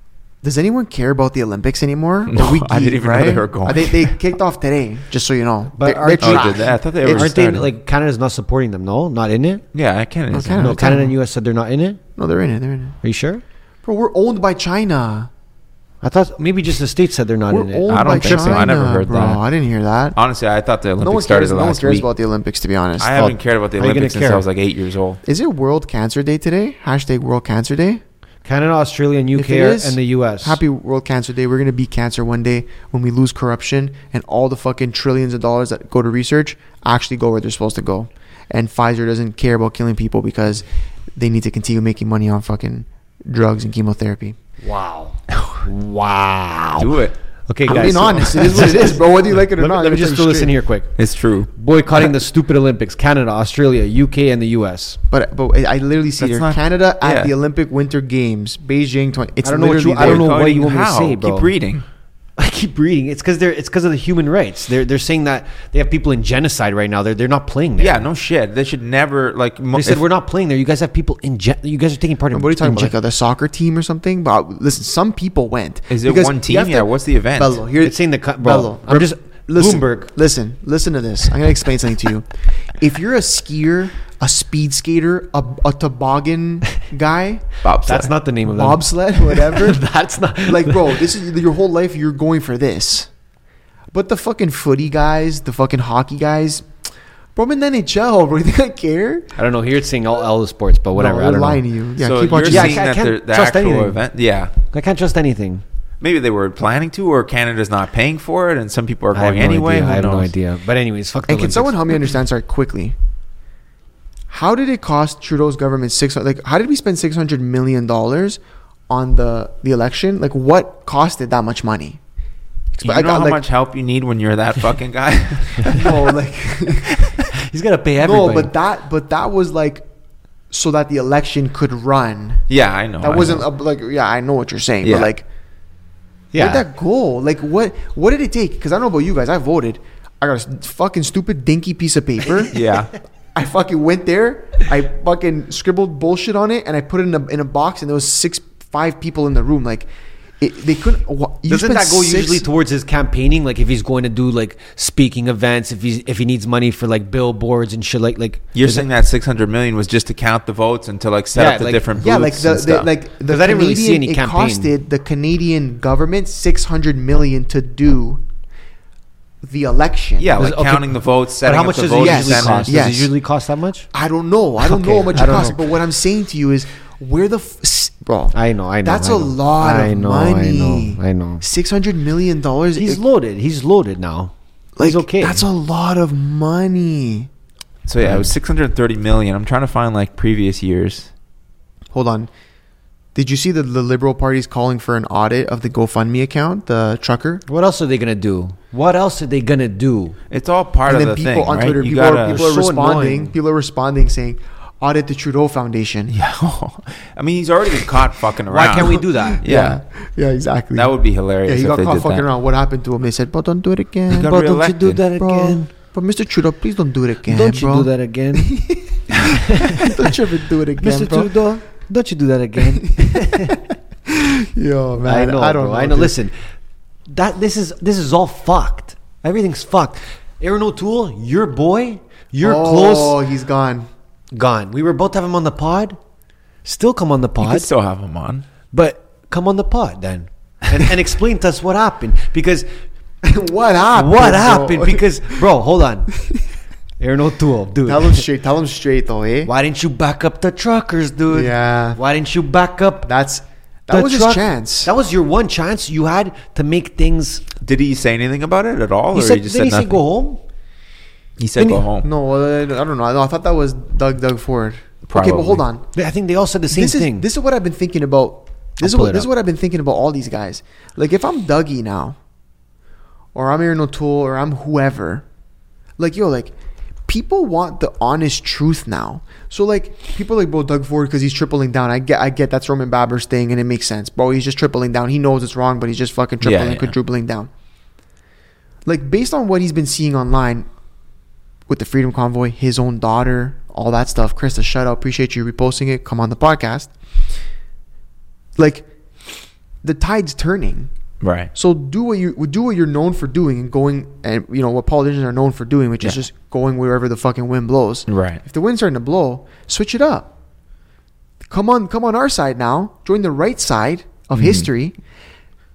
Speaker 1: Does anyone care about the Olympics anymore?
Speaker 3: (laughs) No,
Speaker 1: Are
Speaker 3: I didn't
Speaker 1: geek,
Speaker 3: even know they were going.
Speaker 1: Uh, They, they kicked off today, just so you know.
Speaker 2: But
Speaker 1: They're-
Speaker 2: are-
Speaker 1: they're
Speaker 2: Oh,
Speaker 1: trash.
Speaker 3: did they? I thought they
Speaker 1: It's-
Speaker 3: were
Speaker 2: Aren't they
Speaker 3: started.
Speaker 2: like Canada's not supporting them? No, not in it.
Speaker 3: Yeah, I can't.
Speaker 1: No,
Speaker 3: isn't it?
Speaker 1: Canada.
Speaker 2: No, Canada and U.S. said they're not in it.
Speaker 1: No, they're in it. They're in it.
Speaker 2: Are you sure?
Speaker 1: Bro, we're owned by China.
Speaker 2: I thought maybe just the states said they're not
Speaker 1: We're
Speaker 2: in
Speaker 1: owned
Speaker 2: it.
Speaker 3: I don't
Speaker 1: by China.
Speaker 3: think so. I never heard
Speaker 1: bro.
Speaker 3: that.
Speaker 1: I didn't hear that.
Speaker 3: Honestly, I thought the Olympics
Speaker 1: no one
Speaker 3: started
Speaker 1: cares,
Speaker 3: the
Speaker 1: no one
Speaker 3: last
Speaker 1: cares
Speaker 3: week.
Speaker 1: about the Olympics, to be honest.
Speaker 3: I haven't cared about the
Speaker 2: How you gonna
Speaker 3: Olympics since
Speaker 2: care?
Speaker 3: I was like eight years old.
Speaker 1: Is it World Cancer Day today? Hashtag World Cancer Day.
Speaker 2: Canada, Australia, and
Speaker 1: If
Speaker 2: UK
Speaker 1: it
Speaker 2: are-
Speaker 1: is,
Speaker 2: and the U.S.
Speaker 1: Happy World Cancer Day. We're going to beat cancer one day when we lose corruption and all the fucking trillions of dollars that go to research actually go where they're supposed to go. And Pfizer doesn't care about killing people because they need to continue making money on fucking drugs and chemotherapy.
Speaker 2: Wow. wow.
Speaker 3: Do it.
Speaker 2: Okay,
Speaker 1: I'm
Speaker 2: guys.
Speaker 1: being honest. It is what it is,
Speaker 3: (laughs)
Speaker 1: bro. Whether you like it or
Speaker 2: (laughs) Let me,
Speaker 1: not.
Speaker 2: let me
Speaker 1: I'm
Speaker 2: just
Speaker 1: telling
Speaker 2: fill
Speaker 1: you
Speaker 2: this in
Speaker 1: straight.
Speaker 2: here quick.
Speaker 3: It's true.
Speaker 2: Boycotting the stupid Olympics. Canada, Australia, UK, and the US.
Speaker 1: But but I I literally see
Speaker 3: That's
Speaker 1: here
Speaker 3: not-
Speaker 1: Canada
Speaker 3: yeah.
Speaker 1: at the Olympic Winter Games, Beijing 20. It's
Speaker 2: I don't know what you-
Speaker 1: literally
Speaker 2: I don't
Speaker 1: there.
Speaker 2: know what you want me to
Speaker 3: How?
Speaker 2: say, bro.
Speaker 3: Keep reading.
Speaker 2: (laughs) I keep reading. It's because they're it's because of the human rights. They're they're saying that they have people in genocide right now. They're they're not playing there.
Speaker 3: Yeah, no shit. They should never like. mo-
Speaker 2: They said
Speaker 3: if-
Speaker 2: we're not playing there. You guys have people in gen- you guys are taking part in.
Speaker 1: What are you talking
Speaker 2: in
Speaker 1: about? Like uh, the soccer team or something? But listen, some people went.
Speaker 3: Is it
Speaker 1: Because
Speaker 3: one
Speaker 1: you
Speaker 3: team?
Speaker 1: have to-
Speaker 3: Yeah, what's the event?
Speaker 1: Bello, uh, here,
Speaker 2: gen- It's saying the co- bro.
Speaker 1: Bello,
Speaker 2: I'm just
Speaker 1: listen,
Speaker 2: Bloomberg.
Speaker 1: Listen, listen to this. I'm gonna explain something
Speaker 2: (laughs)
Speaker 1: to you. If you're a skier, a speed skater, a, a
Speaker 2: (laughs)
Speaker 1: toboggan guy,
Speaker 3: Bob's
Speaker 2: That's
Speaker 3: like-
Speaker 2: not the name of them. (laughs)
Speaker 1: bobsled, whatever,
Speaker 2: That's not
Speaker 1: (laughs) like, bro, this is your whole life. You're going for this, but the fucking footy guys, the fucking hockey guys, bro, I'm in the NHL. Bro, (laughs) you think I care?
Speaker 2: I don't know. Here it's saying all, all the sports, but whatever.
Speaker 1: No,
Speaker 2: I
Speaker 1: they're
Speaker 2: don't
Speaker 1: lying
Speaker 2: know.
Speaker 1: to you. Yeah,
Speaker 3: so
Speaker 1: keep
Speaker 3: you're
Speaker 1: on.
Speaker 2: Yeah, I
Speaker 3: saying
Speaker 2: can't- I
Speaker 3: that the,
Speaker 2: can't
Speaker 3: the
Speaker 2: trust
Speaker 3: actual
Speaker 2: anything.
Speaker 3: event. Yeah,
Speaker 2: I can't trust anything.
Speaker 3: maybe they were planning to, or Canada's not paying for it, and some people are
Speaker 2: I have
Speaker 3: going
Speaker 2: no
Speaker 3: anyway.
Speaker 2: idea.
Speaker 3: Who
Speaker 2: I have no
Speaker 3: knows?
Speaker 2: idea. But anyways, fuck. the
Speaker 1: And can
Speaker 2: Olympics.
Speaker 1: someone help me understand? Sorry, quickly. How did it cost Trudeau's government six? Like, how did we spend six hundred million dollars on the the election? Like, what costed that much money? But
Speaker 3: You know
Speaker 1: I got,
Speaker 3: how
Speaker 1: like-
Speaker 3: much help you need when you're that fucking guy.
Speaker 1: (laughs) no, like
Speaker 2: (laughs) He's got to pay everybody.
Speaker 1: no, but that but that was like so that the election could run.
Speaker 3: (laughs) yeah, I know. Oh, I
Speaker 1: That wasn't
Speaker 3: know.
Speaker 1: a, like yeah, I know what you're saying,
Speaker 3: Yeah.
Speaker 1: but like
Speaker 2: yeah.
Speaker 1: Where'd that go? Like, what what did it take? Because I don't know about you guys. I voted. I got a s- fucking stupid dinky piece of
Speaker 2: (laughs)
Speaker 1: paper.
Speaker 3: Yeah.
Speaker 1: (laughs) I fucking went there. I fucking scribbled bullshit on it, and I put it in a in a box. And there was six five people in the room. Like, it, they couldn't. wha- you
Speaker 2: Doesn't
Speaker 1: spent
Speaker 2: that go
Speaker 1: six-
Speaker 2: usually towards his campaigning? Like if he's going to do like speaking events, if he's if he needs money for like billboards and shit, like like
Speaker 3: You're saying that 600 million was just to count the votes and to like set
Speaker 2: Yeah,
Speaker 3: up the
Speaker 2: like-
Speaker 3: different booths
Speaker 1: Yeah, like the,
Speaker 3: and
Speaker 1: the
Speaker 3: stuff.
Speaker 1: like the
Speaker 2: 'Cause I didn't really see any
Speaker 1: it
Speaker 2: campaign.
Speaker 1: costed the Canadian government six hundred million to do the election.
Speaker 3: yeah,
Speaker 2: Does-
Speaker 3: like
Speaker 2: okay.
Speaker 3: counting the votes,
Speaker 2: But
Speaker 3: setting
Speaker 2: how much
Speaker 3: up the
Speaker 2: does it
Speaker 3: voting
Speaker 2: usually
Speaker 1: voting
Speaker 3: centers.
Speaker 2: cost?
Speaker 1: Yes.
Speaker 2: Does it usually cost that much?
Speaker 1: I don't know. I don't know
Speaker 2: Okay,
Speaker 1: how much
Speaker 2: I
Speaker 1: it
Speaker 2: don't
Speaker 1: costs.
Speaker 2: know.
Speaker 1: But what I'm saying to you is, where the f- s- bro?
Speaker 2: I know, I know.
Speaker 1: That's
Speaker 2: I
Speaker 1: a
Speaker 2: know.
Speaker 1: lot
Speaker 2: I
Speaker 1: of
Speaker 2: know, I
Speaker 1: money.
Speaker 2: know, I know.
Speaker 1: Six hundred million dollars.
Speaker 2: He's
Speaker 1: it-
Speaker 2: loaded. He's loaded now. he's okay.
Speaker 1: That's a lot of money.
Speaker 3: So yeah, it was 630 million. I'm trying to find like previous years.
Speaker 1: Hold on. Did you see that the Liberal Party's calling for an audit of the GoFundMe account, the trucker?
Speaker 2: What else are they gonna do? What else are they gonna do?
Speaker 3: It's all part
Speaker 1: and
Speaker 3: of
Speaker 1: then
Speaker 3: the
Speaker 1: people
Speaker 3: thing,
Speaker 1: on
Speaker 3: right?
Speaker 1: Twitter,
Speaker 3: You
Speaker 1: people, are,
Speaker 3: (laughs) gotta-
Speaker 1: people are
Speaker 2: So
Speaker 1: responding.
Speaker 2: annoying.
Speaker 1: People are responding saying, audit the Trudeau Foundation.
Speaker 3: Yeah. I mean, he's already been caught fucking around.
Speaker 2: Why can't we do (laughs) that?
Speaker 3: Yeah.
Speaker 1: (laughs) yeah, exactly.
Speaker 3: That would be hilarious.
Speaker 1: yeah, he
Speaker 3: if
Speaker 1: got
Speaker 3: they
Speaker 1: caught
Speaker 3: did
Speaker 1: fucking
Speaker 3: that.
Speaker 1: around. What happened to him? They said, "But don't do it again."
Speaker 3: He got
Speaker 1: bro,
Speaker 2: Don't you do
Speaker 3: reelected.
Speaker 2: that
Speaker 1: bro,
Speaker 2: again?
Speaker 1: but Mr. Trudeau, please don't do it again,
Speaker 2: Don't you
Speaker 1: bro.
Speaker 2: do that
Speaker 1: (laughs)
Speaker 2: again,
Speaker 1: don't you ever do it again,
Speaker 2: Mr.
Speaker 1: bro.
Speaker 2: Trudeau? Don't you do that again?
Speaker 1: Yo, man,
Speaker 2: I know.
Speaker 1: I don't
Speaker 2: bro.
Speaker 1: know.
Speaker 2: I know.
Speaker 1: dude.
Speaker 2: Listen, that this is this is all fucked. Everything's fucked. Aaron O'Toole, your boy, you're
Speaker 1: oh,
Speaker 2: close.
Speaker 1: he's gone.
Speaker 2: Gone. We were about to have him on the pod. Still come on the
Speaker 3: You
Speaker 2: pod,
Speaker 3: could still have him on.
Speaker 2: but come on the pod then, and, and explain to us what happened
Speaker 1: (laughs)
Speaker 2: because
Speaker 1: what happened?
Speaker 2: what
Speaker 1: bro?
Speaker 2: happened? Because bro,
Speaker 1: (laughs)
Speaker 2: hold on, Aaron O'Toole, dude.
Speaker 1: tell him straight. Tell him straight though, eh?
Speaker 2: Why didn't you back up the truckers, dude?
Speaker 1: Yeah.
Speaker 2: Why didn't you back up?
Speaker 1: That's that
Speaker 2: the
Speaker 1: was
Speaker 2: truck-
Speaker 1: his chance.
Speaker 2: That was your one chance you had to make things.
Speaker 3: Did he say anything about it at all,
Speaker 2: He
Speaker 3: or
Speaker 2: said,
Speaker 3: he just
Speaker 2: did
Speaker 3: said
Speaker 2: he say
Speaker 3: nothing?
Speaker 2: go home?
Speaker 3: He said
Speaker 2: Didn't
Speaker 3: go
Speaker 2: he?
Speaker 3: home.
Speaker 1: no, uh, I don't know. No, I thought that was Doug Doug Ford. Okay,
Speaker 3: Probably.
Speaker 1: but hold on.
Speaker 2: I think they all said the same
Speaker 1: this
Speaker 2: thing.
Speaker 1: Is, this is what I've been thinking about. This
Speaker 2: I'll
Speaker 1: is
Speaker 2: pull
Speaker 1: what
Speaker 2: it
Speaker 1: this is
Speaker 2: up.
Speaker 1: what I've been thinking about all these guys. Like if I'm Dougie now, or I'm Aaron O'Toole, or I'm whoever, like yo, like people want the honest truth now. So like people are like, bro, Doug Ford because he's tripling down. I get, I get that's Roman Baber's thing, and it makes sense, bro. He's just tripling down. He knows it's wrong, but he's just fucking tripling,
Speaker 3: yeah.
Speaker 1: and quadrupling down. Like based on what he's been seeing online, with the Freedom Convoy, his own daughter, all that stuff. Krista, shout out. Appreciate you reposting it. Come on the podcast. Like, the tide's turning.
Speaker 3: Right.
Speaker 1: So do what you do what you're known for doing and going and you know what politicians are known for doing, which is
Speaker 3: Yeah.
Speaker 1: just going wherever the fucking wind blows.
Speaker 3: Right.
Speaker 1: If the wind's starting to blow, switch it up. Come on, come on our side now. Join the right side
Speaker 2: Mm-hmm.
Speaker 1: of history.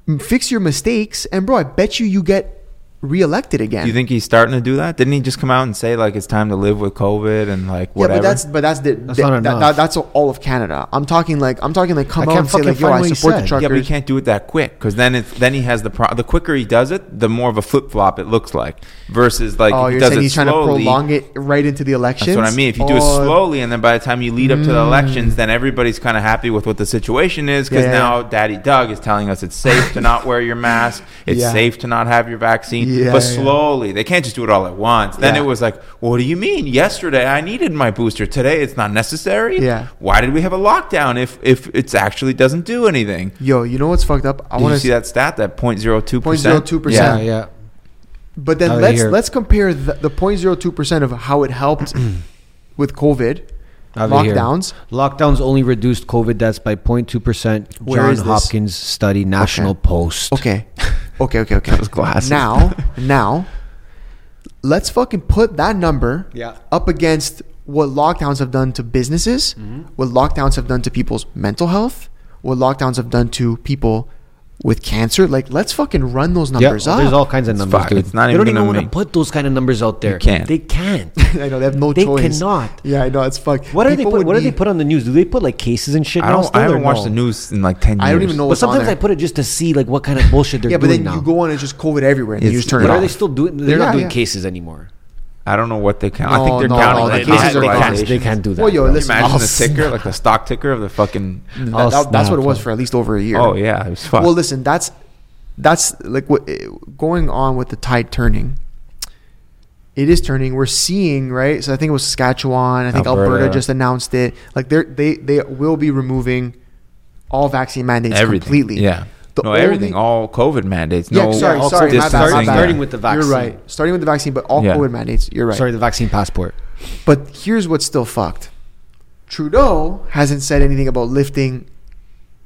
Speaker 1: M- Fix your mistakes, and bro, I bet you you get reelected again.
Speaker 3: Do you think he's starting to do that? Didn't he just come out and say like it's time to live with COVID and like whatever?
Speaker 1: Yeah, but that's but that's the, that's,
Speaker 2: not
Speaker 1: that,
Speaker 2: enough.
Speaker 1: that, that's all of Canada. I'm talking like I'm talking like come
Speaker 2: I
Speaker 1: out
Speaker 2: can't
Speaker 1: and say
Speaker 2: fucking
Speaker 1: like yo
Speaker 2: find
Speaker 1: I
Speaker 2: what he
Speaker 1: support the
Speaker 2: said.
Speaker 1: truckers.
Speaker 3: yeah, but he can't do it that quick because then it's then he has the pro- the quicker he does it, the more of a flip flop it looks like. Versus like
Speaker 1: oh,
Speaker 3: if he
Speaker 1: you're
Speaker 3: does
Speaker 1: saying
Speaker 3: it
Speaker 1: he's
Speaker 3: slowly,
Speaker 1: trying to prolong it right into the election. Oh,
Speaker 3: That's what I mean. If you do it slowly, and then by the time you lead up to the elections, then everybody's kind of happy with what the situation is because
Speaker 1: Hmm. Yeah.
Speaker 3: now Daddy Doug is telling us it's safe to not wear your mask, it's
Speaker 1: Yeah.
Speaker 3: safe to not have your vaccine.
Speaker 1: Yeah,
Speaker 3: but
Speaker 1: yeah.
Speaker 3: slowly, they can't just do it all at once. Then
Speaker 1: Yeah.
Speaker 3: it was like, what do you mean? Yesterday I needed my booster. Today it's not necessary.
Speaker 1: Yeah.
Speaker 3: Why did we have a lockdown if if it actually doesn't do anything?
Speaker 1: Yo, you know what's fucked up? I
Speaker 3: Did
Speaker 1: want
Speaker 3: you
Speaker 1: to
Speaker 3: see that stat? That 0.02
Speaker 1: 0.02%.
Speaker 3: Yeah.
Speaker 2: yeah.
Speaker 1: But
Speaker 2: Out
Speaker 1: then
Speaker 2: of
Speaker 1: let's
Speaker 2: here.
Speaker 1: let's compare the, the 0.02 percent of how it
Speaker 2: (clears throat)
Speaker 1: helped with COVID
Speaker 2: Out of here.
Speaker 1: lockdowns.
Speaker 2: Lockdowns only reduced COVID deaths by 0.2%.
Speaker 1: Where
Speaker 2: John
Speaker 1: is this?
Speaker 2: Hopkins study, National
Speaker 1: Okay.
Speaker 2: Post. (laughs)
Speaker 1: Okay, okay, okay, okay.
Speaker 3: Those glasses.
Speaker 1: Now, now, let's fucking put that number
Speaker 2: Yeah.
Speaker 1: up against what lockdowns have done to businesses,
Speaker 2: Mm-hmm.
Speaker 1: what lockdowns have done to people's mental health, what lockdowns have done to people with cancer. Like, let's fucking run those
Speaker 2: Yeah,
Speaker 1: numbers up.
Speaker 2: there's all kinds of numbers,
Speaker 3: fuck,
Speaker 2: dude.
Speaker 3: it's not
Speaker 2: they
Speaker 3: even
Speaker 2: don't even
Speaker 3: gonna
Speaker 2: want to
Speaker 3: make-
Speaker 2: put those kind of numbers out there.
Speaker 3: can't.
Speaker 2: They can't.
Speaker 1: (laughs)
Speaker 2: (laughs)
Speaker 1: I know they have no
Speaker 2: They
Speaker 1: choice.
Speaker 2: cannot.
Speaker 1: Yeah, I know it's fucked.
Speaker 2: What are they?
Speaker 1: People
Speaker 2: Put,
Speaker 1: would
Speaker 2: what do
Speaker 1: be-
Speaker 2: they put on the news? Do they put like cases and shit?
Speaker 3: I
Speaker 2: now
Speaker 3: don't.
Speaker 2: still,
Speaker 3: I
Speaker 2: or
Speaker 3: haven't watched
Speaker 2: no?
Speaker 3: the news in like 10 years.
Speaker 1: I don't even know
Speaker 2: But
Speaker 1: what's on
Speaker 2: sometimes I
Speaker 1: there.
Speaker 2: put it just to see like what kind of bullshit they're
Speaker 1: Yeah, but
Speaker 2: doing
Speaker 1: then you
Speaker 2: now.
Speaker 1: go on and just COVID everywhere, and you
Speaker 3: It's-
Speaker 1: just turn
Speaker 2: but
Speaker 1: it
Speaker 2: are
Speaker 1: off.
Speaker 2: they still doing? They're
Speaker 1: Yeah,
Speaker 2: not doing
Speaker 1: yeah.
Speaker 2: cases anymore. Oh,
Speaker 3: I don't know what they count. I
Speaker 1: No,
Speaker 3: think they're
Speaker 1: no,
Speaker 3: counting.
Speaker 1: no, the
Speaker 3: it.
Speaker 1: cases are
Speaker 3: They
Speaker 1: gone.
Speaker 3: count
Speaker 2: They can't do that.
Speaker 1: Well, yo,
Speaker 2: bro.
Speaker 1: listen,
Speaker 3: Imagine
Speaker 1: I'll
Speaker 3: the
Speaker 1: snap.
Speaker 3: ticker, like the stock ticker of the fucking.
Speaker 2: I'll
Speaker 1: That- that's what it
Speaker 2: snap,
Speaker 1: was
Speaker 2: bro.
Speaker 1: for at least over a year.
Speaker 3: Oh yeah, it was fucked.
Speaker 1: Mm. Well, listen, that's that's like what eh, going on with the tide turning. It is turning. We're seeing right. So I think it was Saskatchewan. I think Alberta,
Speaker 3: Alberta.
Speaker 1: just announced it. Like they they they will be removing all vaccine mandates
Speaker 3: everything.
Speaker 1: completely.
Speaker 3: Yeah.
Speaker 1: The
Speaker 3: no, everything.
Speaker 1: only-
Speaker 3: All COVID mandates.
Speaker 1: Yeah,
Speaker 3: No,
Speaker 1: sorry,
Speaker 2: all
Speaker 1: sorry,
Speaker 2: COVID
Speaker 1: my bad, my
Speaker 2: distancing.
Speaker 1: bad.
Speaker 2: Starting with the vaccine.
Speaker 1: You're right. Starting with the vaccine, but all
Speaker 3: Yeah.
Speaker 1: COVID mandates. You're right.
Speaker 2: Sorry, the vaccine passport. (laughs)
Speaker 1: But here's what's still fucked. Trudeau hasn't said anything about lifting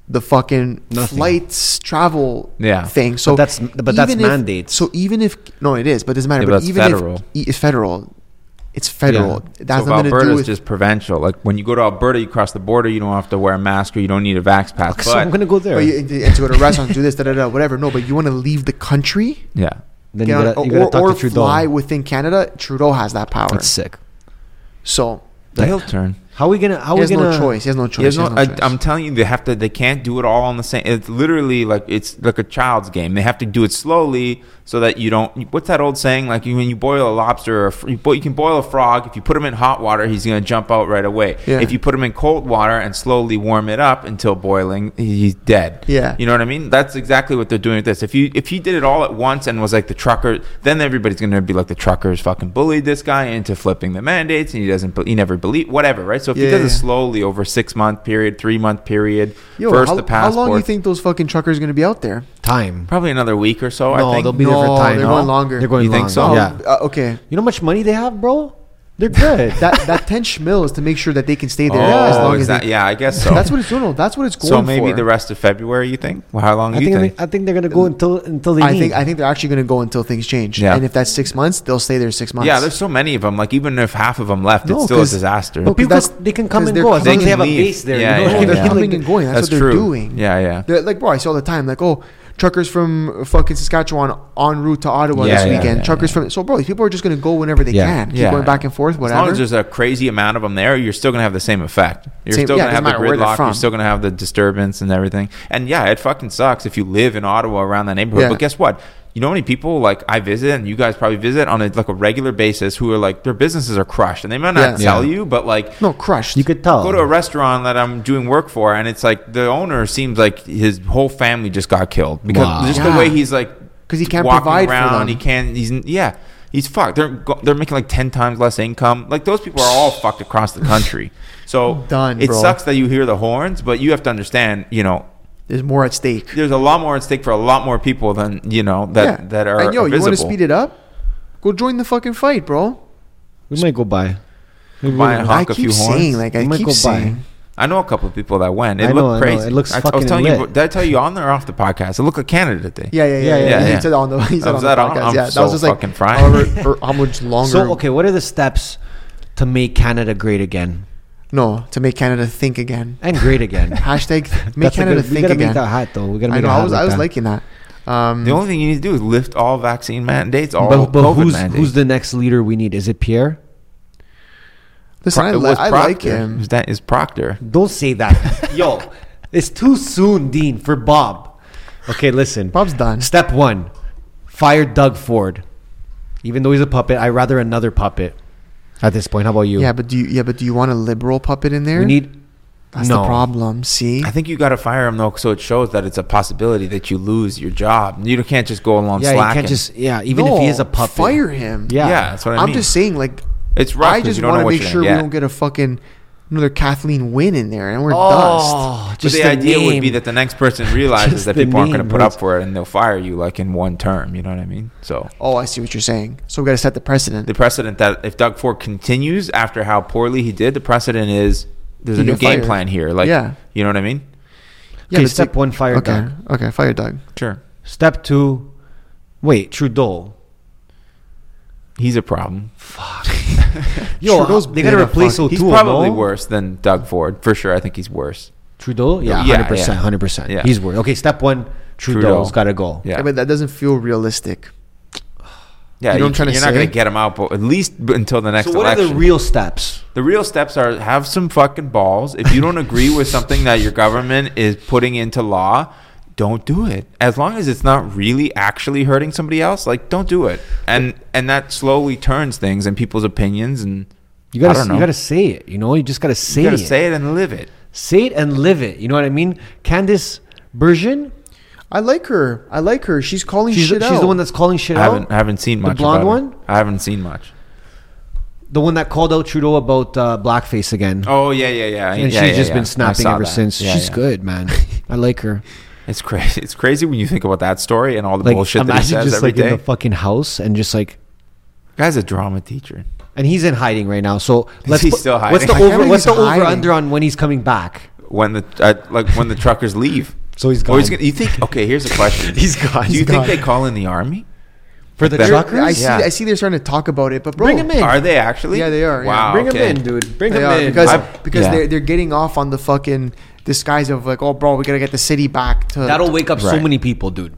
Speaker 1: the fucking
Speaker 2: Nothing.
Speaker 1: flights travel
Speaker 3: Yeah.
Speaker 1: thing. So
Speaker 2: that's- but that's
Speaker 1: even if-
Speaker 2: mandates.
Speaker 1: So even if no, it is, but it doesn't matter.
Speaker 3: Yeah, but
Speaker 1: but
Speaker 3: that's
Speaker 1: even
Speaker 3: federal.
Speaker 1: if it's federal, it's federal. That has
Speaker 3: so
Speaker 1: nothing to do
Speaker 3: Alberta's
Speaker 1: with
Speaker 3: just provincial. Like when you go to Alberta, you cross the border, you don't have to wear a mask or you don't need a vax pass.
Speaker 2: So I'm
Speaker 3: but-
Speaker 2: gonna go there.
Speaker 1: but Oh, you, and to and to go to restaurants, do this, da da da, whatever. No, but you want to leave the country,
Speaker 3: yeah,
Speaker 2: then you
Speaker 1: get on-
Speaker 2: gotta, you gotta
Speaker 1: or,
Speaker 2: talk
Speaker 1: or
Speaker 2: to Trudeau.
Speaker 1: fly within Canada. Trudeau has that power.
Speaker 2: That's sick.
Speaker 1: so
Speaker 3: the hill turn.
Speaker 2: How are we gonna? How
Speaker 1: he
Speaker 2: are we
Speaker 1: has
Speaker 2: gonna?
Speaker 1: no choice. He has no choice.
Speaker 3: He has
Speaker 1: He has
Speaker 3: no-
Speaker 1: no
Speaker 3: I,
Speaker 1: choice.
Speaker 3: I'm telling you, they have to. They can't do it all on the same. It's literally like it's like a child's game. They have to do it slowly so that you don't. What's that old saying? Like you- when you boil a lobster, or a, fr- you, bo- you can boil a frog. If you put him in hot water, he's gonna jump out right away.
Speaker 1: Yeah.
Speaker 3: If you put him in cold water and slowly warm it up until boiling, he- he's dead.
Speaker 1: Yeah.
Speaker 3: you know what I mean. That's exactly what they're doing with this. If you if he did it all at once and was like the trucker, then everybody's gonna be like the truckers fucking bullied this guy into flipping the mandates, and he doesn't. be- He never believe whatever, right? So if he
Speaker 1: Yeah,
Speaker 3: does
Speaker 1: yeah,
Speaker 3: it
Speaker 1: yeah.
Speaker 3: slowly over six month period, three month period,
Speaker 1: Yo,
Speaker 3: first
Speaker 1: how,
Speaker 3: the
Speaker 1: how
Speaker 3: passport,
Speaker 1: long do you think those fucking truckers are going to be out there?
Speaker 2: Time.
Speaker 3: probably another week or so.
Speaker 2: No,
Speaker 3: Oh, I
Speaker 2: they'll
Speaker 3: think
Speaker 2: be there for
Speaker 1: No,
Speaker 2: time.
Speaker 1: they're
Speaker 2: no?
Speaker 1: going longer.
Speaker 2: They're going
Speaker 3: You think
Speaker 2: longer.
Speaker 3: so?
Speaker 2: Yeah.
Speaker 1: Uh, okay.
Speaker 2: You know how much money they have, bro?
Speaker 1: (laughs)
Speaker 2: They're good.
Speaker 1: That that 10 schmil is to make sure that they can stay there
Speaker 3: oh,
Speaker 1: as long
Speaker 3: is
Speaker 1: as
Speaker 3: that,
Speaker 1: they
Speaker 3: yeah, I guess so.
Speaker 1: That's what it's no, no, that's what it's going
Speaker 3: so maybe
Speaker 1: for.
Speaker 3: the rest of February, you think? Well, how long
Speaker 2: I
Speaker 3: do you
Speaker 2: think,
Speaker 3: think?
Speaker 2: They, I think they're gonna go until until they
Speaker 1: I
Speaker 2: need.
Speaker 1: think I think they're actually going to go until things change.
Speaker 3: Yeah.
Speaker 1: And if that's 6 months, they'll stay there 6 months.
Speaker 3: yeah, there's so many of them. Like even if half of them left, it's
Speaker 1: No,
Speaker 3: still a
Speaker 1: 'cause-
Speaker 3: disaster.
Speaker 1: no,
Speaker 2: but people
Speaker 1: that's-
Speaker 2: they can come
Speaker 1: because
Speaker 2: and
Speaker 1: they're
Speaker 2: go as long as they
Speaker 1: coming
Speaker 2: have a
Speaker 3: and leave.
Speaker 2: base there.
Speaker 3: Yeah,
Speaker 2: you know? (laughs)
Speaker 1: No,
Speaker 3: yeah,
Speaker 1: they're
Speaker 3: yeah.
Speaker 1: coming and going. That's,
Speaker 3: That's
Speaker 1: what they're
Speaker 3: true.
Speaker 1: doing.
Speaker 3: Yeah, yeah.
Speaker 1: They're, like, bro, I see all the time. Like, oh, truckers from fucking Saskatchewan en route to Ottawa
Speaker 3: Yeah,
Speaker 1: this
Speaker 3: yeah,
Speaker 1: weekend.
Speaker 3: yeah,
Speaker 1: truckers
Speaker 3: yeah.
Speaker 1: from. So, bro, these people are just going to go whenever they
Speaker 2: Yeah.
Speaker 1: can. Keep
Speaker 3: Yeah.
Speaker 1: going back and forth,
Speaker 3: As
Speaker 1: whatever.
Speaker 3: long as there's a crazy amount of them there, you're still gonna have the same effect. You're
Speaker 1: Same-
Speaker 3: still
Speaker 1: yeah,
Speaker 3: gonna
Speaker 1: doesn't
Speaker 3: have the
Speaker 1: matter where they're
Speaker 3: gridlock.
Speaker 1: from.
Speaker 3: You're still gonna have the disturbance and everything. And yeah, it fucking sucks if you live in Ottawa around that neighborhood.
Speaker 1: Yeah.
Speaker 3: But guess what? You know how many people like I visit and you guys probably visit on a like a regular basis who are like their businesses are crushed and they might not
Speaker 1: Yeah.
Speaker 3: tell
Speaker 2: Yeah.
Speaker 3: you, but like
Speaker 1: no, crushed.
Speaker 2: You could tell.
Speaker 3: go to a restaurant that I'm doing work for, and it's like the owner seems like his whole family just got killed because
Speaker 2: Wow.
Speaker 3: just
Speaker 1: Yeah.
Speaker 3: the way he's like
Speaker 1: 'Cause he can't
Speaker 3: walking
Speaker 1: provide for
Speaker 3: around,
Speaker 1: them.
Speaker 3: He can't. He's yeah. He's fucked. They're go- they're making like ten times less income. Like those people are all fucked across the country. So
Speaker 1: (laughs) Done,
Speaker 3: It
Speaker 1: bro.
Speaker 3: sucks that you hear the horns, but you have to understand. You know,
Speaker 1: there's more at stake.
Speaker 3: there's a lot more at stake for a lot more people than you know that
Speaker 1: Yeah.
Speaker 3: that are.
Speaker 1: And yo, you want to
Speaker 3: visible.
Speaker 1: speed it up? Go join the fucking fight, bro.
Speaker 2: we might go by. Maybe we
Speaker 3: Buy a
Speaker 2: will.
Speaker 3: hot- Honk
Speaker 1: I
Speaker 3: a
Speaker 1: keep
Speaker 3: few horns.
Speaker 1: saying, like, I
Speaker 2: You might
Speaker 1: keep
Speaker 2: go by.
Speaker 1: saying.
Speaker 3: I know a couple of people that went. It
Speaker 2: I
Speaker 3: looked
Speaker 2: know, I know.
Speaker 3: crazy.
Speaker 2: It looks
Speaker 3: I, I was
Speaker 2: fucking
Speaker 3: telling you.
Speaker 2: lit.
Speaker 3: Did I tell you on or off the podcast? It looked like Canada today.
Speaker 1: Yeah, yeah, yeah, yeah.
Speaker 2: Yeah, yeah,
Speaker 1: He
Speaker 3: yeah.
Speaker 1: said on the, (laughs) he said
Speaker 3: Oh,
Speaker 1: on
Speaker 3: was
Speaker 1: the
Speaker 3: that on?
Speaker 1: podcast.
Speaker 3: I'm
Speaker 1: yeah, that
Speaker 3: so
Speaker 1: was just like
Speaker 3: fucking fried. (laughs)
Speaker 1: however- or how much longer.
Speaker 2: So okay, what are the steps to make Canada great again
Speaker 1: No, to make Canada think
Speaker 2: (laughs)
Speaker 1: again.
Speaker 2: and great again?
Speaker 1: Hashtag (laughs) make
Speaker 2: a
Speaker 1: Canada
Speaker 2: good- We
Speaker 1: think
Speaker 2: gotta
Speaker 1: again.
Speaker 2: make that hot though. We gotta make
Speaker 1: I know.
Speaker 2: a
Speaker 1: I
Speaker 2: hot
Speaker 1: was
Speaker 2: like
Speaker 1: I was
Speaker 2: that.
Speaker 1: liking that. Um,
Speaker 3: The only thing you need to do is lift all vaccine mandates, all
Speaker 2: But, but
Speaker 3: COVID
Speaker 2: who's
Speaker 3: mandates.
Speaker 2: who's the next leader we need? Is it Pierre?
Speaker 1: listen, I,
Speaker 3: Pro- it
Speaker 1: li-
Speaker 3: was
Speaker 1: I like
Speaker 3: Proctor.
Speaker 1: him.
Speaker 3: Is that is Proctor?
Speaker 2: Don't say
Speaker 3: (laughs)
Speaker 2: that, yo. It's too soon, Dean, for Bob. Okay, listen.
Speaker 1: Bob's done.
Speaker 2: Step one: fire Doug Ford. Even though he's a puppet, I rather another puppet. At this point, how about you?
Speaker 1: Yeah, but do you yeah, but do you want a liberal puppet in there?
Speaker 2: we need.
Speaker 1: That's
Speaker 2: no.
Speaker 1: the problem. See,
Speaker 3: I think you got to fire him though, so it shows that it's a possibility that you lose your job. You can't just go along
Speaker 2: Yeah,
Speaker 3: slacking.
Speaker 2: you can't just. Yeah, even if he is a
Speaker 1: No,
Speaker 2: puppet,
Speaker 1: fire him.
Speaker 2: Yeah.
Speaker 3: Yeah, that's what I
Speaker 1: I'm
Speaker 3: mean.
Speaker 1: just saying, like,
Speaker 3: It's rough
Speaker 1: I
Speaker 3: 'cause
Speaker 1: just
Speaker 3: you don't
Speaker 1: want
Speaker 3: know
Speaker 1: to
Speaker 3: what
Speaker 1: make
Speaker 3: you're
Speaker 1: sure we
Speaker 3: gonna get.
Speaker 1: don't get a fucking another Kathleen Win in there, and we're dust.
Speaker 2: Oh,
Speaker 3: But
Speaker 2: just
Speaker 3: the, idea would be that the next
Speaker 2: (laughs)
Speaker 3: person realizes
Speaker 2: Just
Speaker 3: that
Speaker 2: the
Speaker 3: people aren't going
Speaker 2: name,
Speaker 3: to put
Speaker 2: bro.
Speaker 3: up for it, and they'll fire you like in one term. You know what I mean? So
Speaker 1: Oh, I see what you're saying. So we got to set the precedent.
Speaker 3: the precedent that if Doug Ford continues after how poorly he did, the precedent is there's
Speaker 1: You
Speaker 3: a new
Speaker 1: get
Speaker 3: game
Speaker 1: fired.
Speaker 3: plan here. Like,
Speaker 1: Yeah.
Speaker 3: you know what I mean?
Speaker 1: Yeah,
Speaker 2: okay,
Speaker 1: but
Speaker 2: step
Speaker 1: see-
Speaker 2: one, fire
Speaker 1: okay,
Speaker 2: Doug.
Speaker 1: okay, fire Doug.
Speaker 3: Sure,
Speaker 2: Step two, wait, Trudeau.
Speaker 3: he's a problem.
Speaker 2: Yo,
Speaker 1: Trudeau's
Speaker 2: they gotta
Speaker 1: been a
Speaker 2: replace
Speaker 1: fuck-
Speaker 2: O'Toole.
Speaker 3: He's probably
Speaker 2: no?
Speaker 3: worse than Doug Ford for sure. I think he's worse.
Speaker 2: Trudeau, yeah,
Speaker 3: Yeah,
Speaker 2: hundred percent,
Speaker 3: yeah.
Speaker 2: hundred percent.
Speaker 3: Yeah.
Speaker 2: He's worse. Okay, step one, Trudeau's
Speaker 3: Trudeau.
Speaker 2: gotta go.
Speaker 1: Yeah.
Speaker 3: Yeah,
Speaker 1: but that doesn't feel realistic.
Speaker 3: yeah.
Speaker 1: You know
Speaker 3: You
Speaker 1: what I'm trying to
Speaker 3: you're not going
Speaker 1: say?
Speaker 3: to get him out, but at least b- until the next
Speaker 2: So what
Speaker 3: election.
Speaker 2: are the real steps?
Speaker 3: the real steps are have some fucking balls. If you don't agree with something that your government is putting into law, don't do it. As long as it's not really actually hurting somebody else, like don't do it. And and that slowly turns things and people's opinions and
Speaker 2: You
Speaker 3: I
Speaker 2: gotta,
Speaker 3: don't know.
Speaker 2: you gotta say it. You know, you just gotta say
Speaker 3: You gotta
Speaker 2: it.
Speaker 3: say it and live it.
Speaker 2: Say it and live it. You know what I mean? Candice Bergen,
Speaker 1: I like her. I like her. She's calling
Speaker 2: she's,
Speaker 1: shit
Speaker 2: the,
Speaker 1: out.
Speaker 2: she's the one that's calling shit
Speaker 3: I
Speaker 2: out.
Speaker 3: haven't I haven't seen
Speaker 2: The
Speaker 3: much.
Speaker 2: blonde
Speaker 3: about it.
Speaker 2: one?
Speaker 3: I haven't seen much.
Speaker 2: the one that called out Trudeau about uh, blackface again.
Speaker 3: Oh yeah yeah yeah.
Speaker 2: and
Speaker 3: yeah,
Speaker 2: she's
Speaker 3: yeah,
Speaker 2: just
Speaker 3: yeah. I
Speaker 2: been snapping
Speaker 3: saw
Speaker 2: ever
Speaker 3: that.
Speaker 2: since.
Speaker 3: Yeah,
Speaker 2: she's
Speaker 3: yeah.
Speaker 2: good, man. I like
Speaker 3: (laughs)
Speaker 2: her.
Speaker 3: It's crazy. It's crazy when you think about that story and all the
Speaker 2: Like
Speaker 3: bullshit that he
Speaker 2: imagine
Speaker 3: says
Speaker 2: just
Speaker 3: every
Speaker 2: like
Speaker 3: day.
Speaker 2: in the fucking house and just like
Speaker 3: Guy's a drama teacher.
Speaker 2: and he's in hiding right now. So let's
Speaker 3: he
Speaker 2: put-
Speaker 3: still
Speaker 2: What's
Speaker 3: hiding?
Speaker 2: the
Speaker 3: I
Speaker 1: can't
Speaker 2: over?
Speaker 1: believe
Speaker 2: What's the
Speaker 1: he's hiding.
Speaker 2: over under on when he's coming back?
Speaker 3: when the uh, like when the truckers leave.
Speaker 2: (laughs) So he's
Speaker 3: Or he's
Speaker 2: gone.
Speaker 3: gonna, you think? Okay, here's a
Speaker 2: (laughs)
Speaker 3: question.
Speaker 2: He's gone.
Speaker 3: Do you
Speaker 1: He's
Speaker 3: think
Speaker 1: gone.
Speaker 3: they call in the army?
Speaker 2: For the
Speaker 3: They're-
Speaker 2: truckers?
Speaker 1: I see.
Speaker 3: Yeah.
Speaker 1: I see. They're starting to talk about it, but bro,
Speaker 2: Bring him in.
Speaker 3: Are they actually?
Speaker 1: Yeah, they are, yeah.
Speaker 3: Wow.
Speaker 2: Bring
Speaker 3: okay.
Speaker 2: him in, dude. Bring
Speaker 1: They
Speaker 2: him
Speaker 1: are,
Speaker 2: in.
Speaker 1: because
Speaker 3: I've-
Speaker 1: because
Speaker 3: yeah.
Speaker 1: they're they're getting off on the fucking disguise of like, oh, bro, we gotta get the city back to.
Speaker 2: That'll wake up so
Speaker 3: Right.
Speaker 2: many people, dude.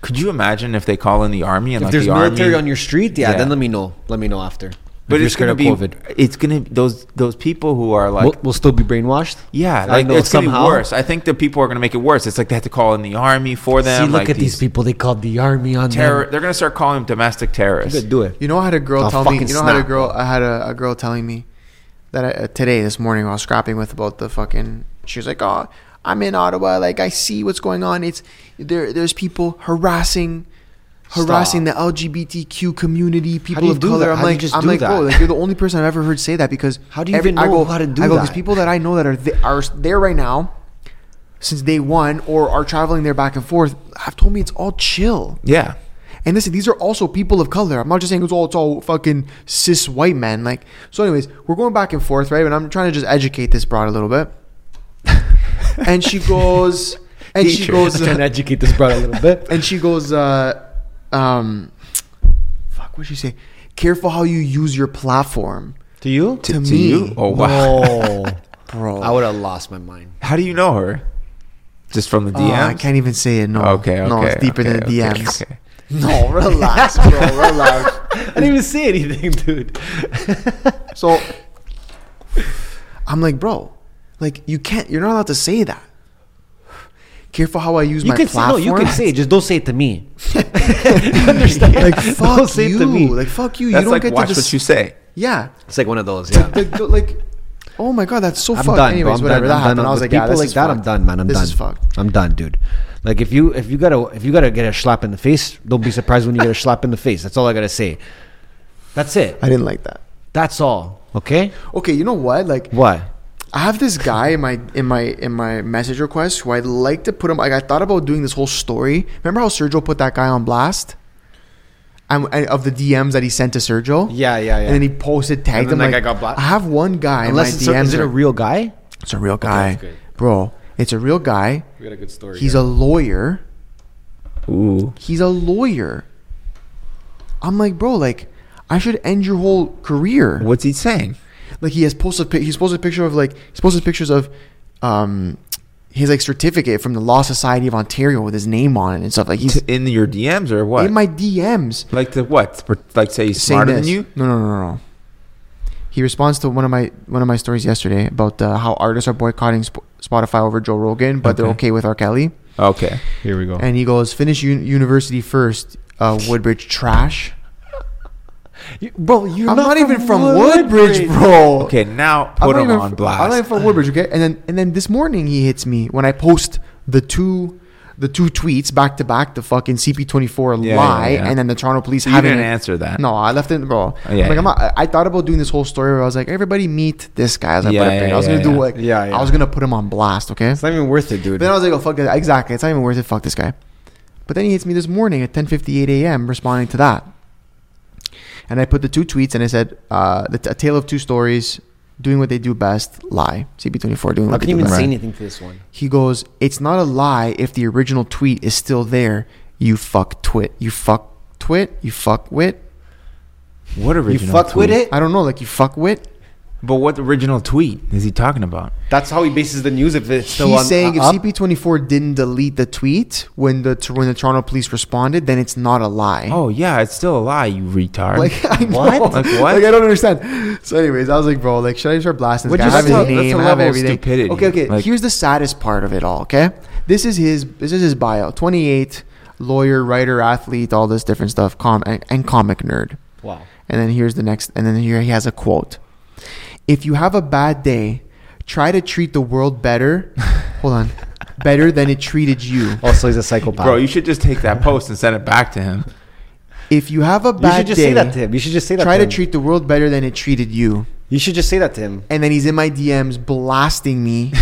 Speaker 3: Could you imagine if they call in the army and
Speaker 2: If
Speaker 3: like
Speaker 2: there's
Speaker 3: the
Speaker 2: military
Speaker 3: army?
Speaker 2: on your street, yeah,
Speaker 3: Yeah.
Speaker 2: then let me know. Let me know after.
Speaker 3: but
Speaker 2: If you're
Speaker 3: it's gonna
Speaker 2: scared
Speaker 3: be.
Speaker 2: of COVID.
Speaker 3: It's gonna those those people who are like.
Speaker 2: we'll, we'll still be brainwashed.
Speaker 3: yeah,
Speaker 2: I
Speaker 3: like
Speaker 2: know,
Speaker 3: it's gonna
Speaker 2: somehow.
Speaker 3: be worse. I think the people are gonna make it worse. It's like they have to call in the army for them.
Speaker 2: See, look
Speaker 3: like
Speaker 2: at these people. They called the army on
Speaker 3: Terror.
Speaker 2: them.
Speaker 3: They're gonna start calling them domestic terrorists.
Speaker 2: Good, do it. (laughs)
Speaker 1: You know, I had a girl
Speaker 2: I'll
Speaker 1: tell me.
Speaker 2: fucking
Speaker 1: You know, I had a
Speaker 2: snap.
Speaker 1: girl. I had a, a girl telling me that I, uh, today, this morning, I was scrapping with about the fucking. She was like, "Oh, I'm in Ottawa. Like, I see what's going on. It's there. There's people harassing harassing the LGBTQ community, people
Speaker 2: you
Speaker 1: of
Speaker 2: do
Speaker 1: color.
Speaker 2: that?
Speaker 1: I'm
Speaker 2: How do you
Speaker 1: like,
Speaker 2: just
Speaker 1: I'm
Speaker 2: do
Speaker 1: like,
Speaker 2: that?
Speaker 1: bro, like, you're the only person I've ever heard say that because
Speaker 2: How do you even
Speaker 1: I
Speaker 2: know
Speaker 1: go,
Speaker 2: how to do
Speaker 1: I go,
Speaker 2: that?
Speaker 1: 'cause people that I know that are th- are there right now since day one or are traveling there back and forth have told me it's all chill.
Speaker 3: Yeah.
Speaker 1: And listen, these are also people of color. I'm not just saying it's all it's all fucking cis white men. Like so, anyways, we're going back and forth, right? And I'm trying to just educate this broad a little bit. (laughs) and she goes, and she
Speaker 3: Teacher.
Speaker 1: goes, uh,
Speaker 2: Trying to educate this brother a little (laughs) bit.
Speaker 1: and she goes, uh, um, fuck, what'd she say? Careful how you use your platform,
Speaker 2: To you?
Speaker 1: To
Speaker 3: to
Speaker 1: me.
Speaker 3: you? Oh wow.
Speaker 2: No.
Speaker 1: bro.
Speaker 2: I would have lost my mind.
Speaker 3: (laughs) How do you know her? Just from the
Speaker 1: Oh,
Speaker 3: DMs?
Speaker 1: I can't even say it. No,
Speaker 3: Okay, okay.
Speaker 1: no, it's deeper
Speaker 3: okay,
Speaker 1: than the
Speaker 3: okay,
Speaker 1: DMs.
Speaker 3: okay.
Speaker 1: No, relax, bro, relax.
Speaker 2: (laughs) I didn't even say anything, (laughs) dude.
Speaker 1: So I'm like, bro, like you can't. You're not allowed to say that. Careful how I use
Speaker 2: You
Speaker 1: my
Speaker 2: can
Speaker 1: platform.
Speaker 2: say no. You can say it. Just don't say it to (laughs) me. You
Speaker 1: (laughs)
Speaker 2: understand?
Speaker 1: like
Speaker 2: (laughs) don't
Speaker 1: fuck
Speaker 2: say
Speaker 1: you.
Speaker 2: it to me.
Speaker 1: Like fuck you.
Speaker 3: That's
Speaker 1: you don't
Speaker 3: like
Speaker 1: get
Speaker 3: watch
Speaker 1: to
Speaker 3: what
Speaker 1: just
Speaker 3: you say.
Speaker 1: yeah.
Speaker 2: it's like one of those. Yeah.
Speaker 1: Like, go- like, oh my god, that's so
Speaker 2: I'm
Speaker 1: fucked.
Speaker 2: done. bro.
Speaker 1: Anyways,
Speaker 2: I'm
Speaker 1: whatever
Speaker 2: done.
Speaker 1: that
Speaker 2: I'm
Speaker 1: happened,
Speaker 2: done
Speaker 1: I was
Speaker 2: with
Speaker 1: like, yeah,
Speaker 2: people
Speaker 1: this
Speaker 2: like
Speaker 1: is
Speaker 2: that, I'm
Speaker 1: fucked.
Speaker 2: done, man. I'm
Speaker 1: this
Speaker 2: done.
Speaker 1: is fucked.
Speaker 2: I'm done, dude. Like if you if you gotta if you gotta get a slap in the face, don't be surprised when you get a slap in the face. That's all I gotta say. That's it.
Speaker 1: I didn't like that.
Speaker 2: That's all. Okay.
Speaker 1: Okay, you know what? Like,
Speaker 2: What?
Speaker 1: I have this guy in my in my in my message request who I'd like to put him. Like, I thought about doing this whole story. Remember how Sergio put that guy on blast? I'm, I, of the DMs that he sent to Sergio.
Speaker 2: Yeah, yeah, yeah.
Speaker 1: And then he posted, tagged
Speaker 3: And then
Speaker 1: him.
Speaker 3: that
Speaker 1: Like,
Speaker 3: guy got blocked?
Speaker 1: I have one guy
Speaker 2: Unless it's
Speaker 1: in my
Speaker 2: a,
Speaker 1: DMs.
Speaker 2: is it a
Speaker 1: are-
Speaker 2: real guy?
Speaker 1: it's a real guy,
Speaker 2: that's great.
Speaker 1: bro. It's a real guy.
Speaker 2: We got a good story.
Speaker 1: He's a lawyer.
Speaker 3: Ooh.
Speaker 1: He's a lawyer. I'm like, bro, like, I should end your whole career.
Speaker 3: What's he saying?
Speaker 1: Like, he has posted, pi- he's posted a picture of like, he's posted pictures of, um, his like certificate from the Law Society of Ontario with his name on it and stuff. Like, he's
Speaker 3: T- in your DMs or what?
Speaker 1: in my DMs
Speaker 3: like to what? For- Like say he's
Speaker 1: saying
Speaker 3: smarter
Speaker 1: this.
Speaker 3: than you?
Speaker 1: No, no, no, no, no. He responds to one of my one of my stories yesterday about uh, how artists are boycotting Sp- Spotify over Joe Rogan, but they're
Speaker 3: Okay. Oh.
Speaker 1: okay with R. Kelly.
Speaker 3: Okay.
Speaker 2: Here we go.
Speaker 1: And he goes, "Finish un- university first, uh, Woodbridge trash."
Speaker 2: bro, you're
Speaker 1: I'm not, even from
Speaker 2: Woodbridge,
Speaker 1: Woodbridge, bro.
Speaker 3: Okay, now
Speaker 1: I'm
Speaker 3: put
Speaker 1: not
Speaker 3: him
Speaker 1: even
Speaker 3: on
Speaker 1: fr- I'm not even
Speaker 3: blast.
Speaker 1: from Woodbridge, okay? And then and then this morning he hits me when I post the two the two tweets back to back, the fucking CP24
Speaker 3: Yeah, yeah,
Speaker 1: lie,
Speaker 3: yeah.
Speaker 1: and then the Toronto police
Speaker 3: You
Speaker 1: having
Speaker 3: didn't
Speaker 1: it.
Speaker 3: answer that.
Speaker 1: No, I left it, bro.
Speaker 3: Oh, yeah,
Speaker 1: like I'm
Speaker 3: yeah.
Speaker 1: not, I- I thought about doing this whole story where I was like, everybody meet this guy. As I,
Speaker 3: Yeah,
Speaker 1: put a pic.
Speaker 3: yeah,
Speaker 1: I was
Speaker 3: yeah,
Speaker 1: gonna do
Speaker 3: yeah.
Speaker 1: like,
Speaker 2: Yeah, yeah.
Speaker 1: I was gonna put him on blast, okay?
Speaker 2: It's not even worth it, dude.
Speaker 1: Then I was like, oh fuck that. Exactly. It's not even worth it. Fuck this guy. But then he hits me this morning at 10:58 a.m. responding to that, and I put the two tweets and I said, uh, the t- "A tale of two stories, doing what they do best, lie." CP24 doing
Speaker 2: I
Speaker 1: what they
Speaker 2: can't
Speaker 1: do
Speaker 2: even
Speaker 1: best.
Speaker 2: say
Speaker 3: Right.
Speaker 2: anything to this one.
Speaker 1: He goes, "It's not a lie if the original tweet is still there. You fuck twit. You fuck twit. You fuck wit.
Speaker 3: What original
Speaker 2: you fuck with
Speaker 3: tweet?
Speaker 2: it.
Speaker 1: I don't know. Like you fuck wit."
Speaker 3: But what original tweet is he talking about?
Speaker 2: That's how he bases the news. If it's still
Speaker 1: He's
Speaker 2: on, uh,
Speaker 1: saying if
Speaker 2: up.
Speaker 1: CP24 didn't delete the tweet when the when the Toronto police responded, then it's not a lie.
Speaker 3: Oh yeah, it's still a lie, you retard.
Speaker 1: Like (laughs) I know.
Speaker 3: What? Like, what?
Speaker 1: Like I don't understand. So, anyways, I was like, bro, like, should I start blasting this
Speaker 3: Which
Speaker 1: guy? I
Speaker 3: is
Speaker 1: have
Speaker 3: still-
Speaker 1: his
Speaker 3: that's
Speaker 1: name,
Speaker 3: a
Speaker 1: I have
Speaker 3: level of
Speaker 1: everything.
Speaker 3: stupidity.
Speaker 1: Okay, okay.
Speaker 3: Like-
Speaker 1: Here's the saddest part of it all. Okay, this is his. This is his bio. Twenty eight, lawyer, writer, athlete, all this different stuff. Com and, and comic nerd.
Speaker 2: wow.
Speaker 1: And then here's the next. And then here he has a quote. If you have a bad day, try to treat the world better.
Speaker 2: (laughs)
Speaker 1: hold on, better than it treated you.
Speaker 2: Also, he's a psychopath.
Speaker 3: Bro, you should just take that post and send it back to him.
Speaker 1: If you have a
Speaker 2: You
Speaker 1: bad
Speaker 2: should just
Speaker 1: day,
Speaker 2: say that to him. You should just say that.
Speaker 1: try to
Speaker 2: him.
Speaker 1: treat the world better than it treated you.
Speaker 2: You should just say that to him.
Speaker 1: and then he's in my DMs blasting me.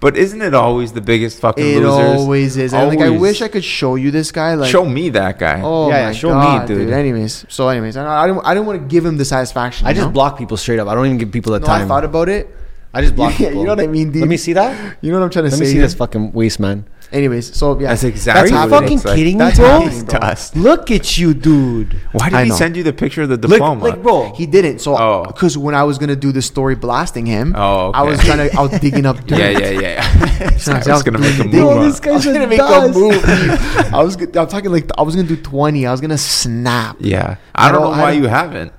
Speaker 3: But isn't it always (laughs) the biggest fucking
Speaker 1: it
Speaker 3: losers?
Speaker 1: always is. And like I
Speaker 3: Always.
Speaker 1: wish I could show you this guy. Like
Speaker 3: show me that guy.
Speaker 1: Oh
Speaker 2: Yeah, yeah,
Speaker 1: my
Speaker 2: show me,
Speaker 1: god,
Speaker 2: dude.
Speaker 1: dude. Anyways, so anyways, I, I don't. I don't want to give him the satisfaction.
Speaker 2: I
Speaker 1: you
Speaker 2: just
Speaker 1: know?
Speaker 2: block people straight up. I don't even give people the
Speaker 1: No,
Speaker 2: time.
Speaker 1: I thought about it.
Speaker 2: I just block
Speaker 1: Yeah, (laughs)
Speaker 2: people.
Speaker 1: you know what I mean, dude.
Speaker 2: Let me see that.
Speaker 1: You know what I'm trying to
Speaker 2: Let
Speaker 1: say?
Speaker 2: me see
Speaker 1: here?
Speaker 2: this fucking waste man.
Speaker 1: Anyways, so yeah,
Speaker 3: That's exactly.
Speaker 1: That's
Speaker 3: what
Speaker 1: how
Speaker 3: it
Speaker 1: fucking
Speaker 3: looks like.
Speaker 2: kidding me,
Speaker 3: That's
Speaker 2: bro?
Speaker 3: how he's to
Speaker 1: Bro.
Speaker 3: us.
Speaker 2: Look at you, dude.
Speaker 3: Why did
Speaker 1: I
Speaker 3: he
Speaker 1: know.
Speaker 3: send you the picture of the
Speaker 2: Look,
Speaker 3: diploma?
Speaker 2: like, bro.
Speaker 1: He didn't. So
Speaker 3: Oh.
Speaker 1: because when I was gonna do the story blasting him,
Speaker 3: Oh,
Speaker 1: I was
Speaker 3: okay.
Speaker 1: trying to. I was digging up. dirt.
Speaker 3: (laughs) yeah, yeah,
Speaker 1: (laughs)
Speaker 3: yeah. I was gonna make a move.
Speaker 2: Bro,
Speaker 3: on
Speaker 2: this
Speaker 3: it.
Speaker 2: guy's
Speaker 1: I was
Speaker 2: a
Speaker 1: gonna make
Speaker 2: dust.
Speaker 1: a move. (laughs) I was. I'm talking like I was gonna do 20. I was gonna snap.
Speaker 3: Yeah, I
Speaker 1: I
Speaker 3: don't
Speaker 1: don't-
Speaker 3: know
Speaker 1: I
Speaker 3: why
Speaker 1: don't-
Speaker 3: you haven't.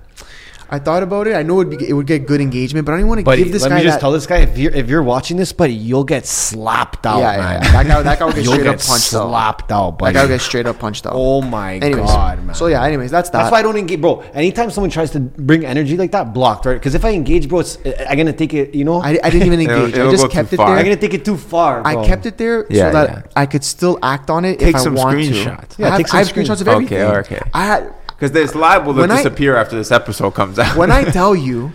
Speaker 1: I thought about it. I know it would be, it would get good engagement, but I don't want to
Speaker 2: Buddy,
Speaker 1: give this
Speaker 2: let
Speaker 1: guy
Speaker 2: me just
Speaker 1: that.
Speaker 2: tell this guy if you're if you're watching this, buddy, you'll get slapped out,
Speaker 1: yeah, yeah,
Speaker 2: man.
Speaker 1: yeah. that guy that guy
Speaker 2: (laughs)
Speaker 1: would get
Speaker 2: You'll
Speaker 1: straight
Speaker 2: get
Speaker 1: up punched out.
Speaker 2: slapped out,
Speaker 1: That
Speaker 2: buddy.
Speaker 1: guy would get straight up punched out.
Speaker 2: oh my
Speaker 1: anyways,
Speaker 2: god, man.
Speaker 1: So yeah, anyways, that's that.
Speaker 2: That's why I don't engage, bro. Anytime someone tries to bring energy like that, blocked, right? Because if I engage, bro, it's I'm gonna take it. You know,
Speaker 1: I, I didn't even
Speaker 3: (laughs) It'll-
Speaker 1: engage. I
Speaker 3: it'll go
Speaker 1: just
Speaker 3: too
Speaker 1: kept it
Speaker 3: far.
Speaker 2: I'm
Speaker 1: there.
Speaker 2: gonna take it too far. Bro.
Speaker 1: I kept it there so
Speaker 3: Yeah,
Speaker 1: that
Speaker 3: yeah.
Speaker 1: I could still act on it
Speaker 3: Take
Speaker 1: if
Speaker 3: some
Speaker 1: I want
Speaker 3: screenshots.
Speaker 1: to.
Speaker 2: Yeah,
Speaker 1: I have,
Speaker 2: take some
Speaker 1: I have screenshots of
Speaker 3: screenshots.
Speaker 1: everything.
Speaker 3: Okay, okay.
Speaker 1: I had,
Speaker 3: Because there's liable to
Speaker 1: When I-
Speaker 3: disappear after this episode comes out. (laughs)
Speaker 1: when I tell you,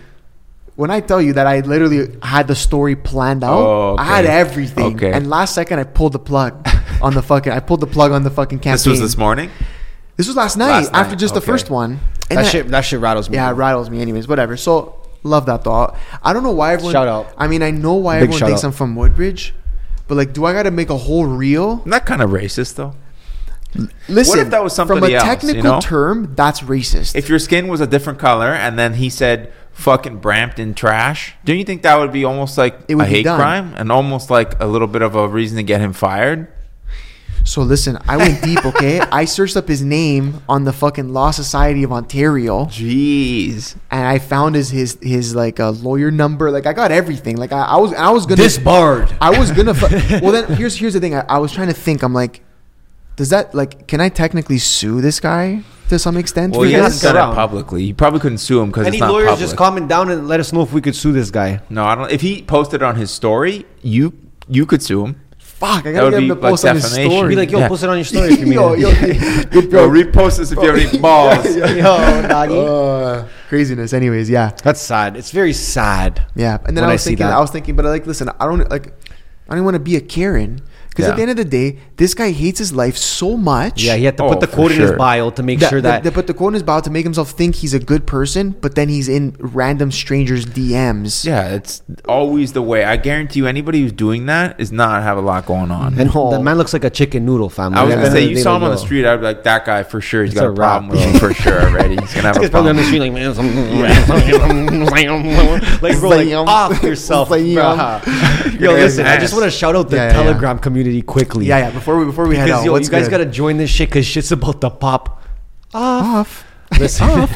Speaker 1: when I tell you that I literally had the story planned out,
Speaker 3: Oh, okay.
Speaker 1: I had everything,
Speaker 3: Okay.
Speaker 1: and last second I pulled the plug on the fucking. I pulled the plug on the fucking campaign.
Speaker 3: this was this morning.
Speaker 1: This was last night
Speaker 3: Last night,
Speaker 1: after just the
Speaker 3: okay.
Speaker 1: first one. And
Speaker 2: That
Speaker 1: I-
Speaker 2: shit. That shit rattles me.
Speaker 1: Yeah, it rattles me. Anyways, whatever. So love that thought. I don't know why everyone.
Speaker 2: Shout out.
Speaker 1: I mean, I know why
Speaker 2: Big
Speaker 1: everyone
Speaker 2: shout
Speaker 1: thinks
Speaker 2: out.
Speaker 1: I'm from Woodbridge, but like, do I got to make a whole reel?
Speaker 3: Not kind of racist though.
Speaker 1: Listen,
Speaker 3: that was
Speaker 1: from
Speaker 3: somebody
Speaker 1: a
Speaker 3: else, you
Speaker 1: technical
Speaker 3: know?
Speaker 1: term? That's racist.
Speaker 3: If your skin was a different color and then he said fucking Brampton trash, don't you think that would be almost like
Speaker 1: It would
Speaker 3: a
Speaker 1: be
Speaker 3: hate
Speaker 1: done.
Speaker 3: crime and almost like a little bit of a reason to get him fired?
Speaker 1: so listen, I went deep.
Speaker 3: (laughs)
Speaker 1: Okay, I searched up his name on the fucking Law Society of Ontario,
Speaker 3: Jeez.
Speaker 1: and I found his his his like a lawyer number. Like I got everything. Like I, I was I was gonna
Speaker 2: Disbarred.
Speaker 1: I was gonna. Fu- well, then here's here's the thing. I, I was trying to think. I'm like, does that like can I technically sue this guy to some extent?
Speaker 3: Well,
Speaker 1: for
Speaker 3: he
Speaker 2: you
Speaker 1: this?
Speaker 3: hasn't
Speaker 2: gotta
Speaker 3: done
Speaker 2: go
Speaker 3: it
Speaker 2: down.
Speaker 3: publicly. You probably couldn't sue him because it's
Speaker 2: Any
Speaker 3: not
Speaker 2: lawyers
Speaker 3: public.
Speaker 2: just comment down and let us know if we could sue this guy.
Speaker 3: no, I don't. If he posted on his story, you you could sue him.
Speaker 1: Fuck, I
Speaker 3: That
Speaker 1: gotta
Speaker 3: would
Speaker 1: get him
Speaker 3: be
Speaker 1: to
Speaker 3: like
Speaker 1: post on his
Speaker 3: defamation.
Speaker 1: story.
Speaker 2: Be like, yo,
Speaker 3: Yeah.
Speaker 2: post it on your story if you
Speaker 1: (laughs)
Speaker 2: mean
Speaker 1: Yo,
Speaker 2: it.
Speaker 1: yo, (laughs) good
Speaker 3: Yo,
Speaker 1: bro.
Speaker 3: repost this if you have
Speaker 1: (laughs)
Speaker 3: any
Speaker 2: (laughs)
Speaker 3: balls.
Speaker 2: yo, (laughs) doggy.
Speaker 1: Uh, craziness. Anyways, yeah,
Speaker 2: That's sad. It's very sad.
Speaker 1: yeah. And then I
Speaker 2: When I
Speaker 1: was
Speaker 2: see
Speaker 1: thinking,
Speaker 2: that.
Speaker 1: I was thinking, but like, listen, I don't like, I don't want to be a Karen because
Speaker 3: Yeah.
Speaker 1: at the end of the day, this guy hates his life so much.
Speaker 2: Yeah, he had to
Speaker 3: Oh,
Speaker 2: put the
Speaker 3: for
Speaker 2: quote in his
Speaker 3: sure.
Speaker 2: bio to make sure that. (laughs)
Speaker 1: they put the quote in his bio to make himself think he's a good person, but then he's in random strangers' DMs.
Speaker 3: Yeah, it's always the way. I guarantee you, anybody who's doing that is not have a lot going on.
Speaker 2: and
Speaker 1: No.
Speaker 2: the man looks like a chicken noodle family.
Speaker 3: I was
Speaker 2: At the end
Speaker 3: gonna
Speaker 2: of
Speaker 3: say
Speaker 2: the
Speaker 3: you
Speaker 2: day,
Speaker 3: saw
Speaker 2: like,
Speaker 3: him on the
Speaker 2: yo.
Speaker 3: street. I'd be like, that guy for sure. He's
Speaker 2: It's
Speaker 3: got
Speaker 2: a
Speaker 3: a problem
Speaker 2: wrap,
Speaker 3: with him for sure already. He's (laughs) gonna have a
Speaker 2: This guy's probably on the
Speaker 3: problem.
Speaker 2: street like, man, some- (laughs) like bro, like
Speaker 1: Zayum. (laughs)
Speaker 2: off yourself,
Speaker 1: Zayum. (laughs)
Speaker 2: bruh. Yo,
Speaker 3: Get his
Speaker 2: listen, I just
Speaker 3: ass.
Speaker 2: want to shout out the
Speaker 1: Yeah, yeah, yeah.
Speaker 2: Telegram community quickly.
Speaker 1: yeah, yeah. Before we before we head
Speaker 2: Because
Speaker 1: out,
Speaker 2: yo,
Speaker 1: what's
Speaker 2: you guys
Speaker 1: good?
Speaker 2: gotta join this shit because shit's about to pop Ah. off.
Speaker 1: off.
Speaker 2: (laughs) Listen,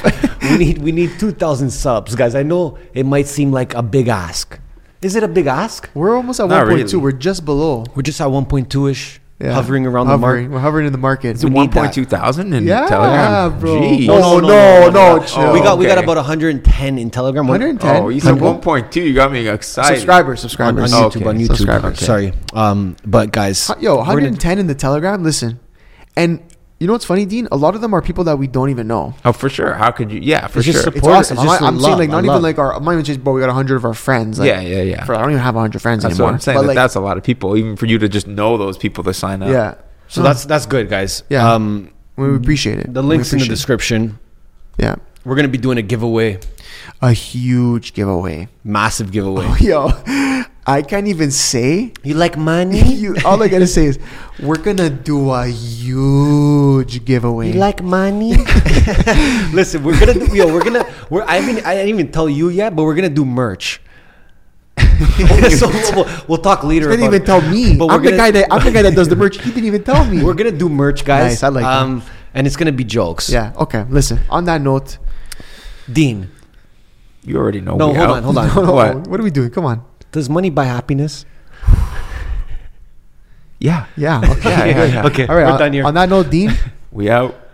Speaker 2: we need we need two thousand subs, guys. I know it might seem like a big ask. Is it a big ask?
Speaker 1: We're almost at 1.2.
Speaker 3: Not really.
Speaker 1: We're just below.
Speaker 2: We're just at one point two ish,
Speaker 1: Yeah.
Speaker 2: hovering around
Speaker 1: Hovering.
Speaker 2: the mark.
Speaker 1: We're hovering in the market.
Speaker 3: Is it
Speaker 2: We
Speaker 3: one
Speaker 2: need that.
Speaker 3: point two thousand in
Speaker 1: Yeah,
Speaker 3: Telegram?
Speaker 1: bro.
Speaker 3: Jeez.
Speaker 1: No, Oh, no, no, no, chill.
Speaker 2: We got we got
Speaker 3: Okay.
Speaker 2: about one hundred and ten in Telegram. We're-
Speaker 1: 110.
Speaker 3: Oh, you said
Speaker 1: Hundred-
Speaker 3: one point two. You got me excited.
Speaker 1: subscribers,
Speaker 2: on, on
Speaker 1: subscribers.
Speaker 2: YouTube,
Speaker 3: Okay,
Speaker 2: on YouTube.
Speaker 3: subscribers.
Speaker 2: Sorry, um, but guys,
Speaker 1: Hu- Yo,
Speaker 2: we're gonna-
Speaker 1: 110 in the Telegram. Listen, and you know what's funny, Dean? A lot of them are people that we don't even know.
Speaker 3: Oh, for sure. How could you? Yeah, for
Speaker 2: It's
Speaker 3: sure.
Speaker 2: just
Speaker 1: It's
Speaker 2: Support
Speaker 1: awesome.
Speaker 2: is
Speaker 1: I'm,
Speaker 2: just
Speaker 1: I'm
Speaker 2: love,
Speaker 1: saying like not
Speaker 2: I
Speaker 1: even
Speaker 2: love.
Speaker 1: like our. I'm not even just, bro. We got 100 of our friends. Like,
Speaker 3: yeah, yeah, yeah.
Speaker 1: For, I don't even have 100 friends
Speaker 3: That's
Speaker 1: anymore.
Speaker 3: what I'm saying.
Speaker 1: But,
Speaker 3: Like,
Speaker 1: like,
Speaker 3: that's uh, a lot of people, even for you to just know those people to sign up.
Speaker 1: yeah.
Speaker 2: so that's that's good, guys.
Speaker 1: Yeah.
Speaker 2: Um,
Speaker 1: (laughs) we appreciate it.
Speaker 2: the
Speaker 1: We
Speaker 2: links in the
Speaker 1: appreciate it.
Speaker 2: description.
Speaker 1: Yeah,
Speaker 2: We're gonna be doing a giveaway,
Speaker 1: a huge giveaway. (laughs)
Speaker 2: massive giveaway.
Speaker 1: Yo, I can't even say.
Speaker 2: You like (laughs) money?
Speaker 1: You, all I gotta say is we're gonna do a huge giveaway.
Speaker 2: money? (laughs) Listen, we're gonna do, yo, we're gonna we're I mean I didn't even tell you yet, but we're gonna
Speaker 1: (laughs)
Speaker 2: do merch. so we'll, we'll, we'll talk later.
Speaker 1: You didn't
Speaker 2: about
Speaker 1: even
Speaker 2: it.
Speaker 1: tell me.
Speaker 2: But we're
Speaker 1: I'm the
Speaker 2: gonna-
Speaker 1: guy that I'm the guy that
Speaker 2: (laughs)
Speaker 1: does the merch. He didn't even tell me.
Speaker 2: We're gonna do merch, guys.
Speaker 1: Nice, I like that.
Speaker 2: um, and it's gonna be jokes.
Speaker 1: yeah. Okay. Listen. On that note,
Speaker 2: (laughs) Dean,
Speaker 3: You already know.
Speaker 2: No,
Speaker 3: we
Speaker 2: hold
Speaker 3: out.
Speaker 2: on,
Speaker 3: (laughs)
Speaker 2: hold on.
Speaker 1: no, no,
Speaker 3: What?
Speaker 1: what are we doing? Come on.
Speaker 2: does money buy happiness?
Speaker 3: Yeah.
Speaker 1: Yeah. Okay.
Speaker 3: Yeah, yeah, yeah.
Speaker 2: Okay, (laughs)
Speaker 3: (laughs)
Speaker 1: All right.
Speaker 2: we're
Speaker 1: on,
Speaker 2: done here.
Speaker 1: on that note, Dean.
Speaker 3: We out.